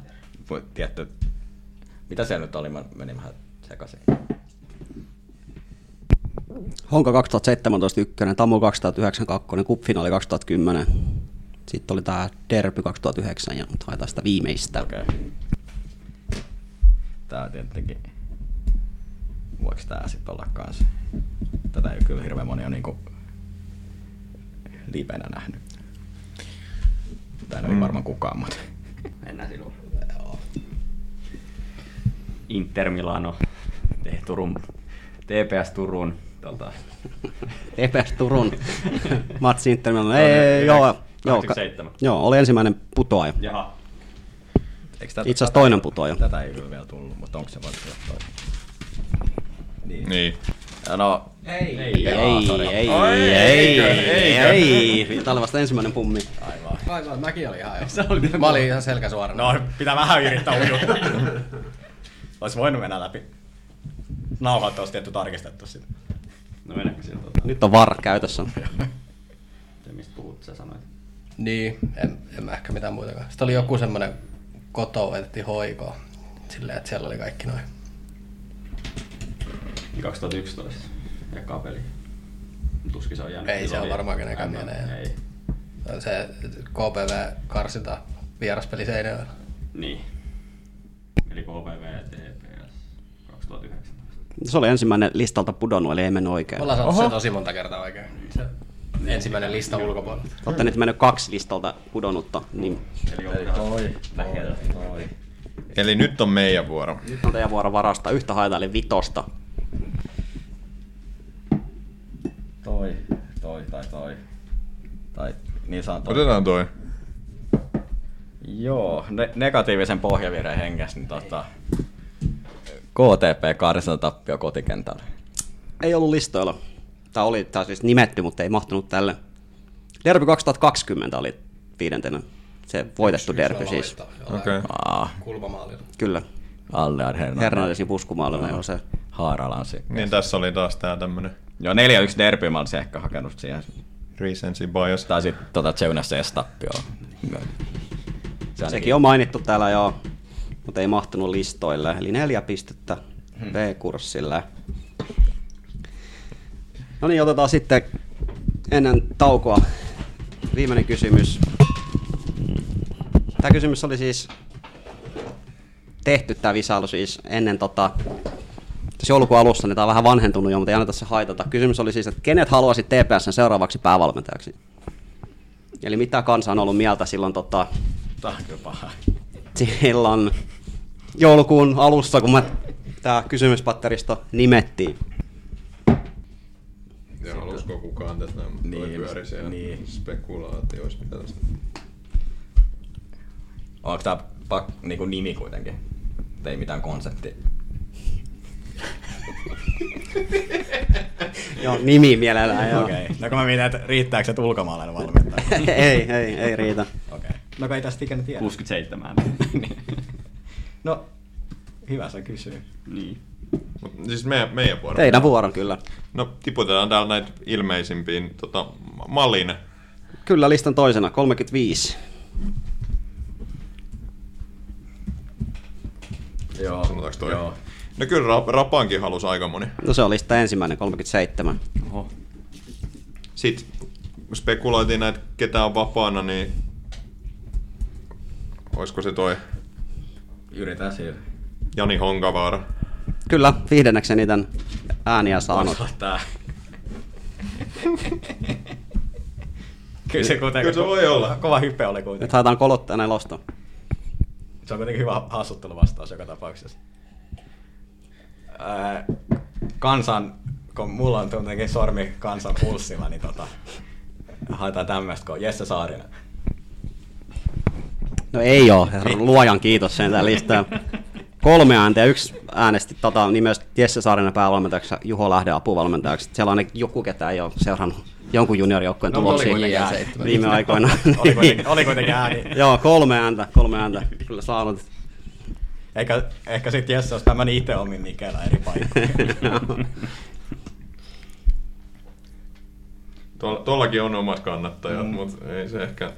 Speaker 8: Voi, tietty, mitä se nyt oli, mä menin vähän sekaisin.
Speaker 2: Honka 2017 ykkönen, Tamu 2009 kakkonen, Kupfinaali 2010. Sitten oli tämä Derby 2009 ja nyt haetaan sitä viimeistä. Okay.
Speaker 8: Tää on tietenkin... Voiko tää sit olla kans? Tätä ei kyllä hirveän moni on niinku livenä nähnyt. Tää ei mm. varmaan kukaan, mutta...
Speaker 5: Mennään silloin. Inter Milano, T- Turun, TPS Turun, tota,
Speaker 2: Epes Turun matsi Inter Milan. Ei, joo, joo, ka-
Speaker 5: 87.
Speaker 2: joo, oli ensimmäinen putoaja.
Speaker 5: jaha,
Speaker 8: Eiks tää-
Speaker 2: Itse asiassa toinen putoaja.
Speaker 8: Tätä ei kyllä vielä tullut, mutta onko se voinut tulla toinen? Niin.
Speaker 3: Niin.
Speaker 8: No,
Speaker 2: Ei, ei, ei,
Speaker 3: Ai,
Speaker 2: ei,
Speaker 3: eikö, eikö?
Speaker 2: ei. Täällä vasta ensimmäinen pummi.
Speaker 6: Aivan, mäkin olin ihan jo. Mä olin ihan selkä suorana.
Speaker 10: No, pitää vähän yrittää ujuttaa. Olisi voinut mennä läpi. Nauhalta olisi tietty tarkistettu sitä.
Speaker 5: no mennäänkö siinä tota,
Speaker 2: Nyt on VAR käytössä.
Speaker 5: se mistä puhut, sä sanoit.
Speaker 6: Niin, en, en mä ehkä mitään muitakaan. Sitten oli joku semmoinen kotoa etettiin hoikoa. Silleen, että siellä oli kaikki noin.
Speaker 5: 2011, eka peli. Tuskin se on jäänyt.
Speaker 6: Ei se
Speaker 5: iloihin.
Speaker 6: on varmaan kenenkään
Speaker 5: En mä-
Speaker 6: mieleen.
Speaker 5: Ei,
Speaker 6: Se KPV karsinta vieraspeli Seinäjoella.
Speaker 5: niin. Eli KPV ja TPS 2019.
Speaker 2: Se oli ensimmäinen listalta pudonnut, eli ei mennyt oikein.
Speaker 6: Ollaan saatu se tosi monta kertaa oikein. Se ensimmäinen lista ulkopuolella.
Speaker 2: Olette nyt mennyt kaksi listalta pudonnutta, niin
Speaker 5: Eli on lähiöllä.
Speaker 3: Eli nyt on meidän vuoro.
Speaker 2: nyt on teidän vuoro varasta yhtä haetaan, eli vitosta.
Speaker 8: toi, toi tai toi. Tai niin saan toi.
Speaker 3: Otetaan toi.
Speaker 8: Joo, ne- negatiivisen pohjavireen hengessä, niin tota... KTP karsintatappio kotikentällä.
Speaker 2: Ei ollut listoilla. Tämä oli tää siis nimetty, mutta ei mahtunut tälle. Derby 2020 oli viidentenä. Se voitettu derby siis.
Speaker 3: Okei.
Speaker 8: Aa,
Speaker 6: Kulmamaalilla.
Speaker 2: Kyllä.
Speaker 8: Alle Hernandez.
Speaker 2: Hernandezin puskumaalilla on se.
Speaker 8: Haaralansi.
Speaker 3: Niin tässä oli taas tää tämmönen
Speaker 8: Joo, 4-1 derby mä olisin ehkä hakenut siihen.
Speaker 3: recency bias.
Speaker 8: Tai sitten tota Jonas Estappio.
Speaker 2: Sekin on mainittu täällä joo, mutta ei mahtunut listoille. Eli neljä pistettä B-kurssille. No niin, otetaan sitten ennen taukoa viimeinen kysymys. Tämä kysymys oli siis tehty tämä visailu siis ennen tota, tässä joulukuun alussa, niin tämä on vähän vanhentunut jo, mutta ei anneta se haitata. Kysymys oli siis, että kenet haluaisit TPSn seuraavaksi päävalmentajaksi? Eli mitä kansa on ollut mieltä silloin tota,
Speaker 8: Tää on kyllä paha.
Speaker 2: silloin joulukuun alussa, kun tämä kysymyspatteristo nimettiin.
Speaker 3: Ja halusko kukaan tätä, mutta
Speaker 8: toi Niin, pyöri siellä niin.
Speaker 3: spekulaatioissa.
Speaker 8: Onko tää pak, niinku nimi kuitenkin? Et Ei mitään konsepti.
Speaker 2: Joo, nimi mielellään. Joo.
Speaker 8: Okei.
Speaker 10: No kun mä mietin, että riittääkö se ulkomaalainen valmentaja.
Speaker 2: ei, ei, ei riitä.
Speaker 8: Okei. No kai tästä ikinä tiedä.
Speaker 5: 67.
Speaker 8: No, hyvä sä kysyy.
Speaker 5: niin.
Speaker 3: Mut, siis meidän, meidän vuoro.
Speaker 2: Teidän vuoron kyllä.
Speaker 3: No tiputetaan täällä näitä ilmeisimpiin. Tota, Malin.
Speaker 2: Kyllä listan toisena, 35.
Speaker 8: Joo.
Speaker 3: Sanotaanko toi?
Speaker 8: Joo.
Speaker 3: No kyllä Ra- Rapankin halusi aika moni.
Speaker 2: No se on lista ensimmäinen, 37.
Speaker 5: Oho.
Speaker 3: Sitten spekuloitiin näitä, ketä on vapaana, niin olisiko se toi
Speaker 8: Yritän sillä.
Speaker 3: Jani Honkavaara.
Speaker 2: Kyllä, viidennekseni tämän ääniä saanut.
Speaker 8: Osaa tää. kyllä se kuitenkin.
Speaker 3: Kyllä se voi olla.
Speaker 8: Kova hype oli
Speaker 2: Nyt
Speaker 8: kuitenkin.
Speaker 2: haetaan kolottaa nelosta.
Speaker 8: Se on kuitenkin hyvä hassutteluvastaus joka tapauksessa. Ää, kansan, kun mulla on tietenkin sormi kansan pulssilla, niin tota, haetaan tämmöistä kuin Jesse Saarinen.
Speaker 2: No ei oo, herra, luojan kiitos sen tää listaa. Kolme ääntä ja yksi äänesti tota, nimestä Jesse Saarinen päävalmentajaksi ja Juho Lähde apuvalmentajaksi. Siellä on ainakin joku, ketä ei ole seurannut jonkun juniorijoukkueen
Speaker 8: No,
Speaker 2: tuloksia
Speaker 8: mutta oli kuitenkin ääni.
Speaker 2: viime aikoina. Niin.
Speaker 8: Oli kuitenkin, oli kuitenkin ääni.
Speaker 2: Joo, kolme ääntä, kolme ääntä kyllä saanut.
Speaker 8: Eikä, ehkä sitten Jesse olisi tämmöinen itse omin Mikela eri paikkoja.
Speaker 3: Tuolla, tuollakin on omat kannattajat, mm. mutta ei se ehkä...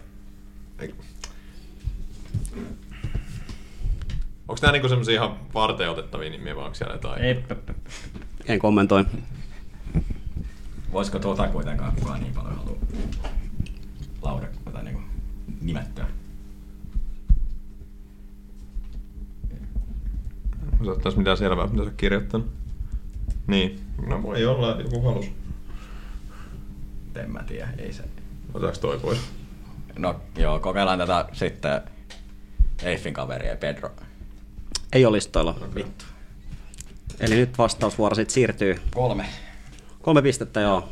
Speaker 3: Ei. Onko nämä niinku semmoisia ihan varteen otettavia nimiä vai onko siellä jotain?
Speaker 5: Ei, p- p-
Speaker 2: en kommentoi.
Speaker 8: Voisiko tota kuitenkaan kukaan niin paljon halua Laura tai niinku nimettää?
Speaker 3: Mä taas mitään selvää, mitä sä oot kirjoittanut. Niin. No voi olla, joku halus.
Speaker 8: En mä tiedä, ei se.
Speaker 3: Otetaanko toi pois?
Speaker 8: No joo, kokeillaan tätä sitten Eiffin kaveria, Pedro.
Speaker 2: Ei ole listoilla. Vittu. Eli nyt vastausvuoro sitten siirtyy.
Speaker 8: Kolme.
Speaker 2: Kolme pistettä joo.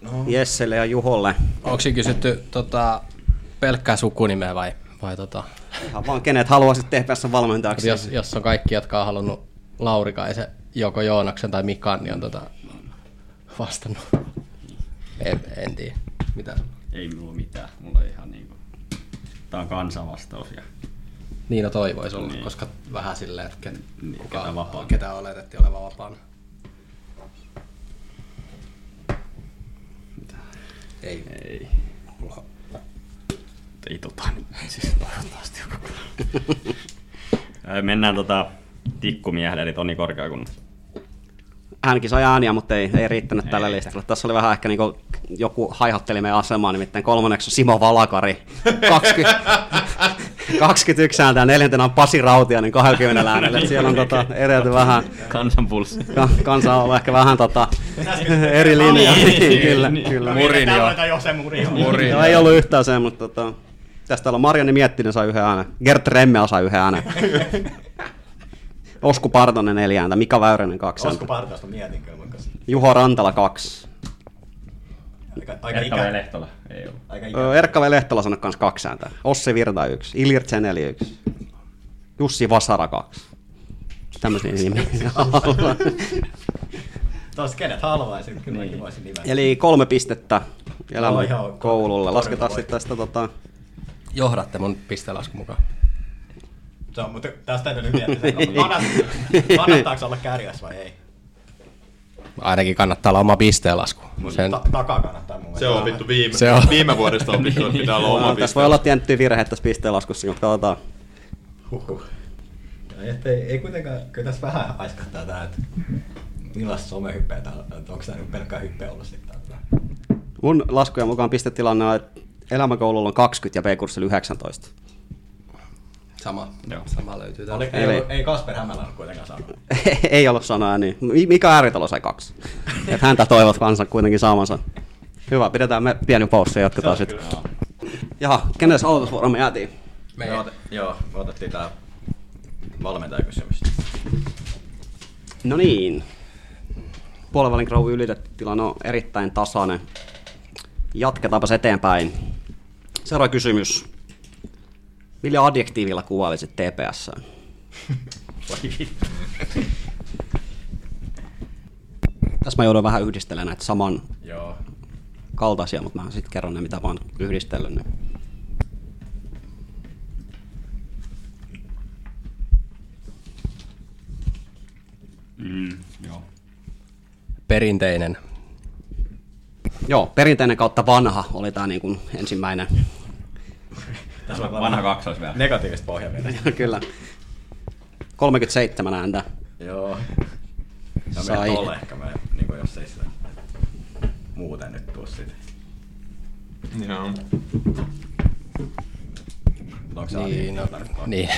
Speaker 8: No.
Speaker 2: Jesselle ja Juholle.
Speaker 6: Onko siinä kysytty tota, pelkkää sukunimeä vai, vai tota,
Speaker 2: Ihan vaan kenet haluaisit TPSn valmentajaksi.
Speaker 6: jos, jos on kaikki, jotka on halunnut Laurikaisen, joko Joonaksen tai Mikan, niin on tota, vastannut. En, en tiedä. Mitä?
Speaker 5: Ei mulla mitään, mulla ei ihan niinku... Tää on kansanvastaus ja
Speaker 6: Niina toivoisi olla, niin.
Speaker 5: Niin.
Speaker 6: koska vähän silleen, että ket,
Speaker 5: Niin,
Speaker 6: kuka,
Speaker 5: ketä vapaana.
Speaker 6: ketä oletettiin olevan vapaana. Ei.
Speaker 5: ei... Mulla... Ei tota nyt, siis toivottavasti joku. Ää, Mennään tota tikkumiehelle, eli Toni Korkeakunnan.
Speaker 2: Hänkin sai ääniä, mutta ei, ei riittänyt ei tällä
Speaker 5: Ei
Speaker 2: listalla. Tässä oli vähän ehkä niin joku haihatteli meidän asemaa, nimittäin kolmanneksi on Simo Valakari. 20, 21 ääntä ja neljäntenä on Pasi niin Rautiainen 20 äänellä. Et Siellä on tota, eriyty vähän,
Speaker 5: Kansanpulssi.
Speaker 2: ka, kansa on ollut ehkä vähän tota, eri linja. niin, kyllä, kyllä.
Speaker 6: Murinio.
Speaker 8: Niin, jo se murin.
Speaker 2: Joo, ei ollut yhtään se, mutta tota, tästä täällä on Marjani Miettinen sai yhden äänen, Gert Remmel sai yhden äänen. Osku Partonen neljä ääntä, Mika Väyrynen kaksi ääntä,
Speaker 8: Olisiko partausta mietin kyllä, vaikka se-
Speaker 2: Juho Rantala kaksi.
Speaker 8: aika, aika
Speaker 5: Erkka vai
Speaker 8: ikä.
Speaker 5: Lehtola? Ei ollut.
Speaker 8: Aika
Speaker 2: Ö,
Speaker 8: ikä.
Speaker 2: Erkka V. Lehtola sanoi kans kaksi ääntä, Ossi Virta yksi, Ilir Tseneli yksi, Jussi Vasara kaksi. Tämmöisiä nimiä.
Speaker 8: Tuossa kenet haluaisin, kyllä mäkin
Speaker 5: Niin.
Speaker 8: voisin nimetä.
Speaker 2: Eli kolme pistettä elämän
Speaker 8: Joo, ihan ok.
Speaker 2: koululle.
Speaker 8: Todella
Speaker 2: Lasketaan sitten tästä
Speaker 8: vaikea.
Speaker 2: tota,
Speaker 6: Johdatte mun pistelaskun mukaan.
Speaker 8: Se on, mutta tästä täytyy nyt miettiä,
Speaker 2: Niin.
Speaker 8: että kannat- kannattaako olla kärjäs vai ei.
Speaker 6: Ainakin kannattaa olla oma pisteenlasku. Sen,
Speaker 8: Ta- takaa kannattaa mun
Speaker 3: Se
Speaker 8: mielestä.
Speaker 3: on Niin. opittu viime,
Speaker 6: Se on.
Speaker 3: viime vuodesta opittu, että pitää olla oma
Speaker 2: tässä voi olla tiettyjä virheitä tässä pisteenlaskussa, mutta katsotaan.
Speaker 8: Huhhuh. Ai, että ei, ei kuitenkaan, kyllä tässä vähän aiskattaa tää, että millaista somehyppeä täällä on, että onko tää nyt pelkkää hyppeä ollut sitten täällä.
Speaker 2: Mun laskujen mukaan pistetilanne on, että elämäkoululla on 20 ja B-kurssilla 19.
Speaker 6: sama,
Speaker 5: Joo.
Speaker 6: sama löytyy
Speaker 8: Oli,
Speaker 6: täältä.
Speaker 8: ei,
Speaker 2: Eli-
Speaker 8: ollut, ei Kasper Hämälä ollut kuitenkaan saanut.
Speaker 2: Ei ollut sanaa niin. Mi- Mika Ääritalo sai kaksi. Et häntä toivot kansan kuitenkin saamansa. Hyvä, pidetään me pieni paussi ja jatketaan sitten. Jaha, kenes aloitusvuoro me jäätiin?
Speaker 6: Me,
Speaker 8: Me ote, joo, me otettiin tää valmentajakysymys.
Speaker 2: No niin. Puolivälin krouvi ylitetty tilanne on erittäin tasainen. Jatketaanpa eteenpäin. Seuraava kysymys. Millä adjektiivilla kuvailisit TPS? Tässä mä joudun vähän yhdistelemään näitä saman
Speaker 8: Joo.
Speaker 2: kaltaisia, mutta mä sitten kerron ne, mitä mä oon yhdistellyt. Ne.
Speaker 5: Mm, joo.
Speaker 6: Perinteinen.
Speaker 2: Joo, perinteinen kautta vanha oli tämä niin ensimmäinen.
Speaker 8: Tässä on
Speaker 5: Vanha kaksois vielä.
Speaker 8: negatiivista pohjaa vielä.
Speaker 2: Kyllä. 37 ääntä.
Speaker 8: joo. Ja
Speaker 2: Sai.
Speaker 8: me tolle ehkä me, niinku jos ei sitä muuten nyt tuu sit.
Speaker 3: Joo.
Speaker 8: Mut Onks se
Speaker 6: Niin, no,
Speaker 8: adjektiivi tarkkaan?
Speaker 6: niin.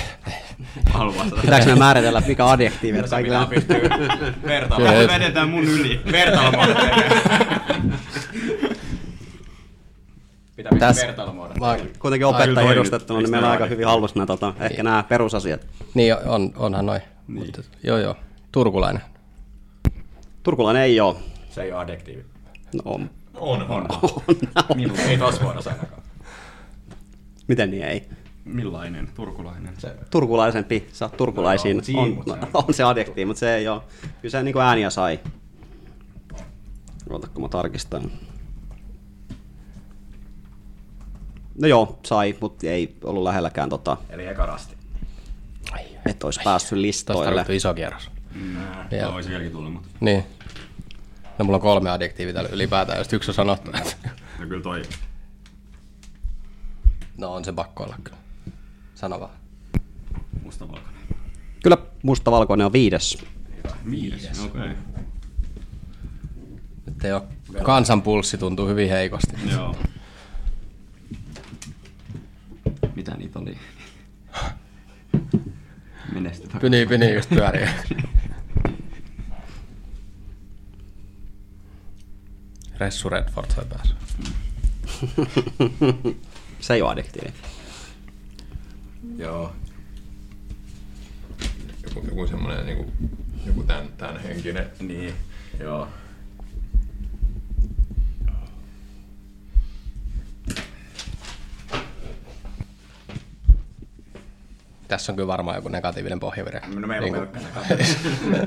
Speaker 5: Haluaa sitä.
Speaker 2: Pitääkö me määritellä, mikä adjektiivi? että
Speaker 8: Tässä pitää
Speaker 2: Kaikilla...
Speaker 8: pystyä
Speaker 6: Kyllä,
Speaker 8: vertailemaan.
Speaker 6: jos-
Speaker 5: Vedetään mun yli.
Speaker 8: Vertailumuodot. Pitää pitää
Speaker 6: Tässä-
Speaker 8: vertailumuodot.
Speaker 6: Mä,
Speaker 2: Kuitenkin
Speaker 6: Ai, kyllä
Speaker 2: opettaja
Speaker 6: toi
Speaker 2: edustettuna, niin meillä on aika hyvin hallussa nämä, tota, ehkä nämä perusasiat.
Speaker 6: niin, on, onhan noin. Niin. Mutta, joo, joo. Turkulainen.
Speaker 2: Turkulainen ei ole.
Speaker 8: Se ei ole adjektiivi.
Speaker 2: No, on.
Speaker 3: On, on.
Speaker 5: Millainen?
Speaker 8: Ei tossa vuorossa ainakaan.
Speaker 2: Miten niin ei?
Speaker 5: Millainen? Turkulainen. Se.
Speaker 2: Turkulaisempi, sä oot turkulaisiin.
Speaker 8: No, mut siinä,
Speaker 2: on,
Speaker 8: mut se on-
Speaker 2: on, se adjektiivi, mutta se ei ole. Kyllä se niin ääniä sai. Oota, kun mä tarkistan. No joo, sai, mutta ei ollut lähelläkään tota,
Speaker 8: Eli eka rasti.
Speaker 2: et olisi päässyt
Speaker 6: Tuosta
Speaker 2: listoille.
Speaker 6: tarvittu iso kierros.
Speaker 5: Joo. Voisi vieläkin tulla, mutta
Speaker 6: Niin. No mulla on kolme adjektiiviä täällä ylipäätään, jos yksi on sanottu.
Speaker 5: no, kyllä toi.
Speaker 6: No on se pakko olla kyllä. Sano vaan.
Speaker 5: Mustavalkoinen.
Speaker 2: Kyllä mustavalkoinen on viides.
Speaker 5: Viides. Okei.
Speaker 6: Nyt ei ole Kansan pulssi tuntuu hyvin heikosti.
Speaker 5: Joo. Mitä niitä oli? Menesty takaa.
Speaker 6: Pyni, pyni just pyörii. Ressu Redford sai päässä.
Speaker 2: Se ei ole addiktiivi.
Speaker 4: Joo.
Speaker 3: Joku, joku semmoinen niinku, joku tän, tän henkinen.
Speaker 4: Niin. Joo.
Speaker 6: Tässä on kyllä varmaan joku negatiivinen pohjavire.
Speaker 4: No meillä on
Speaker 6: Niinku-
Speaker 4: pelkkä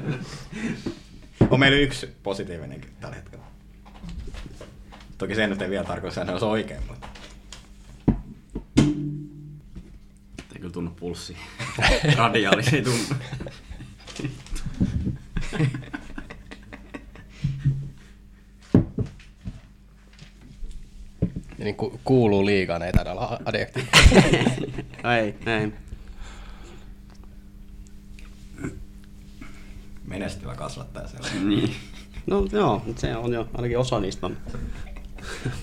Speaker 4: On meillä yksi positiivinenkin tällä hetkellä. Toki sen nyt ei vielä tarkoita sanoa, jos on oikein, mutta
Speaker 5: Ei kyllä tunnu pulssi. Radiaali ei tunnu.
Speaker 6: niin ku, kuuluu liikaa, ei taida olla adjektiivi.
Speaker 2: Ei, ei.
Speaker 4: menestyvä kasvattaja siellä.
Speaker 5: niin.
Speaker 2: No joo, mut se on jo ainakin osa niistä.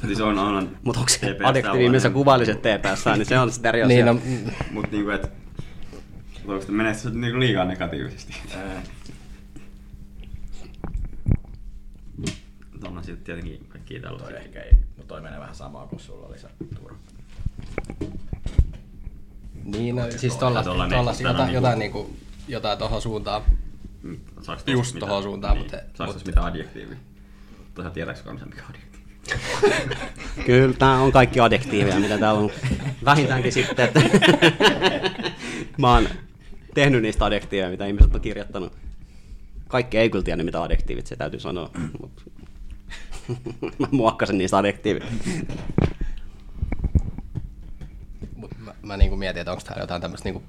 Speaker 5: Siis on aina...
Speaker 2: Mutta onko se
Speaker 5: TPS
Speaker 2: addiktiivi, missä
Speaker 5: tällainen.
Speaker 2: kuvalliset TPS, niin se on sitten eri asia.
Speaker 6: niin, no,
Speaker 5: Mut niinku et... mut Onko se menestys niinku liikaa negatiivisesti? Mutta onhan sitten tietenkin kaikki
Speaker 4: Toi
Speaker 5: tällaisia.
Speaker 4: ehkä ei, no toi menee vähän samaa kuin sulla oli se turva.
Speaker 6: niin no, siis tolla, tolla,
Speaker 5: Tollanen-
Speaker 6: tolla,
Speaker 5: tollanen
Speaker 6: jotain,
Speaker 5: niinku-
Speaker 6: jotain, niinku, jotain tohon suuntaan.
Speaker 5: Saaks tosta
Speaker 6: Just
Speaker 5: mitään?
Speaker 6: tohon suuntaan,
Speaker 5: niin.
Speaker 6: mutta-
Speaker 5: Saaks
Speaker 6: mutta-
Speaker 5: tosta mitään adjektiivi? Tuossa tiedäks kansa mikä adjektiivi.
Speaker 2: Kyllä, tämä on kaikki adjektiiveja, mitä täällä on. Vähintäänkin sitten, että mä oon tehnyt niistä adjektiiveja, mitä ihmiset on kirjoittanut. Kaikki ei kyllä tiennyt, mitä adjektiivit, se täytyy sanoa. Mut. mä muokkasin niistä adjektiivit.
Speaker 6: Mut mä, mä niinku mietin, että onko täällä jotain tämmöistä niinku,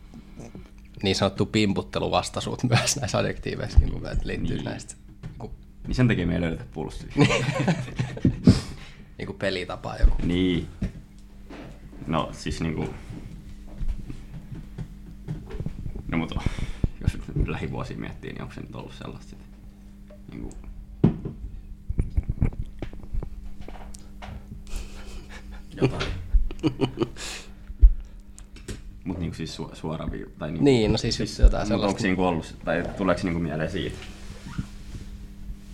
Speaker 6: niin sanottu pimputteluvastaisuut myös näissä adjektiiveissa, niinku, että liittyy niin. näistä niinku,
Speaker 5: Niin sen takia me ei löydetä pulssia.
Speaker 6: niinku pelitapaa joku.
Speaker 5: niin. No siis niinku... No mutta jos nyt lähivuosia miettii, niin onko se nyt ollut sellaista sitten? Niinku... Jotain. Mut niinku siis su- suora vi- tai niinku...
Speaker 6: Niin, no siis just jotain
Speaker 5: Mutta onko
Speaker 6: sellaista.
Speaker 5: siinä niinku ollut, tai tuleeko niinku mieleen siitä?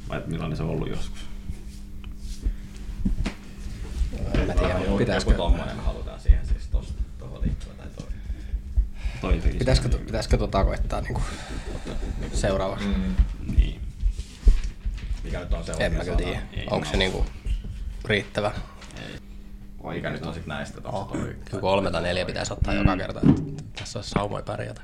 Speaker 5: Vai et millainen se on ollut joskus?
Speaker 6: En mä tiedä,
Speaker 4: Joku-
Speaker 6: pitäisikö,
Speaker 4: Joku tommonen me halutaan siihen siis tosta, tohon liittyvä tai toi.
Speaker 5: Toi tekisi-
Speaker 6: pitäisikö, to- pitäisikö tota koittaa niinku, seuraavaksi?
Speaker 4: Mm.
Speaker 5: Niin.
Speaker 4: Mikä nyt on se
Speaker 6: En mä
Speaker 4: oikea
Speaker 6: kyllä tiedä,
Speaker 4: sana?
Speaker 5: Ei,
Speaker 6: onko se
Speaker 5: no.
Speaker 6: niinku riittävä.
Speaker 4: Mikä nyt on sit näistä, että onko se toi
Speaker 6: Kyllä kolme tai neljä pitäisi
Speaker 4: Mm.
Speaker 6: ottaa joka kerta, että tässä olisi saumoja pärjätä.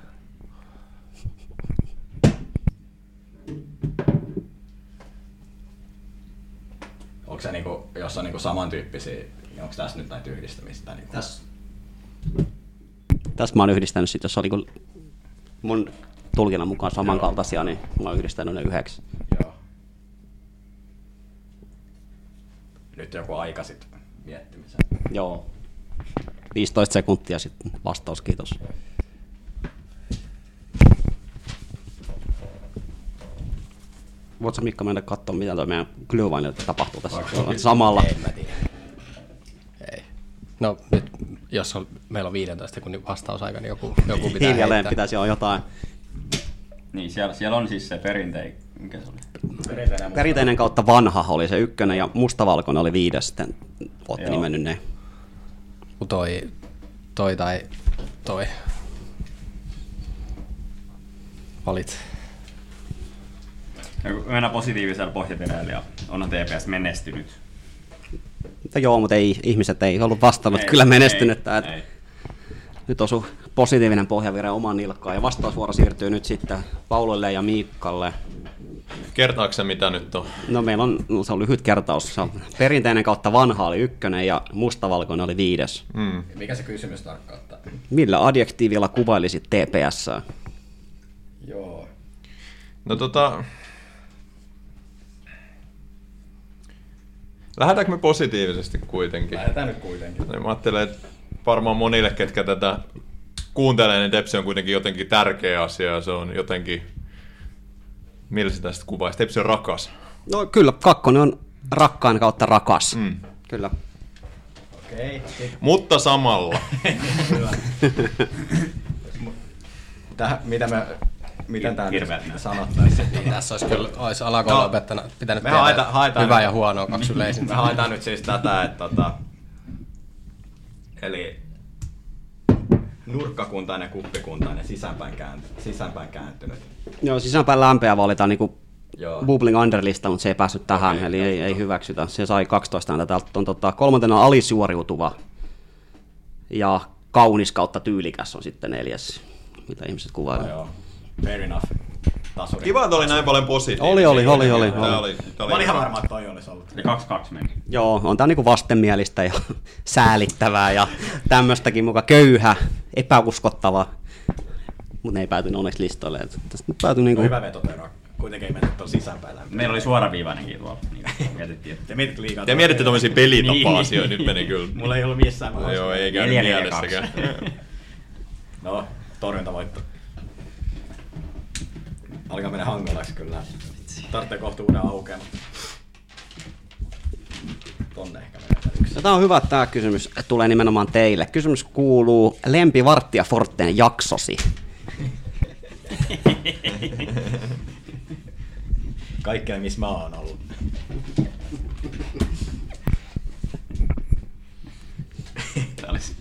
Speaker 4: Onko se niinku, jos on niinku samantyyppisiä, niin onko tässä nyt näitä yhdistämistä? Niinku?
Speaker 2: Tässä. Tässä mä oon yhdistänyt sit, jos oli kun mun tulkinnan mukaan samankaltaisia, niin mä oon yhdistänyt ne yhdeksi.
Speaker 4: Joo. Nyt joku aika sit miettimiseen.
Speaker 2: Joo. 15 sekuntia sitten vastaus, kiitos. Voitko sä, Mikko mennä katsomaan, mitä toi meidän Glyvainille tapahtuu tässä samalla?
Speaker 6: En mä tiedä. Ei. No nyt, jos on, meillä on 15 sekunnin vastausaika, niin joku, joku pitää
Speaker 2: Hiljalleen
Speaker 6: heittää.
Speaker 2: pitäisi olla jotain.
Speaker 5: Niin, siellä, siellä on siis se perintei, mikä se oli?
Speaker 2: Perinteinen kautta vanha oli se ykkönen ja mustavalkoinen oli viides sitten. Olette
Speaker 5: Joo.
Speaker 2: nimennyt ne.
Speaker 6: Kun Toi, toi tai toi. Valit.
Speaker 5: Ja kun Mennään positiivisella pohjavireellä ja onhan TPS menestynyt.
Speaker 2: Mutta joo, mutta ei, ihmiset ei ollut vastannut kyllä menestynyt. Ei,
Speaker 5: ei.
Speaker 2: Nyt osu positiivinen pohjavire oman nilkkaan ja vastausvuoro siirtyy nyt sitten Paululle ja Miikkalle.
Speaker 3: Kertaako se mitä nyt on?
Speaker 2: No meillä on, no, se on lyhyt kertaus. Se on perinteinen kautta vanha oli ykkönen ja mustavalkoinen oli viides.
Speaker 4: Mikä se kysymys tarkkauttaa?
Speaker 2: Millä adjektiivilla kuvailisit TPS?
Speaker 4: Joo.
Speaker 3: No tota... Lähdetäänkö me positiivisesti kuitenkin?
Speaker 4: Lähdetään nyt kuitenkin.
Speaker 3: Niin mä ajattelen, että varmaan monille, ketkä tätä kuuntelee, niin Tepsi on kuitenkin jotenkin tärkeä asia ja se on jotenkin... Millä sitä sitten kuvaisi? Tepsi on rakas.
Speaker 2: No kyllä, kakkonen on rakkaan kautta rakas. Mm. Kyllä.
Speaker 8: Okei. sit-
Speaker 3: Mutta samalla.
Speaker 8: Tähän, mitä me... Miten tää
Speaker 5: Hirveät
Speaker 8: nyt
Speaker 5: näyttää.
Speaker 8: sanottaisiin?
Speaker 6: Niin, tässä olisi kyllä olisi alakoulun
Speaker 8: No,
Speaker 6: opettajana pitänyt
Speaker 8: me
Speaker 6: tietää
Speaker 8: haeta- haetaan-
Speaker 6: hyvää ja huonoa kaksi yleisintä.
Speaker 8: Me haetaan nyt siis tätä, että tota, eli nurkkakuntainen, kuppikuntainen, sisäänpäin, käänty, sisäänpäin kääntynyt.
Speaker 2: Joo, sisäänpäin lämpeä valitaan niin
Speaker 8: Joo.
Speaker 2: bubbling underlista, mutta se ei päässyt tähän, okay, eli ei, ei, hyväksytä. Se sai 12 ääntä. Täältä on tota, kolmantena alisuoriutuva ja kaunis kautta tyylikäs on sitten neljäs, mitä ihmiset kuvailevat.
Speaker 8: Joo, fair enough. Tasuri.
Speaker 3: Kiva, että oli näin paljon positiivisia.
Speaker 2: Oli, oli, oli, oli,
Speaker 3: Tää
Speaker 2: oli.
Speaker 3: oli, tää
Speaker 8: Mä olin ihan varma, että toi olisi ollut.
Speaker 5: Eli 2-2 meni.
Speaker 2: Joo, on tämä niinku vastenmielistä ja säälittävää ja tämmöistäkin muka köyhä, epäuskottava, mutta ne ei päätynyt onneksi listoille. Et Tästä nyt päätyi niinku...
Speaker 8: No hyvä veto, Tero. Kuitenkin ei mennyt tuon sisäänpäin läpi.
Speaker 5: Meillä oli suoraviivainenkin tuolla, niin mietittiin, että
Speaker 8: Te mitkä liikaa.
Speaker 3: Te mietitte tämmöisiä pelitapa-asioita,
Speaker 5: Niin.
Speaker 3: nyt meni kyllä.
Speaker 8: Mulla ei ollut missään vaiheessa.
Speaker 3: Joo, ei käynyt
Speaker 5: neljä, neljä,
Speaker 3: mielessäkään.
Speaker 5: kaksi.
Speaker 8: No, torjuntavoitto. Alkaa mennä hankalaksi kyllä. Tarvitsee kohta uuden aukeama. Tonne ehkä menee yksi.
Speaker 2: No, tämä on hyvä, että tämä kysymys tulee nimenomaan teille. Kysymys kuuluu Lempivarttia Forteen jaksosi.
Speaker 8: Kaikkea missä mä oon ollut.
Speaker 5: Tää olisi,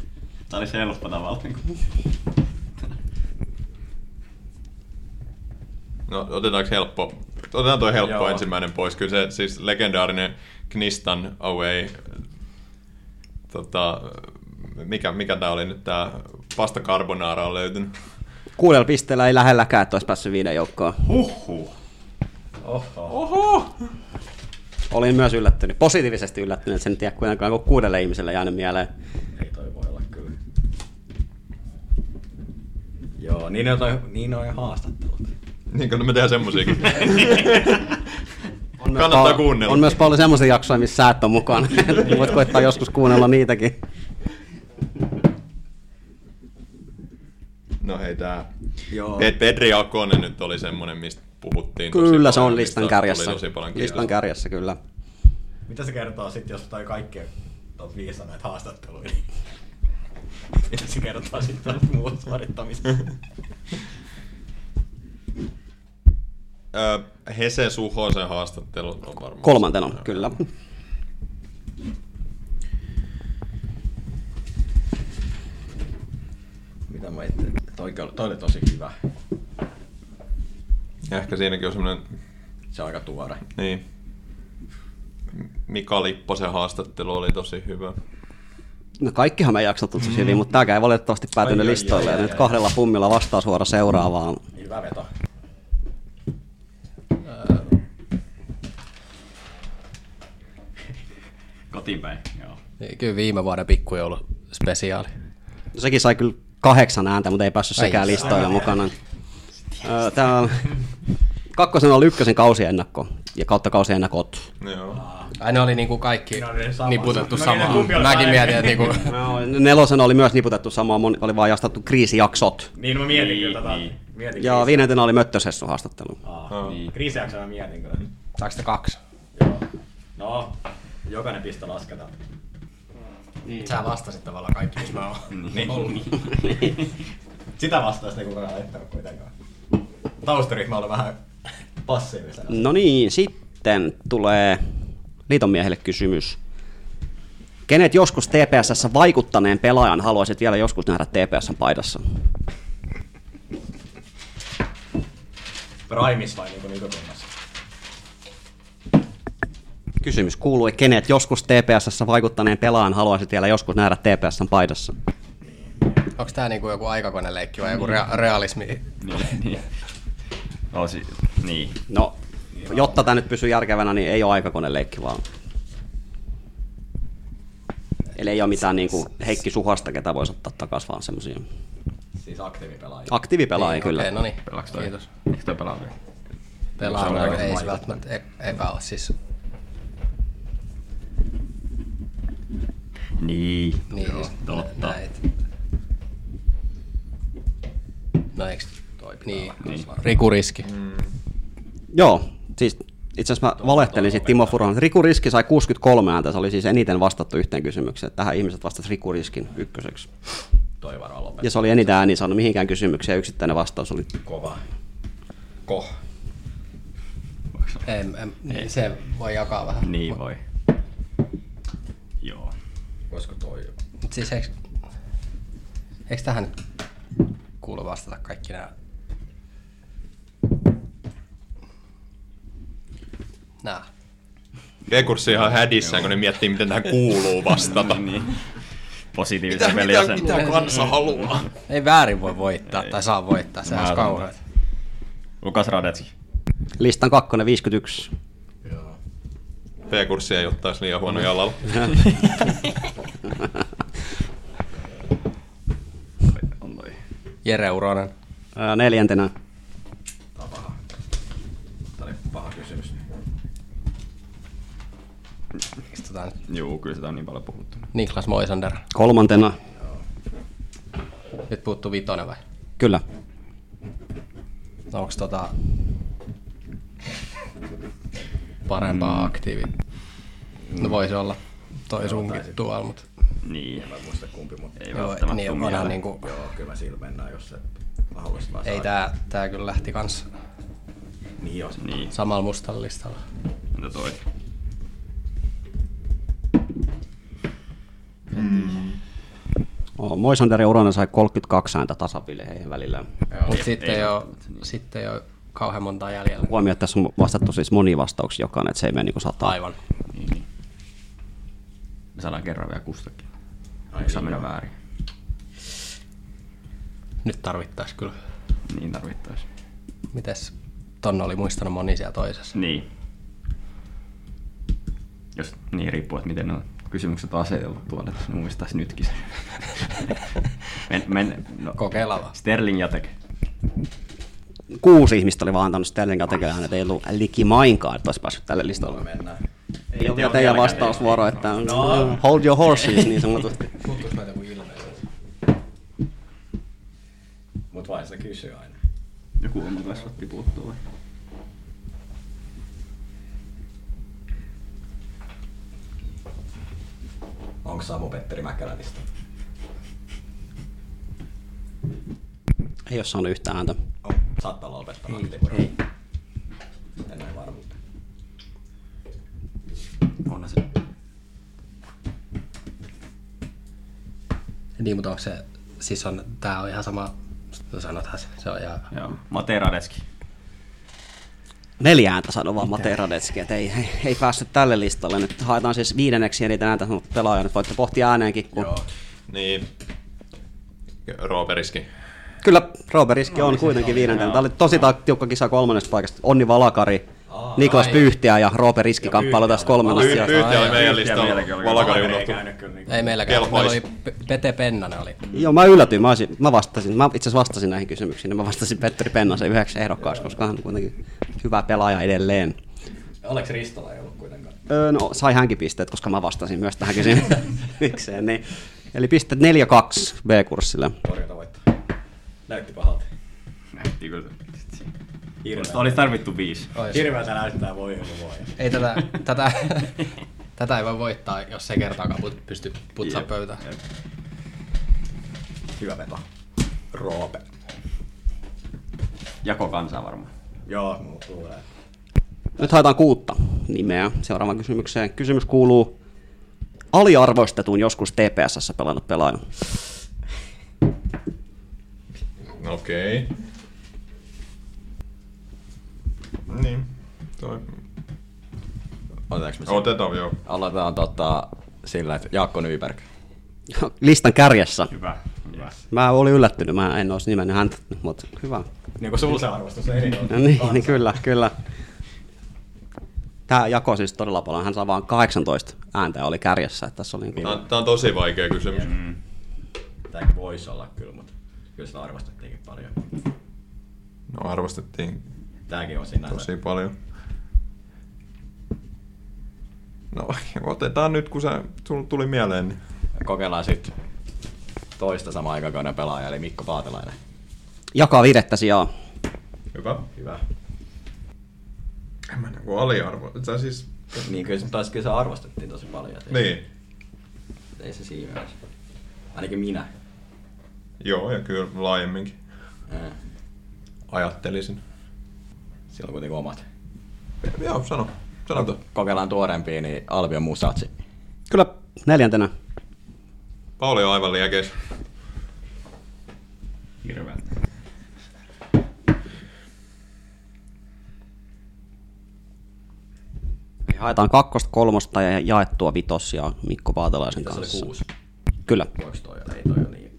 Speaker 5: tää olisi helppo tavallaan. kun-
Speaker 3: No otetaanko helppo? Otetaan toi helppo
Speaker 8: Joo.
Speaker 3: Joo. ensimmäinen pois. Kyllä se siis legendaarinen Knistan Away. Tota, mikä, mikä tää oli nyt tää pasta carbonara on löytynyt.
Speaker 2: Kuudella pisteellä ei lähelläkään, että olisi päässyt viiden joukkoon.
Speaker 5: Huhhuh.
Speaker 2: Olin myös yllättynyt, positiivisesti yllättynyt, sen en tiedä kuitenkaan kun kuudelle ihmiselle jäänyt mieleen.
Speaker 8: Ei toi voi olla kyllä. Joo, niin on, toi, niin on haastattelut.
Speaker 3: Niin kun me tehdään semmosiakin.
Speaker 2: On myös
Speaker 3: Kannattaa
Speaker 2: pal-
Speaker 3: kuunnella.
Speaker 2: On myös paljon semmoisia jaksoja, missä sä et ole mukana. Voit koittaa joskus kuunnella niitäkin.
Speaker 3: No hei tää.
Speaker 8: Joo.
Speaker 3: Pe- Petri Akonen nyt oli semmonen, mistä puhuttiin tosi
Speaker 2: Kyllä se
Speaker 3: paljon,
Speaker 2: on
Speaker 3: mistä
Speaker 2: listan
Speaker 3: tuli
Speaker 2: kärjessä.
Speaker 3: Tosi paljon
Speaker 2: Listan
Speaker 3: kärjessä.
Speaker 2: kärjessä, kyllä.
Speaker 8: Mitä se kertoo sitten, jos toi kaikki on viisannut näitä haastatteluja? Mitä se kertoo sitten tästä muusta suorittamisesta?
Speaker 3: Ö, Hese Suhosen haastattelu on varmaan.
Speaker 2: Kolmantena, kyllä.
Speaker 8: Mitä mä itse... Toi, kyllä- toi oli tosi hyvä.
Speaker 3: Ehkä siinäkin on semmonen
Speaker 8: Se on aika tuore.
Speaker 3: Niin. Mika Lipposen haastattelu oli tosi hyvä.
Speaker 2: No kaikkihan me jaksot tosi hyvin, mutta tämäkään ei valitettavasti päätynyt
Speaker 8: Ai, ai,
Speaker 2: listoille. ja
Speaker 8: ai, ai,
Speaker 2: nyt
Speaker 8: ai.
Speaker 2: kahdella pummilla vastaa suora seuraavaan.
Speaker 8: Hyvä veto.
Speaker 5: Kotiin päin, joo.
Speaker 6: Niin, Kyllä viime vuoden pikkujoulu spesiaali.
Speaker 2: No Sekin sai kyllä kahdeksan ääntä, mutta ei päässyt
Speaker 6: Ai,
Speaker 2: sekään
Speaker 6: ai,
Speaker 2: listoille mukana. Ö, Tää on kakkosen oli ykkösen kausiennakko ja kautta kausiennakot.
Speaker 3: Joo.
Speaker 6: Aina oli niinku kaikki
Speaker 8: No niin, sama.
Speaker 6: niputettu
Speaker 8: No niin,
Speaker 6: samaan.
Speaker 8: kumpi oli
Speaker 6: Mäkin
Speaker 8: parempi?
Speaker 6: mietin, että niinku...
Speaker 2: Nelosen oli myös niputettu samaa, moni- oli vaan jastattu kriisijaksot.
Speaker 8: Niin mä mietin
Speaker 5: Niin,
Speaker 8: kyllä tätä.
Speaker 5: niin.
Speaker 8: Mietin
Speaker 2: Ja
Speaker 8: kriisi-
Speaker 2: viidentenä oli Möttösessu haastattelu.
Speaker 8: Aa,
Speaker 5: Niin.
Speaker 8: Kriisijakson mä mietin kyllä.
Speaker 6: Saaks te kaksi?
Speaker 8: Joo. No, jokainen piste lasketaan.
Speaker 6: Sä vastasit tavallaan kaikki, missä mä oon.
Speaker 8: Niin. Sitä vastausta ei kukaan laittanut kuitenkaan. Taustaryhmä oli vähän passiivisena.
Speaker 2: No niin, sitten tulee liitonmiehelle kysymys. Kenet joskus TPSssä vaikuttaneen pelaajan haluaisit vielä joskus nähdä TPSn paidassa?
Speaker 8: Primis vai niinku nykykunnassa?
Speaker 2: Kysymys kuului, kenet joskus TPSssä vaikuttaneen pelaajan haluaisit vielä joskus nähdä TPSn paidassa?
Speaker 6: Onks tää niinku joku aikakoneleikki vai joku rea- realismi?
Speaker 5: Niin, niin. Osi, niin.
Speaker 2: No, jotta tämä nyt pysyy järkevänä, niin ei ole aikakoneleikki vaan. Eli ei ole mitään niin kuin Heikki Suhasta, ketä voisi ottaa takaisin, vaan semmoisia
Speaker 8: Siis aktiivipelaaja.
Speaker 2: aktiivipelaajia
Speaker 6: Niin,
Speaker 2: kyllä.
Speaker 6: Okei, no niin.
Speaker 5: Pelaaks toi?
Speaker 6: Kiitos.
Speaker 5: Eikö toi pelaa vielä?
Speaker 6: Pelaa,
Speaker 5: Se on
Speaker 6: no,
Speaker 5: aika
Speaker 6: ei se
Speaker 5: vaikea.
Speaker 6: välttämättä e- epäile. Siis,
Speaker 5: Niin.
Speaker 6: niin,
Speaker 5: Joo,
Speaker 6: siis
Speaker 5: totta.
Speaker 6: näit. No eiks? Toi niin.
Speaker 5: Niin.
Speaker 6: Rikuriski.
Speaker 2: Joo, siis itse asiassa mä valehtelin sitten Timo Furuhan. Riku Riski sai 63 ääntä, se oli siis eniten vastattu yhteen kysymykseen. Tähän ihmiset vastasivat Riku Riskin ykköseksi.
Speaker 8: Toi varmaan lopettaa.
Speaker 2: Ja se oli eniten ääni saanut mihinkään kysymykseen, yksittäinen vastaus oli
Speaker 8: Kova. Ko.
Speaker 6: Ei, ei, ei, niin se voi jakaa vähän.
Speaker 5: Niin voi. Joo.
Speaker 8: Voisiko toi?
Speaker 6: Mut Siis eikö, eikö tähän nyt kuulu vastata kaikki nämä? Nää.
Speaker 3: Rekurssi ihan hädissään, kun ne miettii, miten tähän kuuluu vastata.
Speaker 5: Niin. Positiivisen veljasen.
Speaker 3: kansa haluaa?
Speaker 6: Ei väärin voi voittaa ei. tai saa voittaa, se
Speaker 5: Mä
Speaker 6: on
Speaker 5: otan
Speaker 6: kauheat.
Speaker 5: Lukas Radetski.
Speaker 2: listan kakkonen 51.
Speaker 3: P-kurssi ei ottaisi liian huono jalalla.
Speaker 5: On toi.
Speaker 6: Jere Uronen.
Speaker 2: Ää, Neljäntenä
Speaker 8: Tää oli paha kysymys.
Speaker 6: Istutaan nyt.
Speaker 5: Juu, kyllä sitä on niin paljon puhuttu.
Speaker 6: Niklas Moisander.
Speaker 2: kolmantena,
Speaker 6: Nyt puuttuu vitonen vai?
Speaker 2: kyllä,
Speaker 6: Onks tota... Parempaa mm. aktiivi? No voisi olla toi sunkin tuolla, mut...
Speaker 5: Niin.
Speaker 8: Mä en muista kumpi, mutta
Speaker 5: Ei
Speaker 6: Joo,
Speaker 5: välttämättä
Speaker 6: niin,
Speaker 5: niin,
Speaker 6: onhan niinku...
Speaker 8: joo, kyllä mä sillä mennään, jos se mä haluaisin vaan
Speaker 6: Ei
Speaker 8: saada.
Speaker 6: tää, tää kyllä lähti kans
Speaker 8: Niin jos.
Speaker 5: Niin,
Speaker 6: samalla mustalla listalla.
Speaker 5: entä toi?
Speaker 2: Oh, Moisander ja Uronen sai 32 ääntä tasapille heidän välillään.
Speaker 6: Mut sitten ei,
Speaker 5: ei
Speaker 6: jo,
Speaker 5: välttämättä, niin.
Speaker 6: sitten jo kauhean montaa jäljellä.
Speaker 2: Huomio, että tässä on vastattu siis moni vastauksia jokainen, että se ei mene niin sataa.
Speaker 6: Aivan.
Speaker 5: Niin, niin. Me saadaan kerran vielä kustakin. Onko
Speaker 6: niin.
Speaker 5: se mennä väärin?
Speaker 6: Nyt tarvittais kyllä.
Speaker 5: Niin tarvittaisi.
Speaker 6: Mites tonne oli muistanut moni siellä toisessa?
Speaker 5: Niin. Jos niin riippuu, että miten ne on kysymykset on aseteltu tuolla, että ne muistaisi nytkin sen. men, men, no.
Speaker 6: Kokeillaan vaan.
Speaker 5: Sterling Jatek.
Speaker 2: Kuusi ihmistä oli vaan antanut Sterling Kategoriaan, että ei ollut likimainkaan, että olisi päässyt tälle listalle.
Speaker 8: Mennään.
Speaker 2: Ei ole vielä teidän vastausvuoro, että no. hold your horses niin sanotusti.
Speaker 6: Puuttuis meitä kuin ilmeisesti.
Speaker 8: Mut vain se kysyy aina.
Speaker 5: Joku oma kasvatti puuttuu vai?
Speaker 8: Onko Samu Petteri Mäkelä lista?
Speaker 2: Ei ole saanut yhtään ääntä.
Speaker 8: On. Saattaa olla lopettanut aktiivura. En ole varmuutta.
Speaker 5: Onhan se.
Speaker 6: Niin, mutta onko se, siis on, tää on ihan sama, no sanothan se, se on ihan hyvä.
Speaker 5: Joo. Matei Radetski.
Speaker 2: Neljä ääntä sanoi vaan Matei Radetski, että ei, ei, ei päässyt tälle listalle. Nyt haetaan siis viidenneksi eniten ääntä sanonut pelaaja. Nyt voitte pohtia ääneenkin. Kun...
Speaker 3: Niin. Rooperiski.
Speaker 2: Kyllä, Robert Riski on kuitenkin viidentenä. Tämä oli tosi ta- tiukka kisa kolmannesta paikasta. Onni Valakari, Niklas Pyyhtiä ja Robert Riski kamppailu tässä kolmannessa
Speaker 3: Pyy-
Speaker 2: sijassa.
Speaker 3: Pyyhtiä oli meidän
Speaker 5: Pyyhtiä
Speaker 3: listalla.
Speaker 5: vieläkin oli.
Speaker 3: Valakari
Speaker 8: Ei
Speaker 3: unohtui.
Speaker 8: käynyt kyllä niinku.
Speaker 6: Ei meilläkään, meillä
Speaker 3: Kelpois.
Speaker 6: oli P- Pete Pennanen oli.
Speaker 2: Joo, mä yllätyin. Mä, olisin, mä vastasin, mä itse asiassa vastasin näihin kysymyksiin. ja Mä vastasin Petteri Pennasen yhdeksi ehdokkaaksi, koska hän on kuitenkin hyvä pelaaja edelleen.
Speaker 8: Oleks Ristola ei ollut kuitenkaan.
Speaker 2: Öö, no, sai hänkin pisteet, koska mä vastasin myös tähän kysymykseen. niin. Eli pisteet 4-2 B-kurssille.
Speaker 8: Torjunta voittaa. Näytti pahalta.
Speaker 5: Nähtiin kyllä. se. Tuosta
Speaker 8: Hirveä.
Speaker 5: olisi tarvittu viisi.
Speaker 6: Ois.
Speaker 8: Hirveältä näyttää voi joku voi.
Speaker 6: Ei tätä, tätä, tätä ei voi voittaa, jos ei kertaakaan put, pysty putsaa
Speaker 5: Jep.
Speaker 6: pöytään.
Speaker 8: Hyvä veto. Roope.
Speaker 5: Jako kansaa varmaan.
Speaker 8: Joo, mulla tulee.
Speaker 2: Nyt haetaan kuutta nimeä seuraavaan kysymykseen. Kysymys kuuluu, aliarvoistetun joskus TPSssä pelannut pelaaja.
Speaker 3: Okei. Okay. Niin. Toi.
Speaker 8: Otetaanko me
Speaker 3: Otetaan joo.
Speaker 8: Aloitetaan tota, sillä, että Jaakko Nyberg.
Speaker 2: Listan kärjessä.
Speaker 5: Hyvä. Hyvä.
Speaker 2: Mä olin yllättynyt, mä en olisi nimennyt häntä, mutta hyvä.
Speaker 8: Niin kuin sulla se arvostus ei
Speaker 2: No niin, niin kyllä, kyllä. Tämä jako siis todella paljon. Hän saa vain 18 ääntä ja oli kärjessä. Että tässä oli niin
Speaker 3: Tää on, tää on tosi vaikea kysymys.
Speaker 8: Tämäkin voisi olla kyllä, mutta kyllä sitä arvostettiinkin paljon.
Speaker 3: No arvostettiin
Speaker 8: Tääkin on sinänsä.
Speaker 3: tosi paljon. No otetaan nyt, kun se sul tuli mieleen. Niin.
Speaker 8: Kokeillaan sitten toista samaan aikakauden pelaaja, eli Mikko Paatelainen.
Speaker 2: jakaa viidettä sijaa.
Speaker 3: Hyvä.
Speaker 8: Hyvä.
Speaker 3: En mä niinku aliarvo. Sä siis...
Speaker 4: Niin kyllä se, taas kyllä se arvostettiin tosi paljon. et ei-
Speaker 3: Niin.
Speaker 4: Ei se siinä olisi. Ainakin minä.
Speaker 3: Joo, ja kyllä laajemminkin.
Speaker 4: Ää,
Speaker 3: Ajattelisin.
Speaker 4: Sillä on kuitenkin omat.
Speaker 3: Joo, sano. Sano tuo.
Speaker 4: Kokeillaan tuoreempia, niin Albion Musatsi.
Speaker 2: Kyllä neljäntenä.
Speaker 3: Pauli on aivan liekeis.
Speaker 5: Hirveä.
Speaker 2: Me haetaan kakkosta, kolmosta ja jaettua vitossia Mikko Paatalaisen
Speaker 4: Tässä oli
Speaker 2: kanssa.
Speaker 4: kuusi.
Speaker 2: Kyllä.
Speaker 4: Voiko toi olla? Ei toi ole niin.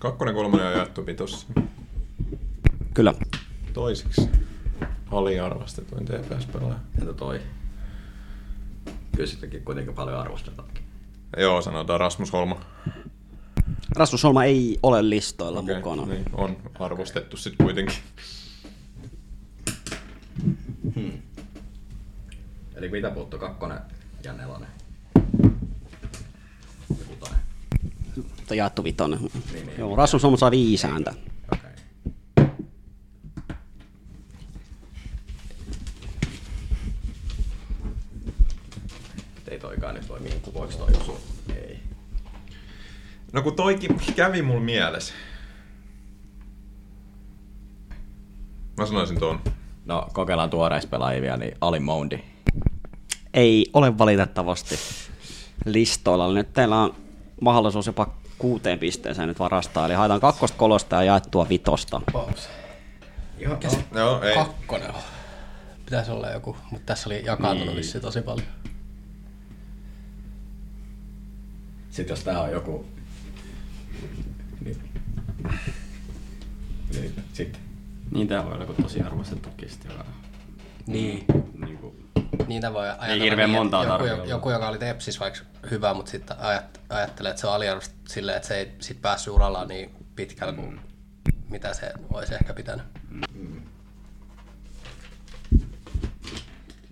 Speaker 3: Kakkonen, kolmonen on jaettu vitossa.
Speaker 2: Kyllä.
Speaker 3: Toiseksi. Aliarvostetuin TPS-pelaaja.
Speaker 4: Entä toi? Kyllä sitäkin kuitenkin paljon arvostetaankin.
Speaker 3: Joo, sanotaan Rasmus Holma.
Speaker 2: Rasmus Holma ei ole listoilla okay,
Speaker 3: Okei,
Speaker 2: mukana. Niin.
Speaker 3: Niin, on arvostettu sit kuitenkin.
Speaker 4: Eli mitä puuttuu? Kakkonen ja nelonen. Ja kutonen.
Speaker 2: Mutta jaettu vitonen.
Speaker 4: Niin, niin.
Speaker 2: Joo, Rasmus Holma saa viisi ääntä.
Speaker 4: Okei. Ei toikaan nyt voi mihin voiko toi osua. Ei.
Speaker 3: No kun toikin kävi mulla mielessä. Mä sanoisin tuon.
Speaker 8: No, kokeillaan tuoreispelaajia vielä, niin Ali Moundi.
Speaker 2: Ei ole valitettavasti listoilla. Nyt teillä on mahdollisuus jopa kuuteen pisteeseen nyt varastaa. Eli haetaan kakkosta, kolosta ja jaettua vitosta.
Speaker 4: Ihan
Speaker 3: Joo, ei.
Speaker 6: Kakkonen on. Pitäisi olla joku, mutta tässä oli jakaantunut niin. vissiin tosi paljon.
Speaker 4: Sitten jos tää on joku... Niin. niin. Sitten.
Speaker 5: Niin tää voi olla joku tosi arvostettu kisti, joka
Speaker 6: Niin.
Speaker 5: niinku...
Speaker 6: Niitä voi ajatella.
Speaker 5: hirveän
Speaker 6: niin,
Speaker 5: montaa
Speaker 6: että joku,
Speaker 5: tarvitse
Speaker 6: joku, joka oli tepsis vaikka hyvä, mutta sitten ajat, ajattelee, että se on aliarvostettu silleen, että se ei sit päässyt urallaan niin pitkällä kuin
Speaker 5: Mm.
Speaker 6: mitä se olisi ehkä pitänyt.
Speaker 4: No,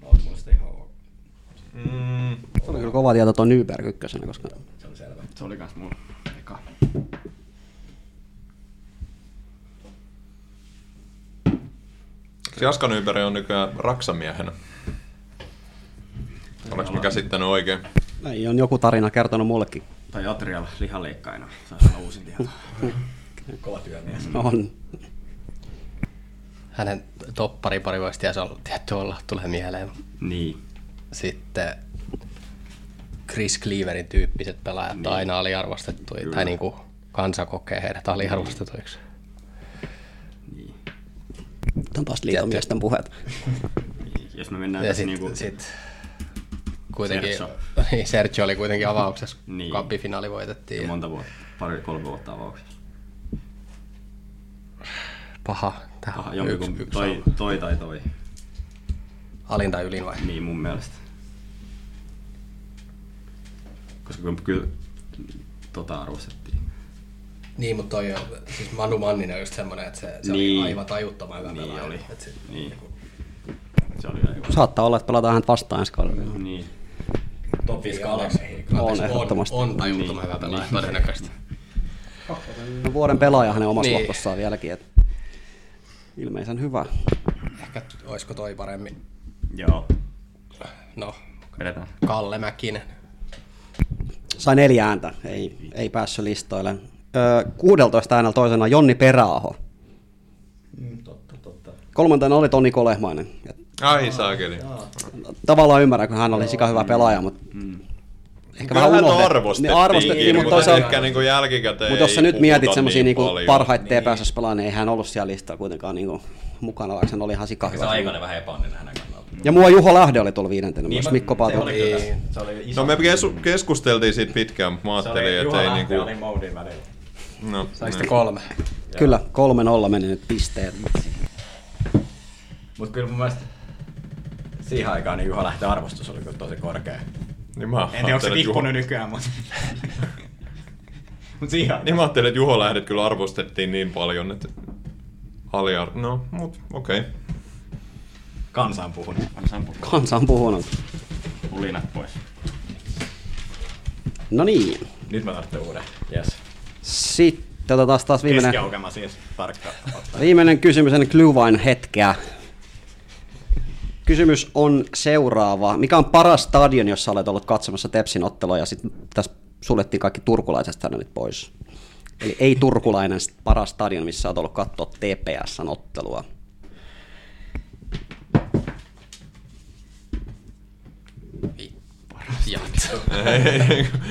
Speaker 4: oot mun sitten ihan ok.
Speaker 3: Mm,
Speaker 2: Se oli kyllä kova tieto tuon Nyberg ykkösenä, koska
Speaker 4: Se on selvä.
Speaker 5: Se oli kans mun eka.
Speaker 3: Jaska Nyberg on nykyään raksamiehenä. Olenko mä käsittänyt oikein?
Speaker 2: ei on joku tarina kertonut mullekin.
Speaker 5: Tai Atrial lihaleikkaina. Saisi olla uusin tieto.
Speaker 4: Kova työmies.
Speaker 2: On.
Speaker 6: Hänen toppari pari voisi ties olla, tietty olla, tulee mieleen.
Speaker 5: niin.
Speaker 6: Sitten Chris Cleaverin tyyppiset pelaajat niin. on aina aliarvostettuja, tai niin kuin kansa kokee heidät aliarvostetuiksi.
Speaker 5: Niin.
Speaker 2: Tämä on taas liiton miesten puheet.
Speaker 5: Niin, Jos me mennään
Speaker 6: Ja
Speaker 5: tässä
Speaker 6: sit,
Speaker 5: niinku...
Speaker 6: sit kuitenkin,
Speaker 5: Sergio.
Speaker 6: niin Sergio oli kuitenkin avauksessa, niin.
Speaker 5: Niin.
Speaker 6: kappifinaali voitettiin.
Speaker 5: Ja
Speaker 6: Ja
Speaker 5: monta vuotta, pari kolme vuotta avauksessa.
Speaker 6: paha, tähän
Speaker 5: Aha,
Speaker 6: paha
Speaker 5: jompikun,
Speaker 6: yksi, yksi
Speaker 5: toi,
Speaker 6: toi...
Speaker 5: toi tai toi.
Speaker 6: alin tai ylin vai?
Speaker 5: Niin mun mielestä. Koska kyllä, kyllä tota arvostettiin.
Speaker 6: Niin, mutta toi on, siis Manu Manninen on just semmoinen, että se, se niin.
Speaker 5: Niin.
Speaker 6: oli aivan tajuttoman hyvä
Speaker 5: Niin
Speaker 6: pelaaja.
Speaker 5: oli.
Speaker 6: Et niinku se,
Speaker 5: Niin. Se oli aika.
Speaker 2: Saattaa olla, että pelataan häntä vastaan ensi kaudella.
Speaker 5: Niin.
Speaker 4: Top 5 Aleksi.
Speaker 2: On ehdottomasti.
Speaker 6: Siis on, on tajuttoman hyvä pelaaja, niin. todennäköisesti.
Speaker 2: No, vuoden pelaaja hänen omassa
Speaker 6: Niin.
Speaker 2: niin. lohkossaan vieläkin. Et ilmeisen hyvä.
Speaker 6: Ehkä olisiko toi paremmin?
Speaker 5: Joo.
Speaker 6: No,
Speaker 5: Vedetään.
Speaker 6: Kalle Mäkinen.
Speaker 2: Sai neljä ääntä, ei, ei päässyt listoille. Öö, 16 äänellä toisena Jonni Peräaho.
Speaker 4: Mm, totta, totta.
Speaker 2: Kolmantena oli Toni Kolehmainen. Et
Speaker 3: Ai saakeli.
Speaker 2: tavallaan ymmärrän, kun hän oli sika hyvä pelaaja, mutta mm. ehkä
Speaker 3: Kyllähän
Speaker 2: vähän unohdettiin.
Speaker 3: arvostettiin,
Speaker 2: Ne arvostettiin, mutta toisaalta...
Speaker 3: ehkä niinku jälkikäteen
Speaker 2: Mutta jos sä
Speaker 3: ei
Speaker 2: nyt mietit
Speaker 3: puhuta
Speaker 2: semmoisia niinku
Speaker 3: paljon.
Speaker 2: parhaita niin. TPS pelaa, niin ei hän ollut siellä listalla kuitenkaan niinku mukana, vaikka hän oli ihan sika
Speaker 4: Se
Speaker 2: hyvä.
Speaker 4: aikainen vähän epäonninen hänen kannaltaan.
Speaker 2: Ja mua Juho Lahde oli tullut viidentenä niin, myös,
Speaker 4: mä-
Speaker 2: Mikko
Speaker 4: se
Speaker 2: Paatala.
Speaker 4: oli kyllä. Se oli iso.
Speaker 3: No me kesu- keskusteltiin siitä pitkään, mutta mä
Speaker 4: Se oli
Speaker 3: ajattelin,
Speaker 4: Juha
Speaker 3: että ei
Speaker 4: Lähti
Speaker 3: niinku...
Speaker 4: oli Moudin välillä.
Speaker 3: No,
Speaker 6: Saiko te
Speaker 3: niin.
Speaker 6: kolme?
Speaker 2: Kyllä, 3-0 meni nyt pisteet.
Speaker 4: Mut kyllä mun mielestä siihen aikaan niin Juha Lähti arvostus oli kyllä tosi korkea.
Speaker 3: niin mä
Speaker 4: En tiedä, onko se
Speaker 3: ajattelin, että Juho-
Speaker 4: tippunut nykyään, mutta... Mut siihen aikaan.
Speaker 3: Niin mä ajattelin, että Juho lähdet kyllä arvostettiin niin paljon, että aliar... No, mut okei. Okay.
Speaker 4: Kansa on puhunut.
Speaker 5: Sampo,
Speaker 2: Kansa on puhunut.
Speaker 5: pulinat pois.
Speaker 2: No niin, No
Speaker 4: Nyt mä tarvitsen uuden. Yes.
Speaker 2: sitten Sitten otetaan taas viimeinen,
Speaker 8: Keskiaukema siis tarkka.
Speaker 2: viimeinen kysymys ennen Gluvain hetkeä. Kysymys on seuraava. Mikä on paras stadion, jossa olet ollut katsomassa Tepsin ottelua ja sitten tässä suljettiin kaikki turkulaiset stadionit pois? Eli ei turkulainen st- paras stadion, missä olet ollut katsoa TPSn ottelua.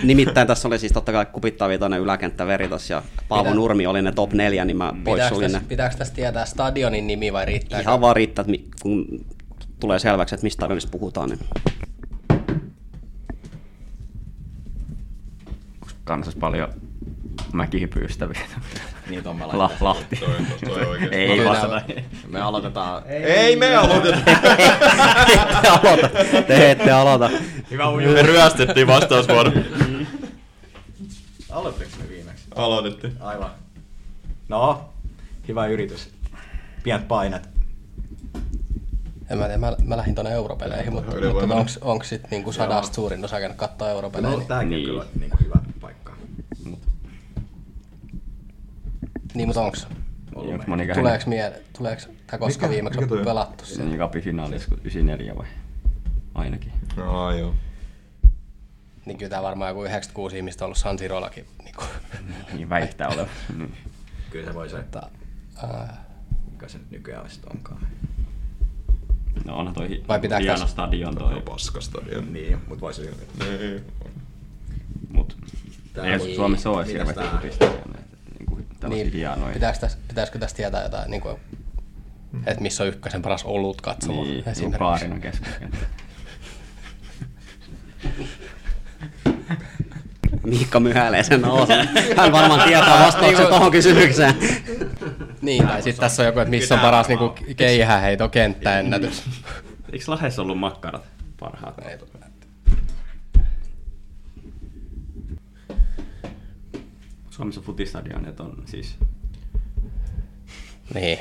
Speaker 2: Nimittäin tässä oli siis totta kai Kupittaa Viitoinen, Yläkenttä, Veritas ja Paavo
Speaker 6: Mitä?
Speaker 2: Nurmi oli ne top neljä, niin mä
Speaker 6: Pitääkö
Speaker 2: poissulin ne.
Speaker 6: tässä- Pitääkö tässä tietää stadionin nimi vai riittää?
Speaker 2: Ihan vaan riittää, että mi- kun tulee selväksi, että mistä stadionista puhutaan. Niin.
Speaker 5: kansassa paljon mäkihypyystäviä.
Speaker 8: Niitä on Niin mä
Speaker 5: La,
Speaker 8: laitan.
Speaker 5: Lahti.
Speaker 3: Toi, toi, toi oikeesti.
Speaker 5: Ei vastata.
Speaker 8: Me aloitetaan.
Speaker 3: Ei me aloiteta.
Speaker 2: Te ette aloita. Te ette aloita.
Speaker 8: Hyvä uju.
Speaker 3: Me ryöstettiin vastausvuoro.
Speaker 8: Aloitteko me viimeksi?
Speaker 3: Aloitettiin.
Speaker 8: Aivan. No, hyvä yritys. Pienet painet.
Speaker 6: En mä tiedä, mä, mä lähdin tuonne europeleihin, mutta, mutta
Speaker 3: Ylivoimainen.
Speaker 6: onks, onks sit niinku sadasta suurin osa käynyt katsoa
Speaker 8: No,
Speaker 6: europelejä?
Speaker 8: niin.
Speaker 6: niin,
Speaker 8: tämäkin
Speaker 5: Niin.
Speaker 8: niin. on kyllä niin kuin hyvä paikka.
Speaker 6: niin mutta onks,
Speaker 5: Onko moni
Speaker 6: tuleeks
Speaker 5: käynyt
Speaker 6: mieleen, tuleeks, tai koska
Speaker 3: Mikä-
Speaker 6: viimeksi
Speaker 3: mikä
Speaker 6: on
Speaker 3: toi on?
Speaker 6: pelattu se?
Speaker 5: sen kapifinaalissa kun 94 vai? Ainakin.
Speaker 3: No joo.
Speaker 6: Niin kyllä tää varmaan joku 96 ihmistä on ollut San Sirollakin. Niinku,
Speaker 5: Niin väittää olevan. Niin.
Speaker 8: Kyllä se voi se,
Speaker 6: tota, ää,
Speaker 8: mikä se nyt nykyään sitten onkaan.
Speaker 5: No onhan toi
Speaker 6: Vai pitääkö
Speaker 5: hieno
Speaker 6: tässä-
Speaker 5: stadion toi.
Speaker 3: Toi paskastadion.
Speaker 8: Niin, mut voi se yrittää.
Speaker 3: Niin.
Speaker 5: Mut
Speaker 8: Tää
Speaker 5: ei
Speaker 8: oli-
Speaker 5: Suomessa ole edes
Speaker 8: mitäs
Speaker 5: hirveästi
Speaker 8: tää-
Speaker 5: hypistadion. Niinku tällaisia
Speaker 6: niin,
Speaker 5: hienoja.
Speaker 6: pitääkö tässä, pitäisikö tässä tietää jotain, niinku, että missä on ykkösen paras olut katsomo
Speaker 5: Niin, niin
Speaker 6: esimerkiksi?
Speaker 5: Paarinan keskellä.
Speaker 2: Miikka myhäilee sen osa. Hän varmaan tietää vastauksen tuohon kysymykseen.
Speaker 6: Niin, tai sitten tässä on joku, että missä on paras niinku, keihäheito kenttäennätys.
Speaker 5: Eikö Lahdessa ollut makkarat parhaat? Suomessa futistadionit on siis...
Speaker 6: Niin.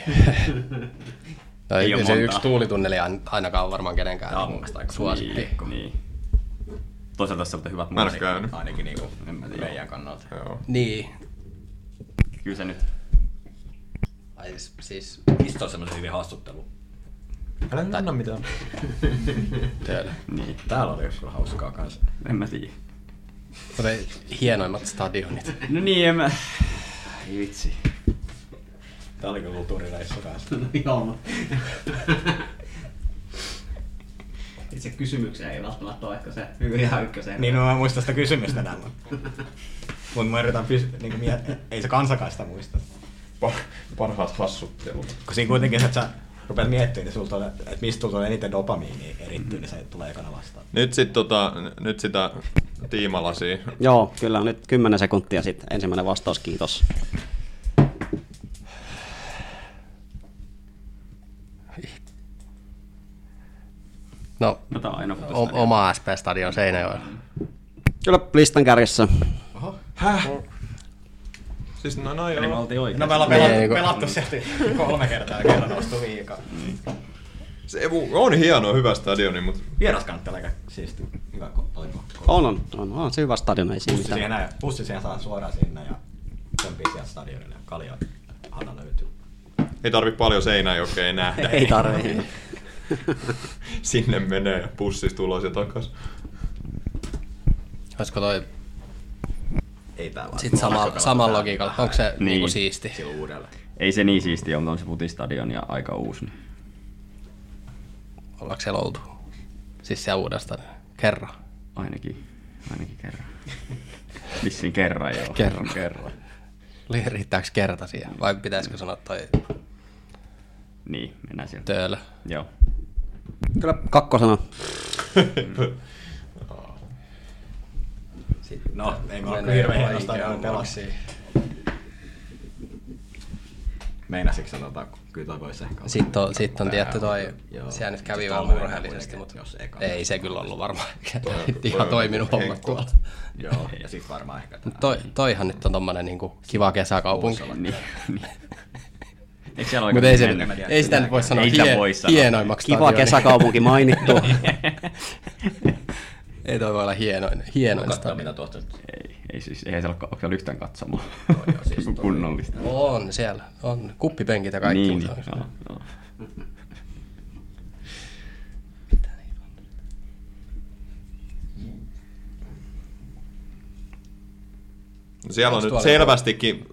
Speaker 6: No,
Speaker 5: Ei
Speaker 6: ei
Speaker 5: oo
Speaker 6: se
Speaker 5: montaa.
Speaker 6: yksi tuulitunneli ain- ainakaan on varmaan kenenkään
Speaker 8: Tää on
Speaker 6: niin
Speaker 8: mun mielestä aika
Speaker 6: suosikki.
Speaker 5: Niin, niin. Toisaalta tässä on hyvät
Speaker 3: Mä en oo
Speaker 5: muusikot.
Speaker 3: käynyt.
Speaker 8: Ainakin niinku
Speaker 5: En mä tiedä.
Speaker 8: meidän kannalta.
Speaker 3: Joo.
Speaker 6: Niin.
Speaker 5: Kyllä se nyt.
Speaker 6: Ai siis- siis
Speaker 8: Mistä on semmoisen hyvin hassuttelu?
Speaker 3: Älä nyt anna mitään.
Speaker 6: töillä.
Speaker 5: Niin.
Speaker 8: Täällä oli kyllä hauskaa kanssa.
Speaker 5: En mä tiedä.
Speaker 6: Mutta ei- hienoimmat stadionit.
Speaker 5: No niin, en mä... Ei vitsi.
Speaker 8: Tää oli kyllä kulttuurireissu kanssa.
Speaker 11: Joo. Itse kysymykseen ei välttämättä ole ehkä se niin ihan ykköseen.
Speaker 8: Niin no, mä muistan sitä kysymystä enää. Mut mä yritän pys- niinku miet- ei se kansakaan sitä muista.
Speaker 3: parhaat hassuttelut.
Speaker 8: Kun siinä kuitenkin, että sä rupeat miettimään, niin sulta, on- että mistä tulee eniten dopamiinia erittyy, niin se tulee ekana vastaan.
Speaker 3: Nyt sit tota, n- nyt sitä tiimalasia.
Speaker 2: Joo, kyllä nyt 10 sekuntia sitten. Ensimmäinen vastaus, kiitos.
Speaker 6: No,
Speaker 5: No tää on aina
Speaker 6: o-
Speaker 5: futistadion.
Speaker 6: oma SP-stadion Seinäjoella.
Speaker 2: Kyllä listan kärjessä.
Speaker 3: Siis no, no
Speaker 5: Eli me
Speaker 3: joo.
Speaker 5: oltiin oikein.
Speaker 8: No me ollaan
Speaker 6: Niin,
Speaker 8: pelattu,
Speaker 6: niinku-
Speaker 8: pelattu sieltä kolme kertaa ja kerran noustu viikaa.
Speaker 3: Se on hieno, hyvä stadioni, mutta
Speaker 8: Vieraskantti oli aika siisti. Hyvä kun oli pakko.
Speaker 2: On, on, on, on se hyvä stadion, ei siinä
Speaker 8: Bussi
Speaker 2: mitään.
Speaker 8: siihen, näin- bussi siihen saa suoraan sinne ja tömpii sieltä stadionille. Kalja Hanna löytyy.
Speaker 3: ei tarvi paljon Seinäjokea nähdä.
Speaker 2: Ei tarvii.
Speaker 3: Sinne menee ja bussista ulos ja takas.
Speaker 6: Olisiko toi
Speaker 8: Ei tää vaan.
Speaker 6: sit sama, saman logiikalla? Onko se niin. niinku
Speaker 5: Niin.
Speaker 6: siisti?
Speaker 8: Silloin uudelleen.
Speaker 5: Ei se niin siistiä, mutta on se futistadion ja aika uusi. Niin.
Speaker 6: Ollaanko siellä oltu? Siis siellä uudestaan. Kerran.
Speaker 5: Ainakin, ainakin kerran. Vissiin kerran joo.
Speaker 6: Kerran.
Speaker 5: kerran.
Speaker 6: Li- Riittääkö kerta siihen? Vai pitäisikö sanoa toi
Speaker 5: Niin, mennään sieltä.
Speaker 6: töölö?
Speaker 5: Joo.
Speaker 2: Kyllä kakkosena.
Speaker 8: No, ei me ole kyllä hirveän hieno stadion pelasi. Meinasitko sanotaan, kun kyllä toi voisi ehkä olla.
Speaker 6: Sitten on, sit on tietty toi,
Speaker 8: Joo. Siis
Speaker 6: siellä nyt kävi
Speaker 8: Sit
Speaker 6: vähän
Speaker 8: ollaan
Speaker 6: murheellisesti,
Speaker 8: kuitenkin,
Speaker 6: mutta
Speaker 8: jos eka-
Speaker 6: ei se kyllä ollut varmaan
Speaker 3: Toi- toi
Speaker 6: ihan
Speaker 3: on
Speaker 6: toiminut homma
Speaker 3: heikko.
Speaker 6: tuolla.
Speaker 8: Joo, ja sit varmaan ehkä tää.
Speaker 6: Toi, toihan nyt on tommonen niinku kiva kesäkaupunki.
Speaker 5: Niin, niin. Eikö siellä
Speaker 6: Mutta ei,
Speaker 5: oikeasti
Speaker 6: se,
Speaker 5: mennyt?
Speaker 6: ei sitä nyt voi sanoa,
Speaker 5: Ei sitä
Speaker 6: hie-
Speaker 5: voi sanoa.
Speaker 6: hienoimmaksi
Speaker 2: Kiva
Speaker 6: stadioni.
Speaker 2: kesäkaupunki mainittu.
Speaker 6: Ei toi voi olla hienoin, hienoin
Speaker 8: Katsotaan
Speaker 6: stadion.
Speaker 8: mitä tuosta nyt.
Speaker 5: Ei, ei Ei siis, eihän siellä, ole- onko siellä yhtään katsomaan kunnollista.
Speaker 6: On siellä, on kuppipenkit ja kaikki.
Speaker 5: niin,
Speaker 6: mutta
Speaker 5: niin,
Speaker 6: onks-
Speaker 5: joo, joo.
Speaker 3: Siellä on
Speaker 6: Onks
Speaker 3: nyt
Speaker 6: tuolla
Speaker 3: selvästikin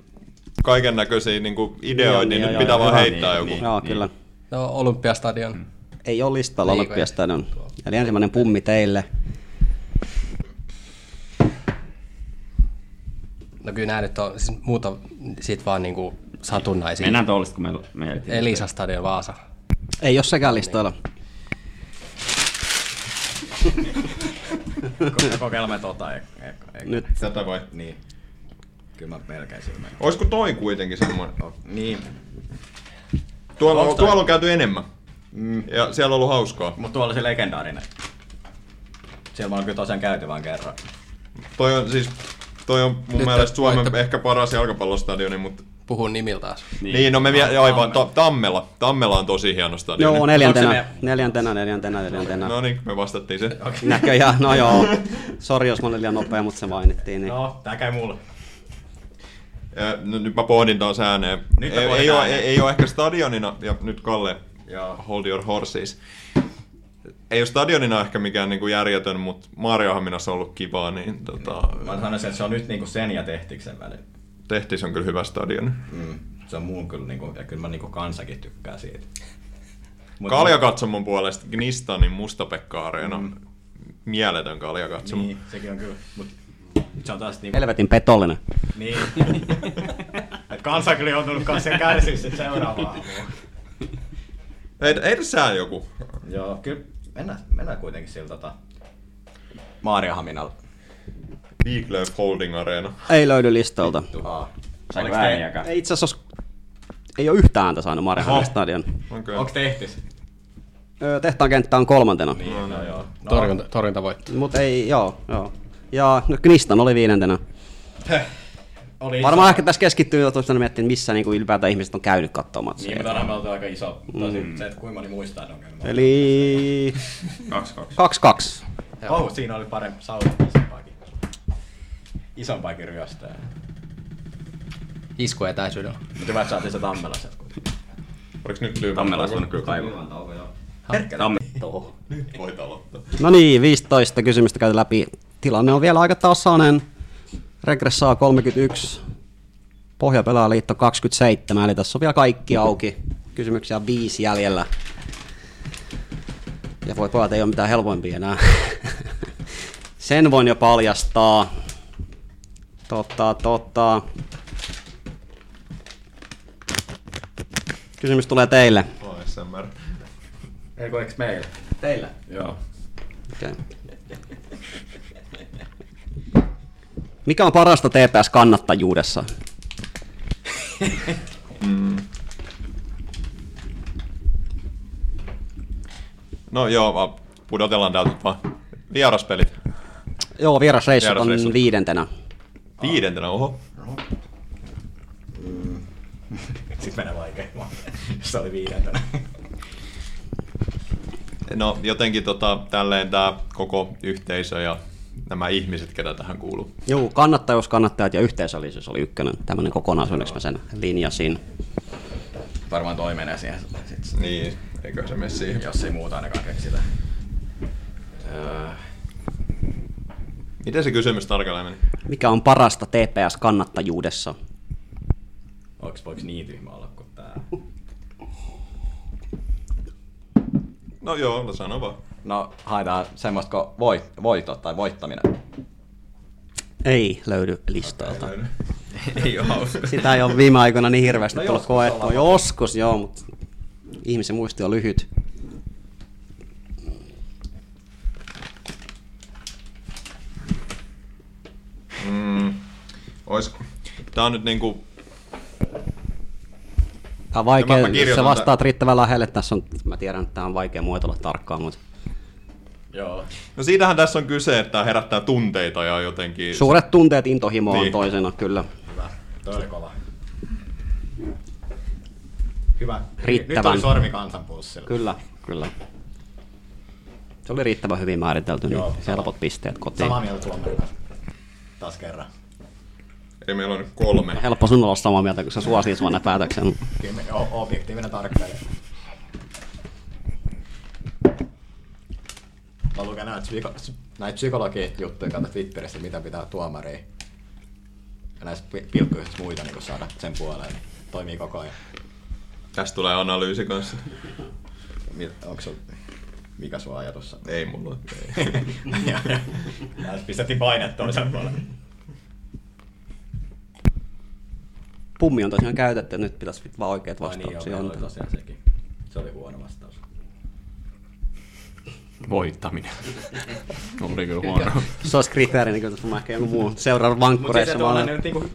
Speaker 3: kaiken näköisiä niin ideoita, niin
Speaker 5: Joo,
Speaker 3: nyt
Speaker 5: joo,
Speaker 3: pitää
Speaker 5: joo,
Speaker 3: vaan
Speaker 5: joo,
Speaker 3: heittää
Speaker 5: niin,
Speaker 3: joku.
Speaker 5: niin.
Speaker 2: Joo, kyllä.
Speaker 6: No,
Speaker 5: Mm.
Speaker 6: Olympiastadion.
Speaker 2: Ei ole listalla
Speaker 6: Liikoja.
Speaker 2: olympiastadion. Eli ensimmäinen pummi teille.
Speaker 6: No kyllä nämä nyt on, siis muuta siitä vaan niinku satunnaisia.
Speaker 5: Mennään tuollaista, kun meillä meillä ei
Speaker 6: Elisa Stadion Vaasa.
Speaker 2: Ei ole sekään listalla.
Speaker 8: Kokeilemme tota. E- e- e-
Speaker 2: Nyt.
Speaker 3: Tätä vai?
Speaker 8: Niin. Kyllä mä melkein silmään.
Speaker 3: Olisiko toi kuitenkin semmoinen?
Speaker 8: Niin,
Speaker 3: Tuolla, on,
Speaker 8: Onks toi? Mm.
Speaker 3: tuolla on käyty enemmän. Ja siellä on ollut hauskaa.
Speaker 8: mutta tuolla se legendaarinen. Siellä mä oon kyllä tosiaan käyty vaan kerran.
Speaker 3: Toi on siis, toi on mun
Speaker 6: Nyt
Speaker 3: mielestä
Speaker 6: te
Speaker 3: Suomen
Speaker 6: voitte-
Speaker 3: ehkä paras jalkapallostadioni, mutta...
Speaker 6: Puhun nimillä taas.
Speaker 3: Niin,
Speaker 5: Niin.
Speaker 3: niin no me
Speaker 8: Ah,
Speaker 3: vielä, ja aivan, ta- Tammela. Tammela on tosi hieno stadioni.
Speaker 2: Joo,
Speaker 8: Onko se
Speaker 2: neljäntenä,
Speaker 8: meidän-
Speaker 2: neljäntenä, neljäntenä, neljäntenä.
Speaker 3: No niin, me vastattiin se.
Speaker 2: Näköjään, no joo. Sori, jos mä olin liian nopea, mutta se mainittiin. Niin.
Speaker 8: No, tää käy mulle.
Speaker 3: Ja, no, nyt mä pohdin taas ääneen.
Speaker 8: Nyt mä
Speaker 3: ei,
Speaker 8: pohdin
Speaker 3: ei, ole,
Speaker 8: ääneen.
Speaker 3: ei, ei ole ehkä stadionina, ja nyt Kalle,
Speaker 8: Joo.
Speaker 3: hold your horses. Ei ole stadionina ehkä mikään niinku järjetön, mutta Maariohaminassa on ollut kivaa, niin tota,
Speaker 8: Mä sanoisin, että se on nyt niinku sen ja Tehtiksen välillä.
Speaker 3: Tehtis on kyllä hyvä stadion.
Speaker 8: Mm. Se on muun kyllä, niinku, ja kyllä mä niinku kansakin tykkää siitä. Mut
Speaker 3: Kaljakatsomon puolesta Gnistanin Mustapekka-areena. Mm. Mieletön kaljakatsomo.
Speaker 8: Niin, sekin on kyllä. Mut se on taas niinku...
Speaker 2: Helvetin petollinen.
Speaker 8: Niin. Et kansa kyllä on tullut kanssa kärsiä sit seuraavaa aamua.
Speaker 3: Ei, ei sää joku.
Speaker 8: Joo, kyllä mennään, mennään kuitenkin sillä tota... Maariahaminalla.
Speaker 3: Wiglöf Holding Areena.
Speaker 2: Ei löydy listalta.
Speaker 8: Tuhaa.
Speaker 5: Saiko ääniäkään?
Speaker 2: Ei itse asiassa os- ei ole yhtään ääntä saanut Marjahammin stadion.
Speaker 3: Okei.
Speaker 8: Onks Tehtis?
Speaker 2: Öö, Tehtaan kenttä on kolmantena. Niin.
Speaker 8: Niin, no joo. No,
Speaker 6: Torjunta, torjunta voitto.
Speaker 8: Niin.
Speaker 2: Mutta ei, joo, joo. Ja no, Knistan oli viidentenä.
Speaker 8: Niin. oli
Speaker 2: Varmaan ehkä tässä keskittyy jo tuosta miettimään, missä niinku ylipäätään ihmiset on käynyt katsomaan.
Speaker 8: Niin, mutta tänään me oltiin aika iso. Tosi, mm. se, että kuinka moni muistaa ne ongelmat.
Speaker 2: Eli
Speaker 5: 2-2.
Speaker 2: 2-2.
Speaker 8: Oh, siinä oli parempi sauna isompaakin. Isompaakin ryöstöä.
Speaker 6: Isku etäisyydellä.
Speaker 8: Mutta hyvä, että saatiin se Tammela sieltä kuitenkin.
Speaker 3: Oliko nyt lyhyt?
Speaker 5: Tammela on suunnat kyllä kaivaa.
Speaker 12: Hyvän tauko, joo.
Speaker 8: Toho.
Speaker 3: Voit aloittaa.
Speaker 2: No niin, 15 kysymystä käyty läpi. Tilanne on vielä aika tasainen. Regressaa 31, Pohjapelaajaliitto 27, eli tässä on vielä kaikki auki. Kysymyksiä on viisi jäljellä. Ja voi pojat, ei ole mitään helpoimpia enää. Sen voin jo paljastaa. Totta, totta. Kysymys tulee teille.
Speaker 3: ASMR.
Speaker 8: Eikö eiks meillä?
Speaker 2: Teille.
Speaker 8: Joo.
Speaker 2: Okay. Mikä on parasta TPS-kannattajuudessa?
Speaker 3: No joo, vaan pudotellaan täältä nyt vaan. Vieraspelit.
Speaker 2: Joo, vierasreissut on
Speaker 3: Vierasreissut.
Speaker 2: viidentenä.
Speaker 3: Ah. Viidentenä, oho. Mm.
Speaker 8: Sitten mennään vaikeimman. Se oli viidentenä.
Speaker 3: No jotenkin tota, tälleen tää koko yhteisö ja nämä ihmiset, ketä tähän kuuluu.
Speaker 2: Joo, kannattajuus, kannattajat ja yhteisöllisyys oli ykkönen. Tämmöinen kokonaisuudeksi mä sen linjasin.
Speaker 8: Varmaan toi menee siihen sit,
Speaker 3: Niin, eikö se mene siihen?
Speaker 8: jos ei muuta ainakaan keksitä. Öö,
Speaker 3: Miten se kysymys tarkalleen meni?
Speaker 2: Mikä on parasta TPS-kannattajuudessa?
Speaker 8: onks, voiks niin tyhmä olla kuin tää?
Speaker 3: No joo, no sano vaan.
Speaker 13: No haetaan semmoista kuin voi, voitot tai voittaminen.
Speaker 2: Ei löydy listalta.
Speaker 8: ei oo hauska.
Speaker 2: Sitä ei ole viime aikoina niin hirveästi no tullut
Speaker 13: joskus
Speaker 2: koettua.
Speaker 13: ollaan.
Speaker 2: Joskus, joo, mutta ihmisen muisti on lyhyt.
Speaker 3: Ois... Tää on nyt niinku...
Speaker 2: Tämä on vaikea,
Speaker 3: No mä- mä
Speaker 2: jos sä
Speaker 3: kirjoitan
Speaker 2: vastaat
Speaker 3: tän.
Speaker 2: riittävän lähelle, tässä on, mä tiedän, että tämä on vaikea muotoilla tarkkaan, mutta
Speaker 8: Joo.
Speaker 3: No siitähän tässä on kyse, että tää herättää tunteita ja jotenkin...
Speaker 2: suuret tunteet intohimo on
Speaker 3: Niin.
Speaker 2: toisena, kyllä.
Speaker 8: Hyvä. Toi oli kova. Hyvä. Nyt
Speaker 2: Riittävän.
Speaker 8: oli sormi kansan pulssilla.
Speaker 2: Kyllä, kyllä. Se oli riittävän hyvin määritelty, niin
Speaker 8: Joo,
Speaker 2: helpot pisteet kotiin.
Speaker 8: Samaa mieltä tuomarin kanssa. Taas kerran.
Speaker 3: Eli meillä on nyt kolme.
Speaker 2: Helppo sun olla samaa mieltä, kun sä suosit sua näitä päätöksiä.
Speaker 8: Kyllä me- o- objektiivinen tarkkailija. Mä luken näitä, psyko- näitä psykologia juttuja kautta Twitterissä, mitä pitää tuomaria. Ja näissä pi- pilkkuyhdessä muita niin saada sen puoleen. Niin toimii koko ajan.
Speaker 3: Tästä tulee analyysi kanssa.
Speaker 8: Onko sun, mikä sun ajatus on?
Speaker 3: Ei mulla. ole.
Speaker 8: ja, ja. Tässä pistettiin painetta toisen puolelle.
Speaker 2: Pummi on tosiaan käytetty, nyt pitäisi sit vaan oikeat
Speaker 8: niin,
Speaker 2: vastauksia
Speaker 8: oli
Speaker 2: antaa.
Speaker 8: tosiaan sekin. Se oli huono vastaus.
Speaker 14: Voittaminen. Oli kyllä huono.
Speaker 2: Se olisi kriteeri, niin kyllä tässä mä ehkä joku muu seuraava
Speaker 8: Mutta siis
Speaker 2: vankkureissa.
Speaker 8: se
Speaker 2: mä
Speaker 8: tuollainen
Speaker 2: olen-
Speaker 8: nyt niinku,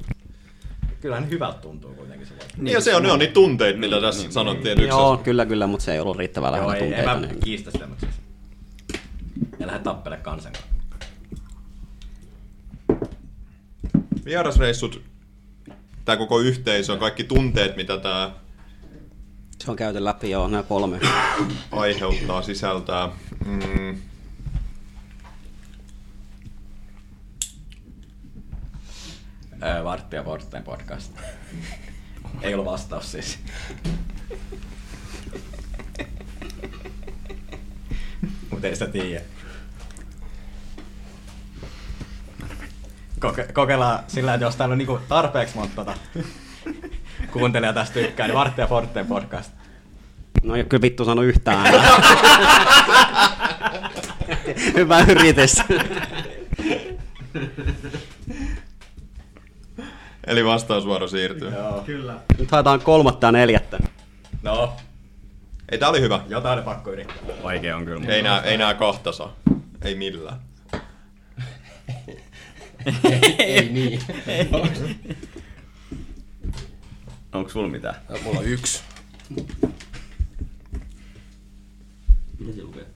Speaker 8: kyllähän hyvältä tuntuu kuitenkin se voi.
Speaker 3: Niin, ja se on, ne on niitä tunteita, mitä tässä sanottiin. että Yksi
Speaker 2: Joo,
Speaker 3: asia.
Speaker 2: kyllä, kyllä, mutta se ei ollut riittävän
Speaker 8: Joo,
Speaker 2: lähellä
Speaker 8: ei, en
Speaker 2: tunteita.
Speaker 8: mä
Speaker 2: Niin.
Speaker 8: kiistä sitä, mutta siis. Ja lähde tappele kansan kanssa.
Speaker 3: Vierasreissut, tämä koko yhteisö, kaikki tunteet, mitä tämä
Speaker 2: Se on käyty läpi, joo, nämä kolme.
Speaker 3: aiheuttaa, sisältää. Mm.
Speaker 8: Öö, Vartti ja Vorten podcast. Ei ollut vastaus siis. Mut ei sitä tiedä. Koke, kokeillaan sillä, että jos täällä on niinku tarpeeksi monta tota, kuuntelija tästä tykkää, niin Vartti ja Forten podcast.
Speaker 2: No ei ole kyllä vittu sano yhtään. ääntä. Hyvä yritys.
Speaker 3: Eli vastausvuoro siirtyy.
Speaker 11: Kyllä.
Speaker 2: Nyt haetaan kolmatta ja neljättä.
Speaker 8: No,
Speaker 3: Ei, tää oli hyvä.
Speaker 8: jotain oli pakko yrittää.
Speaker 14: Vaikea on kyllä.
Speaker 3: Ei nää, ei nää kahta saa. Ei millään.
Speaker 6: Ei niin.
Speaker 5: Onko sulla mitään?
Speaker 6: No, Mulla on yksi.
Speaker 11: Mitä se lukee?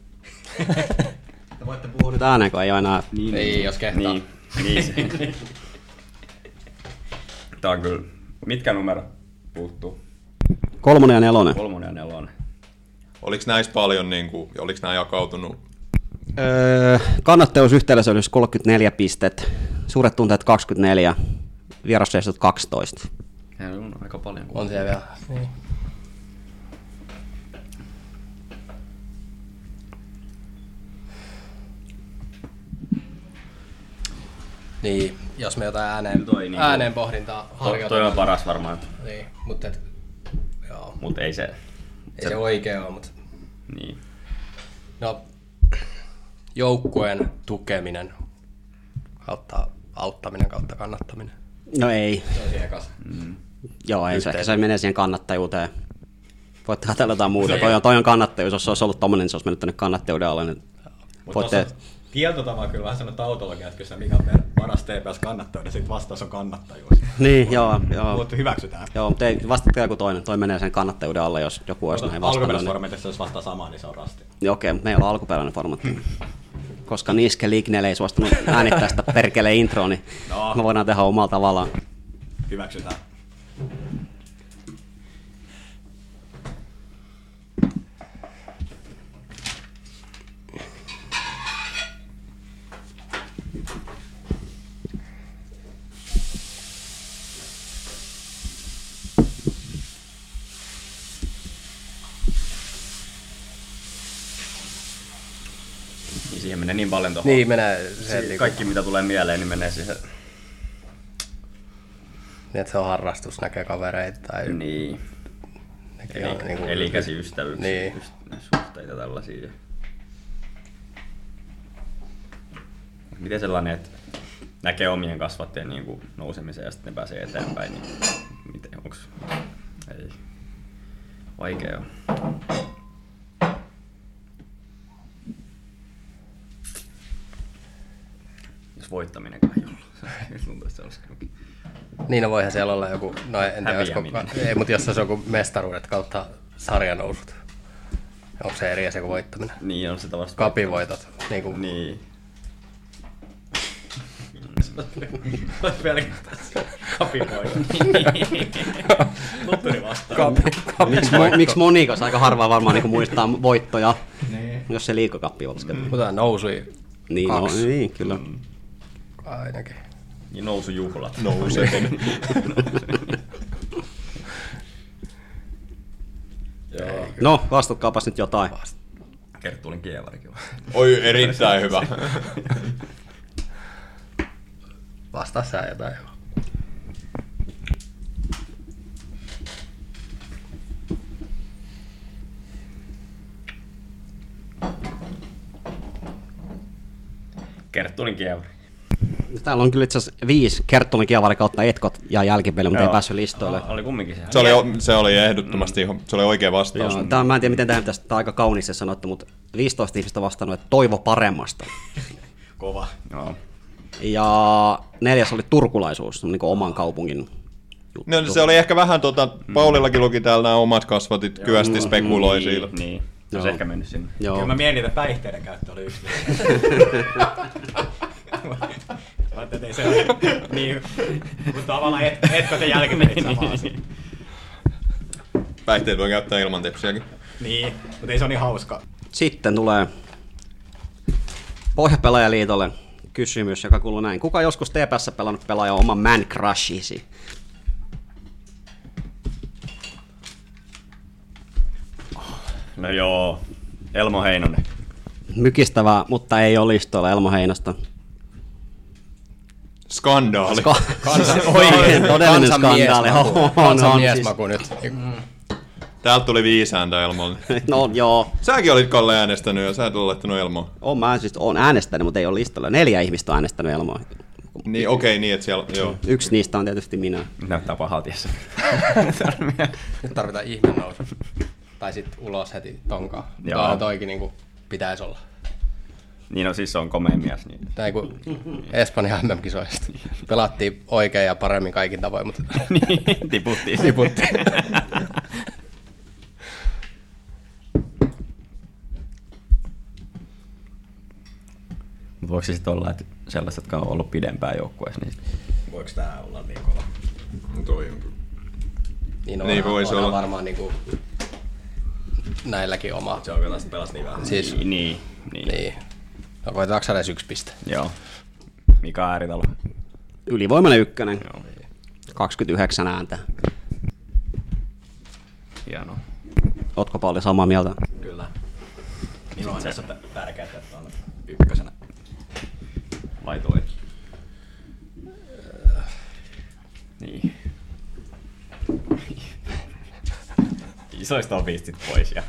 Speaker 2: Voitte puhua nyt ääneen, kun ei ole enää.
Speaker 11: Niin.
Speaker 6: Ei, jos kehtaa.
Speaker 5: Niin. niin. se- Tää on kyllä... Mitkä numero puuttuu?
Speaker 2: Kolmonen ja nelonen.
Speaker 5: Kolmonen ja nelonen.
Speaker 3: Oliks näissä paljon niinku, oliks nää jakautunut?
Speaker 2: Öö, kannattavuus yhteisöllisyys 34 pistet, suuret tunteet 24, vierasreissut 12.
Speaker 5: Ja on aika paljon.
Speaker 6: On siellä vielä. Niin. Niin, jos me jotain ääneen,
Speaker 5: Toi niinku-
Speaker 6: ääneen pohdintaa
Speaker 5: To, toi
Speaker 6: harjoitetaan.
Speaker 5: on paras varmaan,
Speaker 6: Niin, mutta et, joo,
Speaker 5: mutta ei se...
Speaker 6: ei se oikea ole, mutta
Speaker 5: Niin.
Speaker 6: no, joukkueen tukeminen kautta auttaminen kautta kannattaminen.
Speaker 2: No ei,
Speaker 8: Se on siihen kanssa.
Speaker 2: joo ei se, ehkä se menee siihen kannattajuuteen. Voitte ajatella jotain
Speaker 5: Niin.
Speaker 2: muuta, toi on, toi on kannattajuus, jos se olisi ollut tommonen, niin se olisi mennyt tänne kannattajuuden alle. Niin
Speaker 8: Mutta
Speaker 2: voitte,
Speaker 8: tuossa kieltotavaa kyllä vähän sellainen tautologia, että kyllä mikä on per- paras TPS kannattaa, niin sitten vastaus on kannattajuus.
Speaker 2: niin, joo, joo.
Speaker 8: Mutta hyväksytään.
Speaker 2: Joo, mutta ei, vastatkaa joku toinen, toi menee sen kannattajuuden alle, jos joku olisi näin vastannut. Niin.
Speaker 8: Alkuperäisformatissa jos vastaa samaa, niin se on rasti.
Speaker 2: Niin Okei, mutta meillä on alkuperäinen formaatti. Koska Niske Lignel ei suostunut äänittää sitä perkele introa, niin
Speaker 8: No.
Speaker 2: me voidaan tehdä omalla tavallaan.
Speaker 8: Hyväksytään.
Speaker 5: niin siihen menee niin paljon tuohon.
Speaker 6: Niin, menee se,
Speaker 5: Se,
Speaker 6: niinku,
Speaker 5: kaikki mitä tulee mieleen, niin menee siihen.
Speaker 6: niin, että se on harrastus, näkee kavereita tai
Speaker 5: Niin.
Speaker 6: näkee
Speaker 5: Eli,
Speaker 6: niinku-
Speaker 5: elikäsi ystävyys,
Speaker 6: Niin.
Speaker 5: niin. suhteita tällaisia. Miten sellainen, että näkee omien kasvattajien niin kuin nousemisen ja sitten ne pääsee eteenpäin, niin miten, onks, ei, vaikea on. Jos voittaminenkaan ei ollut. Se tuntuu, että se olisi kyllä-
Speaker 6: Niin, no voihan siellä olla joku, no en tiedä, olisiko,
Speaker 5: Häviäminen.
Speaker 6: ei, mutta jos se on joku mestaruudet kautta sarjanousut. Onko se eri asia kuin voittaminen?
Speaker 5: Niin, on se tavasta.
Speaker 6: Kapivoitot, niin kuin, niin.
Speaker 5: Niin.
Speaker 8: Pelkästään kapipoika.
Speaker 5: Niin.
Speaker 8: Lutturi vastaa.
Speaker 6: kapi, kapi.
Speaker 2: Miksi, mo, miksi Monikas aika harva varmaan niinku muistaa voittoja,
Speaker 5: Niin.
Speaker 2: jos se liikakappi olisi mm.
Speaker 6: Mutta nousui
Speaker 2: Niin, no,
Speaker 6: Kaksi.
Speaker 2: niin, kyllä.
Speaker 6: ainakin.
Speaker 5: Ja nousujuhlat.
Speaker 3: nousee.
Speaker 5: Joo.
Speaker 2: No, vastatkaapas nyt jotain.
Speaker 5: Kerttulin kievari kyllä.
Speaker 3: Oi, erittäin hyvä.
Speaker 6: Vastaa sä jotain.
Speaker 5: Kerttulin kievari.
Speaker 2: Täällä on kyllä itse asiassa viisi kerttunen kievari kautta etkot ja jälkipeli, mutta ei
Speaker 5: Joo.
Speaker 2: päässyt listoille.
Speaker 5: Oli kumminkin se.
Speaker 3: Se oli, se oli ehdottomasti ihan, se oli oikea vastaus.
Speaker 2: Joo, tää, mä en tiedä, miten tähän pitäisi, tää on aika kauniisti sanottu, mutta 15 ihmistä vastannut, että toivo paremmasta.
Speaker 4: Kova.
Speaker 14: Joo.
Speaker 2: Ja neljäs oli turkulaisuus, niin kuin oman kaupungin juttu.
Speaker 3: No, se oli ehkä vähän tota, Paulillakin luki täällä nämä omat kasvatit, kyösti spekuloi sillä.
Speaker 5: Niin, niin. Se olisi
Speaker 2: Joo.
Speaker 5: ehkä mennyt sinne.
Speaker 2: Joo.
Speaker 4: Kyllä mä mietin, että päihteiden käyttö oli yksi. Mä ajattelin, että ei se ole niin, mutta tavallaan et, etkö te jälkeen sama asia.
Speaker 2: Niin.
Speaker 3: Päihteet voi käyttää ilman tepsiäkin.
Speaker 4: Niin, mutta ei se ole niin hauska.
Speaker 2: Sitten tulee Pohjapelaajaliitolle kysymys, joka kuuluu näin. Kuka on joskus TPS pelannut pelaajan oman man crushisi?
Speaker 5: No joo. Elmo Heinonen.
Speaker 2: Mykistävää, mutta ei ole listoilla Elmo Heinosta.
Speaker 3: Skandaali.
Speaker 2: Ko- Oikein todellinen skandaali. On, on, on, siis.
Speaker 6: Kansanmiesmaku nyt.
Speaker 5: Mm.
Speaker 3: Täältä tuli viisi ääntä Elmolle.
Speaker 2: No joo,
Speaker 3: Säkin olit Kalle äänestänyt ja sä et ole laittanut Elmoa.
Speaker 2: on, mä siis on äänestänyt, mutta ei ole listalla. Neljä ihmistä on äänestänyt Elmoa.
Speaker 3: Niin okei, okay, niin että siellä, joo.
Speaker 2: Yksi niistä on tietysti minä.
Speaker 5: Näyttää pahalta tiessä.
Speaker 6: Nyt tarvitaan ihminen nousu. Tai sit ulos heti tonkaan.
Speaker 5: Joo.
Speaker 6: Joo. toikin niinku pitäis olla.
Speaker 5: Niin no siis se on komea mies. Niin.
Speaker 6: Tai kun Espanjan MM-kisoista. Pelattiin oikein ja paremmin kaikin tavoin, mutta
Speaker 5: niin, tiputtiin.
Speaker 6: tiputtiin.
Speaker 5: Mutta voiko se sitten olla, että sellaiset, jotka on ollut pidempään joukkueessa, niin
Speaker 4: Voiko tää olla niin kova?
Speaker 3: Toi on kyllä.
Speaker 6: Niin,
Speaker 3: Niin voisi
Speaker 6: onhan
Speaker 3: olla.
Speaker 6: varmaan niinku näilläkin oma.
Speaker 4: Se on kyllä tästä pelas niin vähän.
Speaker 6: Siis,
Speaker 5: Niin, niin. niin. niin.
Speaker 6: niin. No koetaanko saada edes yksi piste?
Speaker 5: Joo. Mika Ääritalo.
Speaker 2: Ylivoimainen ykkönen. 29 ääntä.
Speaker 5: Hienoa.
Speaker 2: Ootko paljon samaa mieltä?
Speaker 4: Kyllä. Niin on tässä tä- tärkeää, että on ykkösenä.
Speaker 5: Vai toi? Äh, Niin. Isoista on viistit pois ja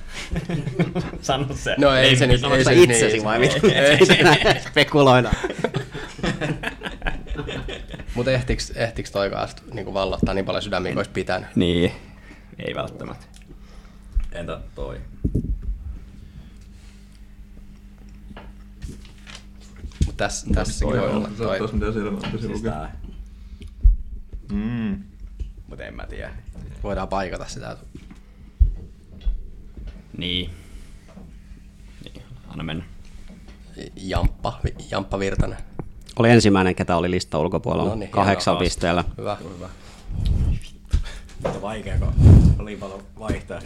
Speaker 5: sano se.
Speaker 6: No ei, se nyt,
Speaker 2: Ei
Speaker 6: ei
Speaker 2: sä
Speaker 6: se
Speaker 2: itsesi
Speaker 6: niin.
Speaker 2: vai mitä? Spekuloida.
Speaker 6: Mutta ehtiks, ehtiks toi kanssa niinku vallottaa niin paljon sydämiä kuin olisi pitänyt?
Speaker 5: Niin, ei välttämättä.
Speaker 4: Entä toi?
Speaker 6: Mutta tässä, tässäkin voi olla toi.
Speaker 14: mitä siellä on, mitä siellä
Speaker 4: Tää.
Speaker 3: Mm.
Speaker 4: Mut en mä tiedä.
Speaker 6: Voidaan paikata sitä.
Speaker 5: Niin. niin. Anna mennä.
Speaker 6: Jamppa, Jamppa Virtanen.
Speaker 2: Oli ensimmäinen, ketä oli lista ulkopuolella.
Speaker 6: No niin,
Speaker 2: Kahdeksan
Speaker 6: hienoa.
Speaker 2: pisteellä.
Speaker 6: Hyvä.
Speaker 4: Mutta vaikea, kun oli paljon vaihtaa.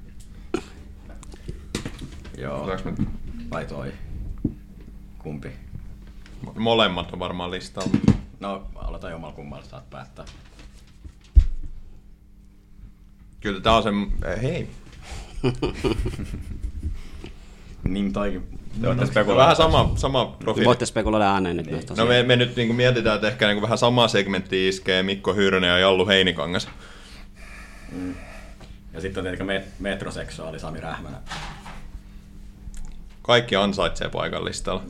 Speaker 4: Joo.
Speaker 3: Otaks mä-
Speaker 4: Vai toi? Kumpi?
Speaker 3: Molemmat on varmaan listalla.
Speaker 4: No, aloitan jommal kummalla, saat päättää.
Speaker 3: Kyllä tää on se... Hei.
Speaker 4: Niin toikin.
Speaker 5: Te olette
Speaker 3: Vähän
Speaker 5: spekuloineet.
Speaker 3: sama, sama profiili.
Speaker 2: Voitte spekuloida ääneen nyt. Niin.
Speaker 3: No me, me nyt niin mietitään, että ehkä niin vähän samaa segmenttiä iskee Mikko Hyyrönen ja Jallu Heinikangas.
Speaker 4: Ja sitten on tietenkin met- metroseksuaali Sami Rähmänä.
Speaker 3: Kaikki ansaitsee paikan listalla.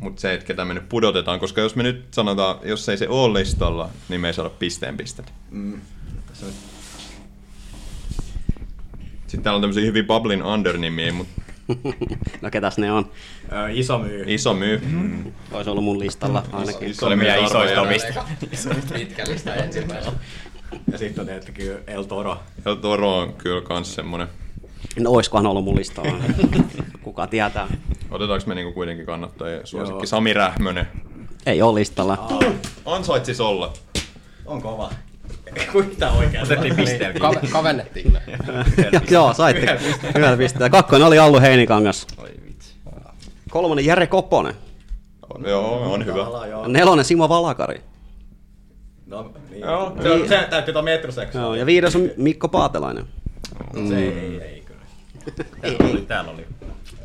Speaker 3: Mutta se, että ketä me nyt pudotetaan, koska jos me nyt sanotaan, jos ei se ole listalla, niin me ei saada pisteen pistettä.
Speaker 4: Tässä nyt
Speaker 3: Sitten täällä on tämmöisiä hyvin Bublin Under-nimiä, mutta
Speaker 2: no ketäs ne on?
Speaker 4: ö, iso myy.
Speaker 3: iso myy.
Speaker 2: Olisi ollut mun listalla ainakin.
Speaker 3: Iso myy
Speaker 5: meidän isoista
Speaker 3: arvojärjestys.
Speaker 5: omista.
Speaker 6: Pitkällistä ensimmäisenä.
Speaker 4: Ja sitten on tietenkin El Toro.
Speaker 3: Ja Toro on kyllä kans semmonen.
Speaker 2: No oiskohan ollut mun listalla. Kuka tietää.
Speaker 3: Otetaanko me niinku kuitenkin kannattajia suosikki?
Speaker 4: Joo.
Speaker 3: Sami Rähmönen.
Speaker 2: Ei ole listalla.
Speaker 3: Ansaitsis olla.
Speaker 4: On kova. Kuinka oikein? Otettiin pisteelläkin.
Speaker 6: Kave, kavennettiin kyllä.
Speaker 2: Joo, saitte. Hyvä pistää. Kakkonen oli Allu Heinikangas.
Speaker 5: Oi vitsi.
Speaker 2: Kolmonen Jere Koponen. on.
Speaker 3: Joo, on hyvä.
Speaker 4: Ala, No joo.
Speaker 2: Nelonen Simo Valakari.
Speaker 4: No, niin.
Speaker 3: Joo,
Speaker 4: se, on- se täytyy tuo metroseksu.
Speaker 2: Joo, ja viides on Mikko Paatelainen.
Speaker 4: Se ei, ei kyllä.
Speaker 5: Täällä oli, täällä oli.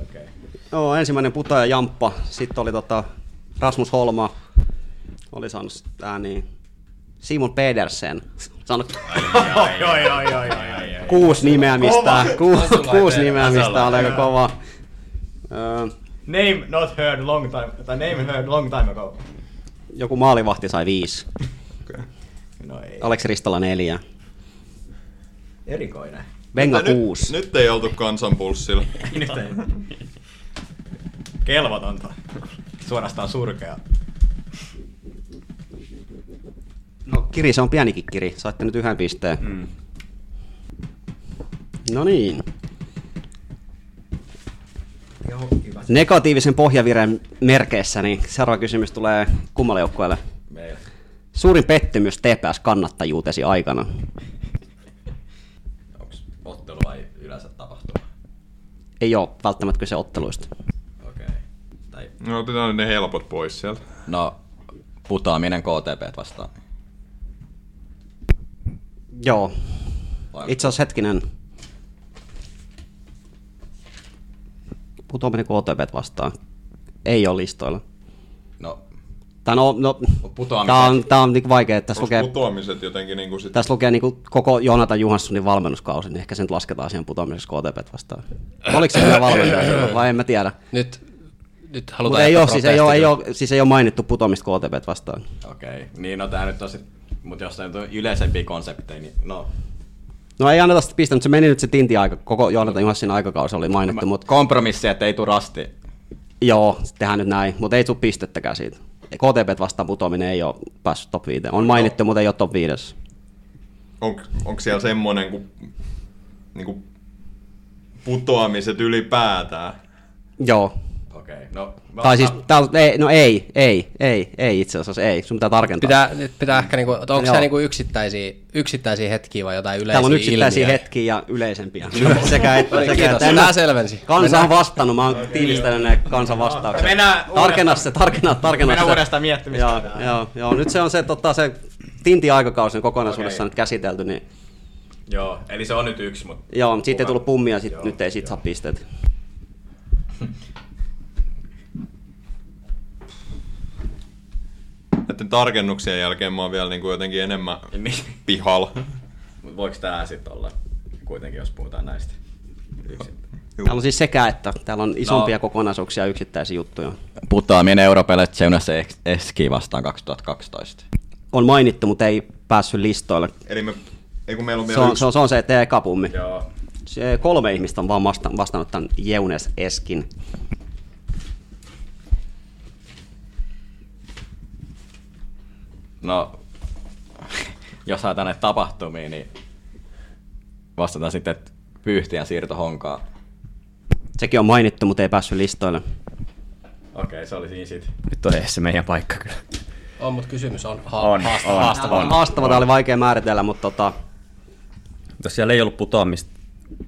Speaker 4: Okei.
Speaker 2: Joo, ensimmäinen putoja Jamppa, sitten oli tota Rasmus Holma, oli saanut sit ääniä. Simon Pedersen, saanut
Speaker 4: Okay. Joo, joo, joo, joo, joo.
Speaker 2: kuusi nimeämistä, Ku,
Speaker 6: Asulainen.
Speaker 2: kuusi nimeämistä, oli aika kova. Öö,
Speaker 4: Name not heard long time, tai name heard long time ago.
Speaker 2: joku maalivahti sai viisi,
Speaker 4: No ei.
Speaker 2: Aleksi Ristola neljä,
Speaker 4: Erikoinen.
Speaker 2: Venga
Speaker 3: Mutta nyt-
Speaker 2: kuusi.
Speaker 3: Nyt ei oltu kansanpulssilla.
Speaker 4: Nyt ei. Kelvotonta. Suorastaan surkea.
Speaker 2: No kiri, se on pienikin kiri, saitte nyt yhden pisteen. Mm. No niin. Negatiivisen pohjavireen merkeissä, niin seuraava kysymys tulee kummalle joukkueelle.
Speaker 4: Meillä.
Speaker 2: Suurin pettymys TPS-kannattajuutesi aikana.
Speaker 4: Onko ottelu vai yleensä tapahtuma?
Speaker 2: Ei ole välttämättä kyse otteluista.
Speaker 4: Okei. Tai...
Speaker 3: No otetaan ne helpot pois sieltä.
Speaker 8: No, putoaminen KTP vastaan.
Speaker 2: Joo.
Speaker 8: Vai-
Speaker 2: Itse asiassa hetkinen. Putoaminen KTP vastaan. Ei ole listoilla.
Speaker 8: No,
Speaker 2: Tää no, no,
Speaker 8: Putoamiset.
Speaker 2: tää on, tää on niinku vaikea, että tässä
Speaker 3: Onko
Speaker 2: lukee...
Speaker 3: putoamiset jotenkin niinku sit...
Speaker 2: Tässä lukee niin koko Jonatan Juhanssonin valmennuskausi, niin ehkä sen lasketaan siihen putoamisessa KTP vastaan. Oliko se vielä valmentaja silloin, vai en mä tiedä.
Speaker 6: Nyt, nyt
Speaker 2: Mutta
Speaker 6: halutaan
Speaker 2: ei
Speaker 6: jättää
Speaker 2: ole, siis ei, ole,
Speaker 6: protesti
Speaker 2: ei,
Speaker 6: kyllä.
Speaker 2: ole, siis ei ole mainittu putoamista KTP vastaan.
Speaker 8: okei. Okay. Niin, no tää nyt on sit, mut jos tää nyt on yleisempiä konsepteja, niin no,
Speaker 2: No ei anneta sitä pistettä, mutta se meni nyt se tinti aika, koko Jonatan Juhanssonin aikakausi oli mainittu, mutta
Speaker 8: kompromissi, että ei tuu rasti.
Speaker 2: joo, tehdään nyt näin, mutta ei tule pistettäkään siitä. KTP vastaan putoaminen ei ole päässyt top 5. On mainittu, mutta ei ole top 5.
Speaker 3: On, onko siellä semmonen kuin niinku putoamiset ylipäätään?
Speaker 2: Joo.
Speaker 8: Okei, okay. no mä,
Speaker 2: Tai siis, täällä, ei, no ei, ei, ei, ei itse asiassa, ei. Sun pitää tarkentaa.
Speaker 6: Pitää, nyt pitää ehkä, niinku, että onko
Speaker 2: Joo.
Speaker 6: se niinku yksittäisiä, yksittäisiä hetkiä vai jotain yleisiä
Speaker 2: Täällä on yksittäisiä
Speaker 6: ilmiöitä?
Speaker 2: hetkiä ja yleisempiä. sekä että, sekä
Speaker 6: Kiitos,
Speaker 2: että. En mä-
Speaker 6: tämä selvensi.
Speaker 2: Kansa on vastannut, mä oon tiivistänyt ne kansan vastaukset.
Speaker 4: Mennään
Speaker 2: tarkenna se, tarkenna, tarkenna
Speaker 4: Mennään
Speaker 2: se.
Speaker 4: uudestaan miettimistä.
Speaker 2: Joo, joo, joo, nyt se on se, tota, se tinti aikakausi on kokonaisuudessaan
Speaker 4: Okei.
Speaker 2: nyt käsitelty, niin
Speaker 4: Joo, eli se on nyt yksi, mutta
Speaker 2: joo, mutta siitä ei tullut pummia, sit,
Speaker 4: Joo,
Speaker 2: nyt ei sit saa pisteet.
Speaker 3: Näiden tarkennuksien jälkeen mä oon vielä niinku jotenkin enemmän
Speaker 4: niin.
Speaker 3: pihalla.
Speaker 4: Mut voiko tää sit olla kuitenkin, jos puhutaan näistä? Yksi.
Speaker 2: Täällä on siis sekä, että täällä
Speaker 3: No.
Speaker 2: on isompia kokonaisuuksia ja yksittäisiä juttuja.
Speaker 8: putoaminen europeille Seunas Eski vastaan 2012.
Speaker 2: On mainittu, mutta ei päässyt listoille.
Speaker 3: Eli me, ei kun meillä on
Speaker 2: Se
Speaker 3: vielä
Speaker 2: on,
Speaker 3: yksi.
Speaker 2: se on, se, on se, että ei eka pummi.
Speaker 4: Joo.
Speaker 2: Se kolme ihmistä on vaan vasta- vastannut tämän Jeunes Eskin.
Speaker 8: No, jos saadaan näitä tapahtumia, niin vastataan sitten, että pyyhtiän siirto honkaa.
Speaker 2: Sekin on mainittu, mutta ei päässyt listoille.
Speaker 4: Okei, se oli siinä sit.
Speaker 14: Nyt on edes se meidän paikka kyllä.
Speaker 6: On, mutta kysymys on, ha-
Speaker 14: On,
Speaker 6: haastava.
Speaker 14: on,
Speaker 2: Haastava,
Speaker 14: on.
Speaker 2: on, haastava tämä oli vaikea määritellä, mutta tota,
Speaker 14: Jos siellä ei ollut putoamista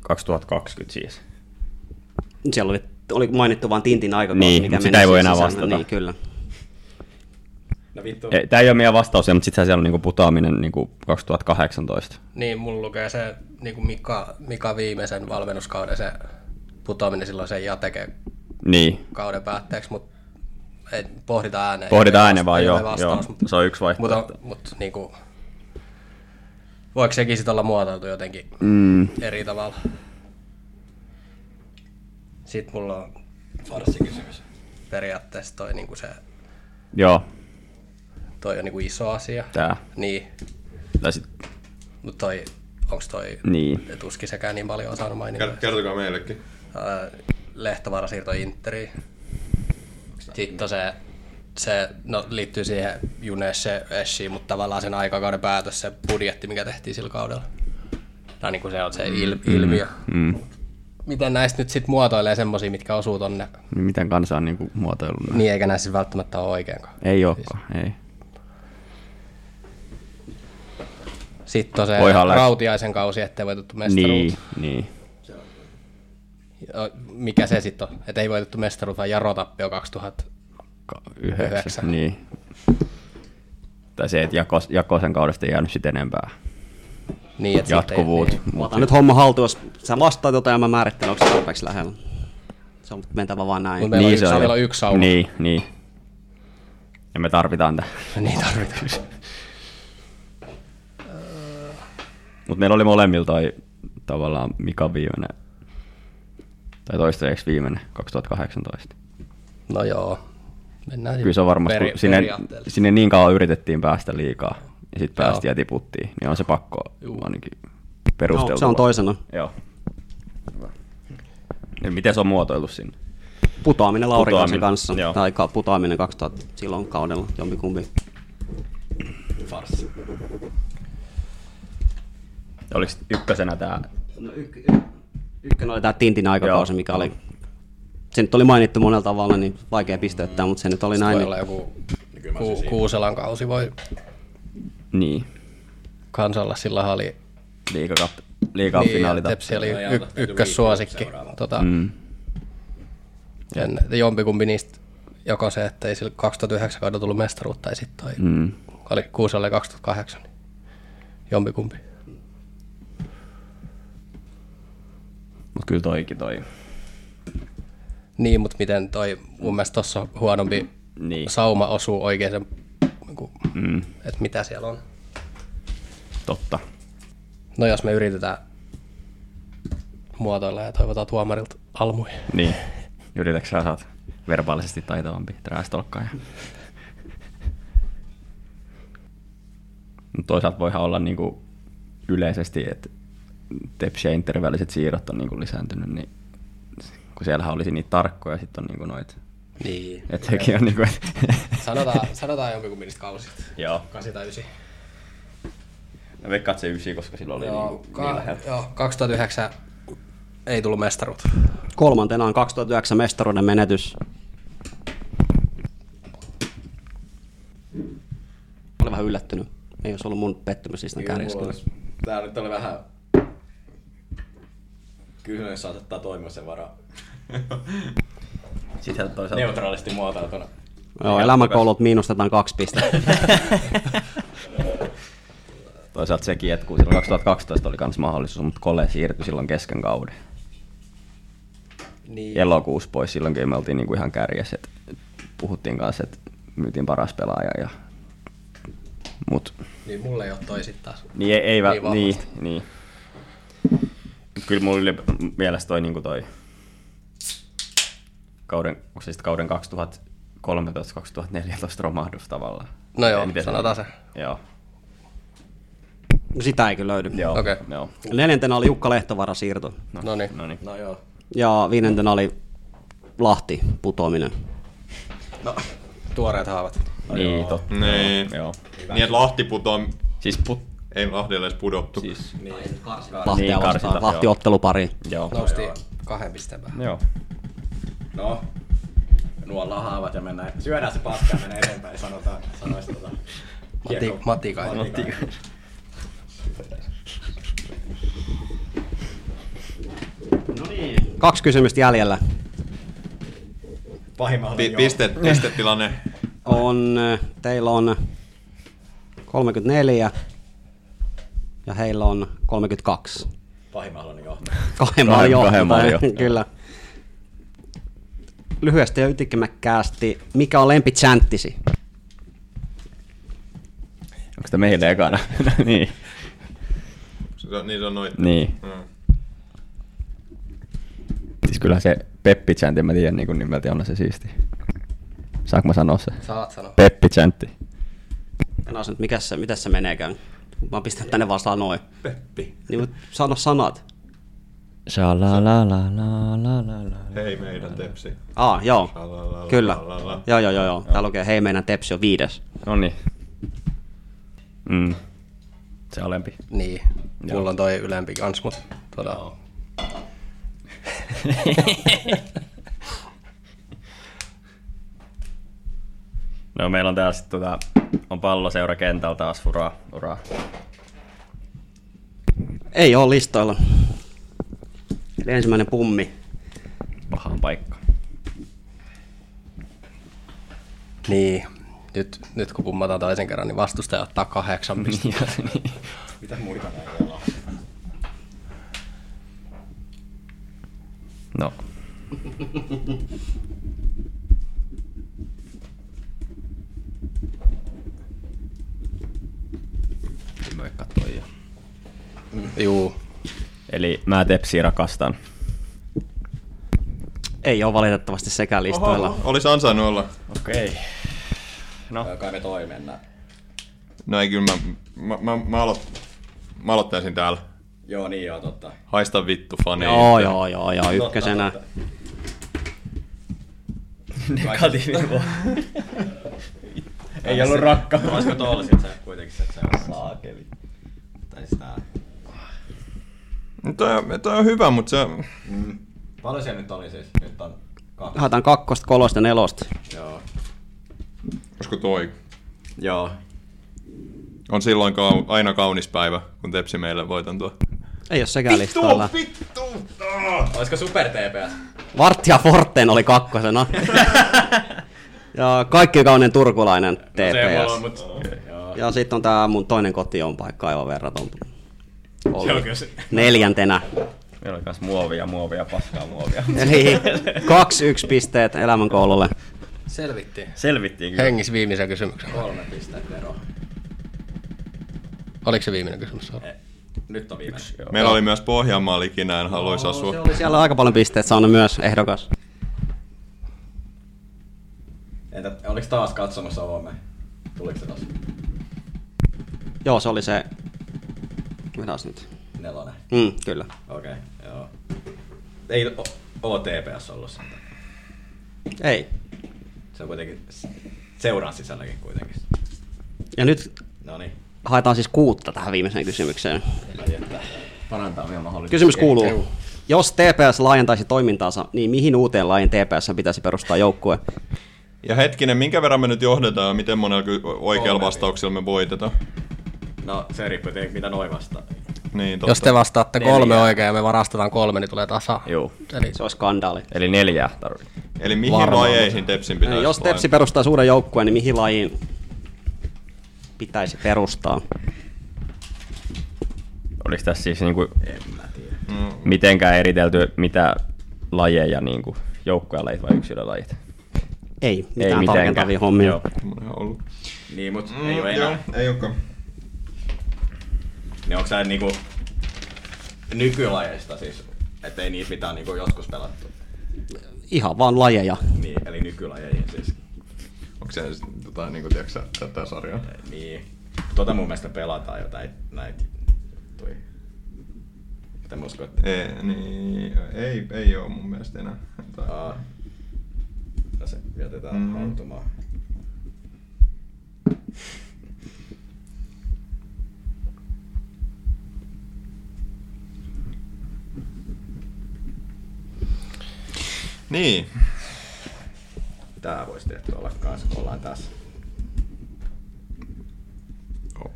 Speaker 14: 2020 siis.
Speaker 2: siellä oli, oli mainittu vain Tintin aikakausi.
Speaker 14: Niin,
Speaker 2: mikä
Speaker 14: mutta
Speaker 2: meni
Speaker 14: sitä ei voi
Speaker 2: sen
Speaker 14: enää
Speaker 2: sisällä.
Speaker 14: vastata.
Speaker 2: Niin, kyllä.
Speaker 4: No vittu.
Speaker 14: Ei, Tää ei ole meidän vastaus, mutta sittenhän siellä on niinku putoaminen niinku 2018.
Speaker 6: Niin, mulla lukee se niin kuin Mika, Mika viimeisen valmennuskauden se putoaminen silloin sen jateke
Speaker 14: Niin.
Speaker 6: kauden päätteeksi, mutta ei, pohditaan ääneen.
Speaker 14: Pohditaan
Speaker 6: Ei
Speaker 14: ääneen vaan,
Speaker 6: ei
Speaker 14: joo,
Speaker 6: ole vastaus,
Speaker 14: joo. Se on yksi vaihtoehto.
Speaker 6: Mutta, mutta niin kuin, voiko sekin sitten olla muotoiltu jotenkin
Speaker 14: Mm.
Speaker 6: eri tavalla? Sitten mulla on farssikysymys. Periaatteessa toi, niin kuin se,
Speaker 14: Joo,
Speaker 6: toi on niin kuin iso asia.
Speaker 14: tää.
Speaker 6: Niin,
Speaker 14: Tai sit,
Speaker 6: mutta toi, onko toi
Speaker 14: niin.
Speaker 6: tuskin sekään niin paljon osannut mainita.
Speaker 3: Kert- Kertokaa meillekin.
Speaker 6: Ää, Lehtovaara siirto Interiin. Sitten se, se no, liittyy siihen Junesse Eshiin, mutta tavallaan sen aikakauden päätös, se budjetti, mikä tehtiin sillä kaudella. Tai niin kuin se on se il, ilmiö.
Speaker 14: Mm.
Speaker 6: Miten näistä nyt sitten muotoilee semmosia, mitkä osuu tonne?
Speaker 14: Niin Miten kansa on niinku muotoillut? nää?
Speaker 6: Niin eikä näissä siis välttämättä ole oikeinkaan.
Speaker 14: Ei olekaan,
Speaker 6: Siis.
Speaker 14: ei.
Speaker 6: Sitten on se
Speaker 14: Voihan olla-
Speaker 6: Rautiaisen kausi, ettei voitettu mestaruutta.
Speaker 14: Niin, niin.
Speaker 6: Ja mikä se sitten on, että ei voitettu mestaruutta, vaan Jaro tappio 2000
Speaker 5: yhdeksän.
Speaker 6: Yhdeksän.
Speaker 5: Niin. Tai se, että jako, Jakosen kaudesta ei jäänyt sitten enempää
Speaker 6: Niin, et
Speaker 5: jatkuvuut.
Speaker 6: Sitten,
Speaker 5: Mut-
Speaker 2: Ota nyt homma haltuun, jos sä vastaat jotain ja mä määrittelen, onko se tarpeeksi lähellä. Se on mentävä vaan näin. No,
Speaker 6: Mut meillä on yksi-
Speaker 5: se
Speaker 6: meillä on yksi sauma.
Speaker 5: Niin, niin. Ja me tarvitaan tämä.
Speaker 6: niin, niin tarvitaan.
Speaker 5: Mutta meillä oli molemmilla toi tavallaan Mika viimeinen, tai toistaiseksi viimeinen, 2018.
Speaker 6: No joo. Mennään
Speaker 5: Kyllä se on varmasti,
Speaker 6: peri-
Speaker 5: kun sinne,
Speaker 6: periaatteellisesti.
Speaker 5: sinne niin kauan yritettiin päästä liikaa, ja sitten
Speaker 6: Joo.
Speaker 5: päästiin ja tiputtiin, niin on se pakko Juu. ainakin perusteltua.
Speaker 2: no, se on toisena.
Speaker 5: Joo. Ja miten se on muotoiltu sinne?
Speaker 2: Putoaminen Lauri
Speaker 5: Putoaminen,
Speaker 2: kanssa.
Speaker 5: joo.
Speaker 2: Tai ka- putoaminen 2000 silloin kaudella, jompikumpi.
Speaker 5: Ja oliko sit ykkösenä tämä?
Speaker 2: No yk- y- ykkönen oli tämä Tintin aikakausi,
Speaker 5: Joo.
Speaker 2: mikä oli... Se nyt oli mainittu monella tavalla, niin vaikea pisteyttää, mutta se nyt oli näin.
Speaker 6: Voi olla joku ku, Kuuselan kausi voi
Speaker 5: Niin,
Speaker 6: kansalla. Sillä oli
Speaker 5: liiga liikaa niin, finaali.
Speaker 6: Tepsi oli y- ykkössuosikki. Tota, mm. en, jompikumpi niistä joko se, että ei sillä 2009 kaudella tullut mestaruutta, tai sitten toi mm. oli Kuuselle 2008. niin Jompikumpi.
Speaker 5: Mutta kyllä toikin toi.
Speaker 6: Niin, mutta miten toi mun mielestä tuossa huonompi
Speaker 5: Niin,
Speaker 6: sauma osuu oikein sen, mm. että mitä siellä on.
Speaker 5: totta.
Speaker 6: No jos me yritetään muotoilla ja toivotaan tuomarilta almuja.
Speaker 5: Niin. Yritätkö sä saat verbaalisesti taitavampi träästolkkaaja? Mut Toisaalta voihan olla niinku yleisesti, että Tepsi ja Interin väliset siirrot on niinku lisääntynyt, niin kun siellähän olisi niitä tarkkoja, sitten on niinku noit.
Speaker 6: Niin.
Speaker 5: Että sekin on niinku, et,
Speaker 6: Sanotaan, sanotaan jompikumpi niistä kausista.
Speaker 5: Joo.
Speaker 6: 8 tai 9.
Speaker 5: Mä veikkaan, että se ysi, koska silloin oli niinku-
Speaker 6: Joo, ka- joo, 2009 ei tullut mestaruutta.
Speaker 2: Kolmantena on 2009 mestaruuden menetys. Olen vähän yllättynyt. Ei olisi ollut mun pettymys listan kärjessä. kyllä.
Speaker 8: Tää nyt oli vähän... Kysymys saatettaa toimia sen varaa.
Speaker 5: Sitten toisaalta
Speaker 8: Neutraalisti muotoiltuna.
Speaker 2: Joo, elämäkoulut miinustetaan kaksi pistettä.
Speaker 5: Toisaalta sekin, että kun silloin 2012 oli myös mahdollisuus, mutta Kole siirtyi silloin kesken kauden.
Speaker 6: Niin.
Speaker 5: Elokuussa pois, silloinkin me oltiin niinku ihan kärjessä. et Puhuttiin kanssa, että myytiin paras pelaaja. Ja... Mut,
Speaker 6: Niin mulle ei ole toi sit taas.
Speaker 5: niin ei, ei vä...
Speaker 6: Niin
Speaker 5: niin,
Speaker 6: vahvasti.
Speaker 5: niin, niin. Mut Kyllä mulla oli mielessä toi, niinku toi kauden, onko se sit kauden 2013-2014 romahdus tavallaan.
Speaker 6: No joo,
Speaker 5: Ei, miten
Speaker 6: sanotaan se.
Speaker 5: Joo,
Speaker 2: No Sitä ei kyllä löydy.
Speaker 5: joo,
Speaker 6: Okei.
Speaker 5: joo.
Speaker 2: Neljäntenä oli Jukka Lehtovara siirto.
Speaker 6: No niin.
Speaker 5: No niin.
Speaker 8: No joo.
Speaker 2: Ja viidentenä oli Lahti putoaminen.
Speaker 6: Tuoreet haavat.
Speaker 5: Niin, totta.
Speaker 3: Niin.
Speaker 5: Joo.
Speaker 3: Niin, että Lahti putoaa...
Speaker 5: Siis put...
Speaker 3: Ei Lahdelle edes pudottu. Siis.
Speaker 2: Lahtia
Speaker 5: Niin,
Speaker 2: vastaan.
Speaker 5: karsinta,
Speaker 2: Lahti
Speaker 5: joo.
Speaker 2: ottelupari.
Speaker 5: Joo.
Speaker 6: Noustiin kahden pisteen päähän.
Speaker 5: Joo.
Speaker 8: No. Nuollaan haavat ja mennään. Syödään se paska ja mennään eteenpäin. Sanotaan, sanois tota.
Speaker 6: Mati,
Speaker 8: kiekko-
Speaker 6: Mati kai.
Speaker 2: Kaksi kysymystä jäljellä.
Speaker 8: Pahin
Speaker 3: Pi-
Speaker 8: mahdollinen
Speaker 3: piste,
Speaker 2: Niin.
Speaker 3: pistetilanne.
Speaker 2: On, äh, teillä on 34 ja heillä on 32.
Speaker 8: joo- Pahin mahdollinen johto.
Speaker 2: Kahden maalin johto.
Speaker 5: kahden maalin
Speaker 2: tai-
Speaker 5: johto.
Speaker 2: Kyllä. Lyhyesti ja ytikimäkkäästi. Mikä on lempichanttisi?
Speaker 5: Onko tämä meille ekana? No niin.
Speaker 3: Se on- Niin se on noin.
Speaker 5: Niin.
Speaker 3: Mm.
Speaker 5: Siis kyllähän se Peppi Chantti, en mä tiedän niin nimeltä, onhan se siisti. Saanko mä sanoa se?
Speaker 6: Saat sanoa.
Speaker 5: Peppi Chantti.
Speaker 2: En osaa nyt, mikä se, mitä se meneekään. Mä pistän tänne vastaan noin. Peppi. Niin, mut sano sanat.
Speaker 5: Sha la la la la la la la.
Speaker 3: Hei meidän tepsi.
Speaker 2: Aa, joo.
Speaker 3: Lalalala.
Speaker 2: Kyllä. Joo, joo, joo, joo. Täällä lukee, hei meidän tepsi on viides.
Speaker 5: No niin. Mm. Se alempi.
Speaker 6: Niin. Mulla on toi ylempi kans, mut tota.
Speaker 5: No meillä on täällä sitten tota, on palloseura kentällä taas uraa. uraa.
Speaker 2: Ei ole listoilla. Eli ensimmäinen pummi.
Speaker 5: Pahaan paikka.
Speaker 6: Niin, nyt, nyt kun pummataan toisen kerran, niin vastustaja ottaa kahdeksan pistettä.
Speaker 8: Mitä muita näillä on?
Speaker 5: no,
Speaker 6: Veikka toi jo. Juu,
Speaker 5: eli mä tepsiä rakastan.
Speaker 2: Ei ole valitettavasti sekään listoilla. Oho.
Speaker 3: Olisi ansainnut olla.
Speaker 5: Okei. Okay.
Speaker 8: Kai me toi mennään.
Speaker 3: No ei kyllä, mä, mä, mä, mä, aloit, mä aloittaisin täällä.
Speaker 8: Joo, niin joo, totta.
Speaker 3: Haista vittu fani.
Speaker 2: Joo, joo, joo, joo, ykkösenä.
Speaker 8: Totta,
Speaker 5: Negatiivinen voi.
Speaker 8: Ei ollut rakkautta. Olisiko tuolla sit se kuitenkin se, että se on saakeli. Tai sitä...
Speaker 3: No Toi, on- toi on hyvä, mutta se...
Speaker 8: Paljon siellä nyt oli siis? Nyt on kaksi.
Speaker 2: Haetaan kakkosta, kolosta ja nelosta.
Speaker 8: Joo.
Speaker 3: Olisiko toi?
Speaker 8: Joo.
Speaker 3: On silloin kau, aina kaunis päivä, kun tepsi meille voiton tuo.
Speaker 2: Ei ole sekään listoilla.
Speaker 3: vittu!
Speaker 8: Olisiko Super TPS?
Speaker 2: Vartija Forteen oli kakkosena. ja kaikki kaunein turkulainen
Speaker 8: No
Speaker 2: TPS.
Speaker 8: mut... Joo.
Speaker 2: ja sitten on tää mun toinen koti on paikka aivan verraton. Ollut.
Speaker 8: Se on kyllä se.
Speaker 2: Neljäntenä.
Speaker 5: Meillä on myös muovia, muovia, paskaa muovia.
Speaker 2: Eli kaksi yksi pisteet elämänkoululle.
Speaker 6: selvittiin.
Speaker 5: Selvittiin kyllä.
Speaker 6: Hengis viimeisen kysymyksen.
Speaker 8: Kolme pistettä ero.
Speaker 6: Oliko se viimeinen kysymys?
Speaker 8: Nyt on viimeinen.
Speaker 3: Meillä oli myös Pohjanmaalla ikinä, en haluaisi asua.
Speaker 2: Se oli siellä aika paljon pisteet saanut myös ehdokas.
Speaker 8: Entä, oliks taas katsomassa Oome? Tuliko se tossa?
Speaker 2: Joo, se oli se... Mitäs nyt?
Speaker 8: Nelonen.
Speaker 2: Mm, kyllä.
Speaker 8: Okei, okay, joo. Ei o, oo TPS ollut sitä.
Speaker 2: Ei.
Speaker 8: Se on kuitenkin s- seuran sisälläkin kuitenkin.
Speaker 2: Ja nyt
Speaker 8: No niin.
Speaker 2: haetaan siis kuutta tähän viimeiseen kysymykseen.
Speaker 15: Parantaa vielä mahdollisesti.
Speaker 2: Kysymys kuuluu, jos TPS laajentaisi toimintaansa, niin mihin uuteen lajiin TPS pitäisi perustaa joukkue?
Speaker 3: Ja hetkinen, minkä verran me nyt johdetaan ja miten monella ky- oikealla vastauksella me voitetaan?
Speaker 8: No se riippuu tietenkin mitä noin vastaa.
Speaker 3: Niin, totta.
Speaker 6: Jos te vastaatte kolme oikein ja me varastetaan kolme, niin tulee tasa.
Speaker 5: Juu.
Speaker 6: Eli
Speaker 2: Se olisi skandaali.
Speaker 5: Eli neljää tarvittiin.
Speaker 3: Eli mihin
Speaker 6: Varmaan.
Speaker 3: lajeihin Tepsin pitäisi
Speaker 2: Jos Tepsi perustaa suuren joukkueen, niin mihin lajiin pitäisi perustaa?
Speaker 5: Oliko tässä siis niinku,
Speaker 8: Mm.
Speaker 5: mitenkään eritelty mitä lajeja, niinku, joukkojen lajit vai yksilölajit?
Speaker 2: Ei,
Speaker 5: Ei
Speaker 2: mitään
Speaker 5: mitenkään.
Speaker 2: tarkentavia hommia.
Speaker 5: Joo.
Speaker 3: Semmoinen ollut.
Speaker 8: Niin, mut mm, ei oo enää.
Speaker 3: ei olekaan.
Speaker 8: Niin onko sä niinku nykylajeista siis? Ettei niitä mitään niinku joskus pelattu.
Speaker 2: Ihan vaan lajeja.
Speaker 8: Niin, eli nykylajeihin siis.
Speaker 3: Onko se tota, niinku, tiedätkö, sä, tätä sarjaa?
Speaker 8: Niin. Tota mun mielestä pelataan jotain näitä tui. Mitä mä uskon, että...
Speaker 3: Ei, niin, ei, ei ole mun mielestä enää. Tai-
Speaker 8: Aa. No se jätetään
Speaker 3: Mm.
Speaker 8: mm. hautumaan.
Speaker 3: Niin.
Speaker 8: Tää voisi tehty olla kans, kun ollaan tässä.
Speaker 3: Oh,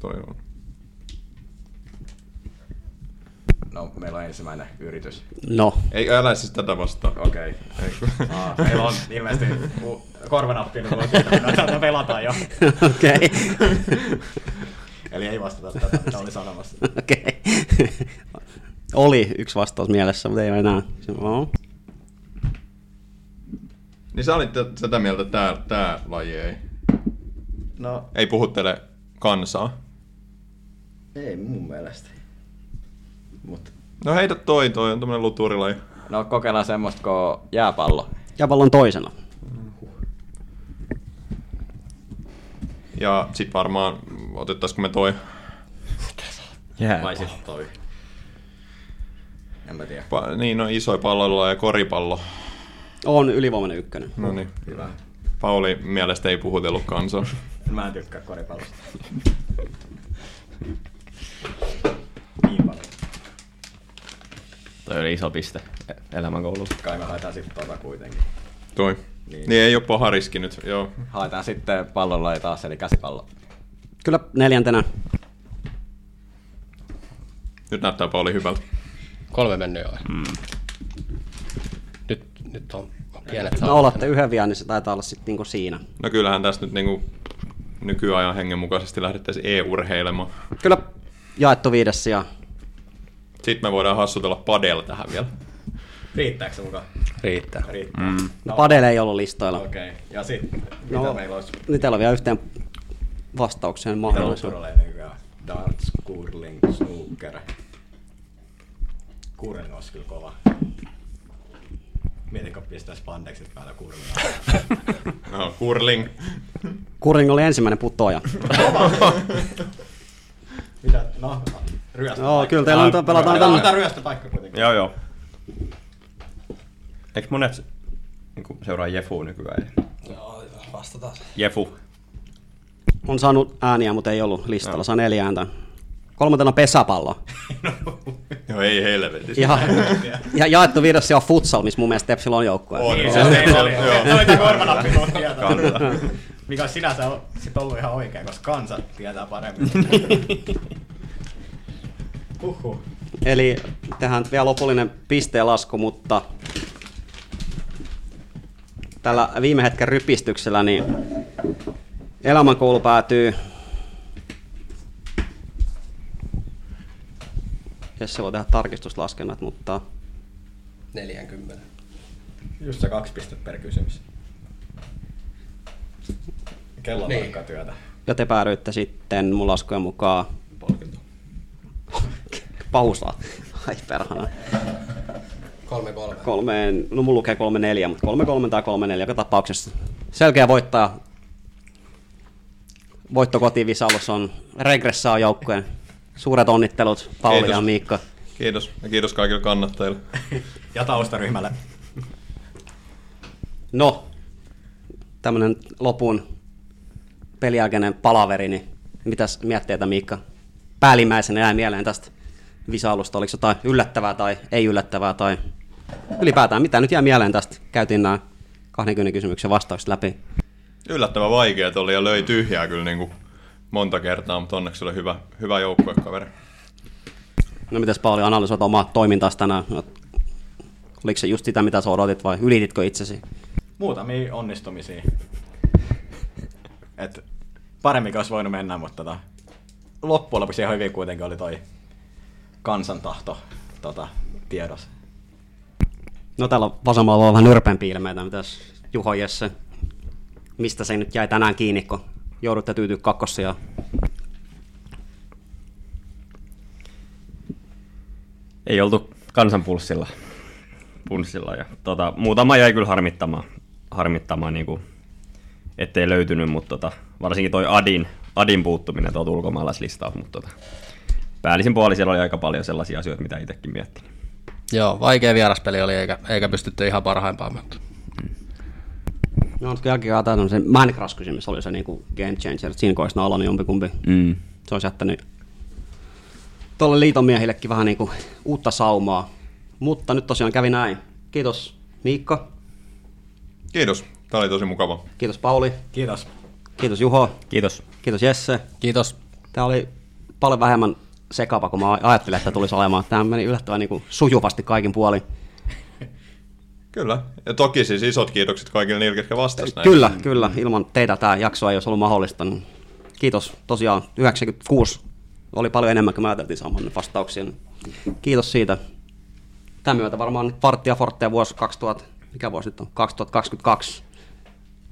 Speaker 3: toi on.
Speaker 8: No, meillä on ensimmäinen yritys.
Speaker 2: No,
Speaker 3: Ei, älä siis tätä vastaa.
Speaker 8: Okei.
Speaker 3: Ei, kun-
Speaker 8: Aa, meillä on ilmeisesti u- korvanappi, niin voi tietää, tätä pelataan jo.
Speaker 2: okei.
Speaker 8: Eli ei vastata tätä, mitä oli sanomassa.
Speaker 2: Okei. Oli yksi vastaus mielessä, mutta ei ole enää. Se- no.
Speaker 3: Niin sä olit tä- tätä mieltä, että tää, tää laji ei.
Speaker 8: No,
Speaker 3: Ei puhuttele kansaa.
Speaker 8: ei mun mielestä. Mut.
Speaker 3: No heitä toi, toi on tämmönen luturilaji.
Speaker 8: No, kokeillaan semmoista kuin jääpallo.
Speaker 2: Ja pallon toisena.
Speaker 3: Ja sit varmaan otettaisiko me toi
Speaker 5: Jää.
Speaker 8: Vai sitten toi. En mä tiedä.
Speaker 3: Pa- niin, no isoja palloilla ja koripallo.
Speaker 2: On ylivoimainen ykkönen.
Speaker 3: No niin.
Speaker 8: Hyvä.
Speaker 3: Pauli mielestä ei puhutellut kansaa.
Speaker 8: Mä en tykkää koripallosta. niin paljon.
Speaker 5: Toi oli iso piste elämänkoulussa.
Speaker 8: Kai me haetaan sitten tota kuitenkin.
Speaker 3: Toi. Niin.
Speaker 8: Niin.
Speaker 3: niin ei oo paha riski nyt, joo.
Speaker 8: Haetaan sitten pallolla ja taas, eli käsipallo.
Speaker 2: Kyllä neljäntenä.
Speaker 3: Nyt näyttää Pauli hyvältä.
Speaker 6: kolme mennyt jo. Mm. Nyt, nyt on, on Pienet
Speaker 2: No olette yhden vielä, niin se taitaa olla sitten niinku siinä.
Speaker 3: No kyllähän tässä nyt niinku nykyajan hengen mukaisesti lähdettäisiin e-urheilemaan.
Speaker 2: Kyllä jaettu viides sija.
Speaker 3: Sitten me voidaan hassutella padella tähän vielä.
Speaker 8: Riittääkö se mukaan?
Speaker 6: riittää.
Speaker 8: Riittää. Mm.
Speaker 2: No, Padel ei ollut listoilla.
Speaker 8: Okei. Okay. Ja sitten, mitä
Speaker 2: No.
Speaker 8: meillä olisi?
Speaker 2: Niin täällä on vielä yhteen vastaukseen
Speaker 8: Mitä
Speaker 2: mahdollisuus.
Speaker 8: kulttuureja nykyään? Darts, curling, snooker. Curling olisi kyllä kova. Mietinkö pistää spandexit päällä curlingaa?
Speaker 3: No, curling.
Speaker 2: Kuring oli ensimmäinen putoja.
Speaker 8: Mitä? No, ryöstö.
Speaker 2: Joo, kyllä teillä on, pelataan
Speaker 8: Meillä on tää
Speaker 2: tämmöinen.
Speaker 8: ryöstöpaikka kuitenkin.
Speaker 5: Joo, joo. Eikö monet niinku seuraa Jefua nykyään?
Speaker 6: Joo, vastataan se.
Speaker 5: Jefu.
Speaker 2: On saanut ääniä, mutta ei ollut listalla. Saa neljä ääntä. Kolmantena pesäpallo.
Speaker 3: No ei helvetissä.
Speaker 2: Ihan, ja jaettu viides sija on futsal, missä mun mielestä Tepsillä on joukkue.
Speaker 3: On,
Speaker 8: Niin,
Speaker 3: se on.
Speaker 8: se oli.
Speaker 3: Joo.
Speaker 8: Se oli tää korvanappi tuohon tietoon.
Speaker 3: Kannattaa.
Speaker 8: Mikä olisi sinänsä on sit ollut ihan oikein, koska kansa tietää paremmin. Huhhuh.
Speaker 2: Eli tähän vielä lopullinen pisteenlasku, mutta tällä viime hetken rypistyksellä niin elämänkoulu päätyy. Jesse voi tehdä tarkistuslaskennat, mutta
Speaker 6: 40.
Speaker 8: Just se kaksi pistettä per kysymys. Kello
Speaker 6: Niin.
Speaker 8: niin. työtä.
Speaker 2: ja te päädyitte sitten mun laskujen mukaan pausaa. Ai perhana.
Speaker 6: 3 3.
Speaker 2: Kolmeen, no mulla lukee kolme neljä, mutta kolme kolme tai kolme neljä, joka tapauksessa. Selkeä voittaja. Voitto kotiin Visalus on regressaa joukkueen. Suuret onnittelut Pauli
Speaker 3: Kiitos.
Speaker 2: ja Miikka.
Speaker 3: Kiitos. Ja kiitos kaikille kannattajille.
Speaker 8: Ja taustaryhmälle.
Speaker 2: No, tämmönen lopun pelijälkeinen palaveri, niin mitäs mietteitä Miikka päällimmäisenä jäi mieleen tästä Visalusta? Oliko jotain yllättävää tai ei yllättävää tai ylipäätään mitä nyt jää mieleen tästä? Käytiin nämä 20 kysymyksen vastaukset läpi.
Speaker 3: Yllättävän vaikeet oli ja löi tyhjää kyllä niinku monta kertaa, mutta onneksi oli hyvä, hyvä joukkuekaveri.
Speaker 2: No mitäs Pauli, analysoit omaa toimintaasi tänään? Oot- Oliko se just sitä, mitä sä odotit vai ylititkö itsesi?
Speaker 8: Muutamia onnistumisia. Et paremmin olisi voinut mennä, mutta tota, loppujen lopuksi ihan hyvin kuitenkin oli toi kansantahto tota, tiedossa.
Speaker 2: No täällä vasemmalla on vähän nyrpempi ilmeitä. Mitäs Juho Jesse, mistä se nyt jäi tänään kiinni, kun joudutte tyytyä kakkossijaan?
Speaker 5: Ei oltu kansanpulssilla. Punssilla ja tota, muutama jäi kyllä harmittamaan, harmittamaan niin kuin, ettei löytynyt, mutta tota, varsinkin toi Adin, Adin puuttuminen tuolta ulkomaalaislistaa, mutta tota, päällisin puolin siellä oli aika paljon sellaisia asioita, mitä itsekin miettin.
Speaker 6: Joo, vaikea vieraspeli oli, eikä, eikä pystytty ihan parhaimpaan, mutta
Speaker 2: No on jälkikäteen tämmöisen Minecraft-kysymys, oli se niinku game changer, että siinä kun olisi naulannut jompikumpi.
Speaker 5: Mm.
Speaker 2: Se olisi jättänyt tuolle liitomiehillekin vähän niinku uutta saumaa. Mutta nyt tosiaan kävi näin. Kiitos Miikka,
Speaker 3: Kiitos. Tämä oli tosi mukava.
Speaker 2: kiitos Pauli,
Speaker 8: Kiitos.
Speaker 2: kiitos Juho,
Speaker 5: Kiitos.
Speaker 2: kiitos Jesse.
Speaker 6: kiitos.
Speaker 2: Tämä oli paljon vähemmän sekava kuin mä ajattelin, että tulisi olemaan. Tämä meni yllättävän niin kuin sujuvasti kaikin puolin.
Speaker 3: Kyllä. Ja toki siis isot kiitokset kaikille niille, ketkä vastasivat näin.
Speaker 2: Kyllä, kyllä. Ilman teitä tämä jakso ei olisi ollut mahdollista. Niin Kiitos. Tosiaan 96 oli paljon enemmän kuin mä ajateltiin saamaan vastauksia. niin Kiitos siitä. Tämän myötä varmaan Farttia Forttia vuosi 2000, mikä vuosi nyt on? 2022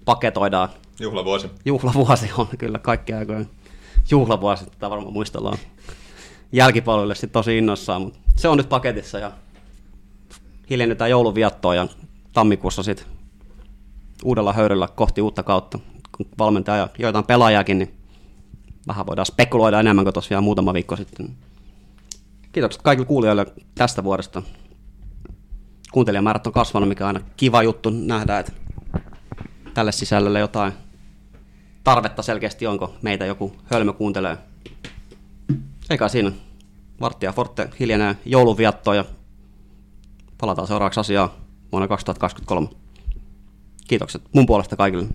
Speaker 2: paketoidaan.
Speaker 3: Juhlavuosi.
Speaker 2: Juhlavuosi on kyllä kaikki aikojen juhlavuosi. Tätä varmaan muistellaan jälkipalveluille sit tosi innoissaan, mutta se on nyt paketissa ja hiljennetään jouluviattoa ja tammikuussa sitten uudella höyryllä kohti uutta kautta. Kun valmentaja ja joitain pelaajakin, niin vähän voidaan spekuloida enemmän kuin tuossa vielä muutama viikko sitten. Kiitokset kaikille kuulijoille tästä vuodesta. Kuuntelijamäärät on kasvanut, mikä on aina kiva juttu nähdä, että tälle sisällölle jotain tarvetta selkeästi onko meitä joku hölmö kuuntelee. Eikä siinä. Varttia Forte hiljenee joulunviattoon ja palataan seuraavaksi asiaan vuonna 2023. Kiitokset mun puolesta kaikille.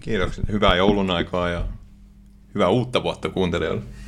Speaker 3: Kiitokset. Hyvää joulun aikaa ja hyvää uutta vuotta kuuntelijoille.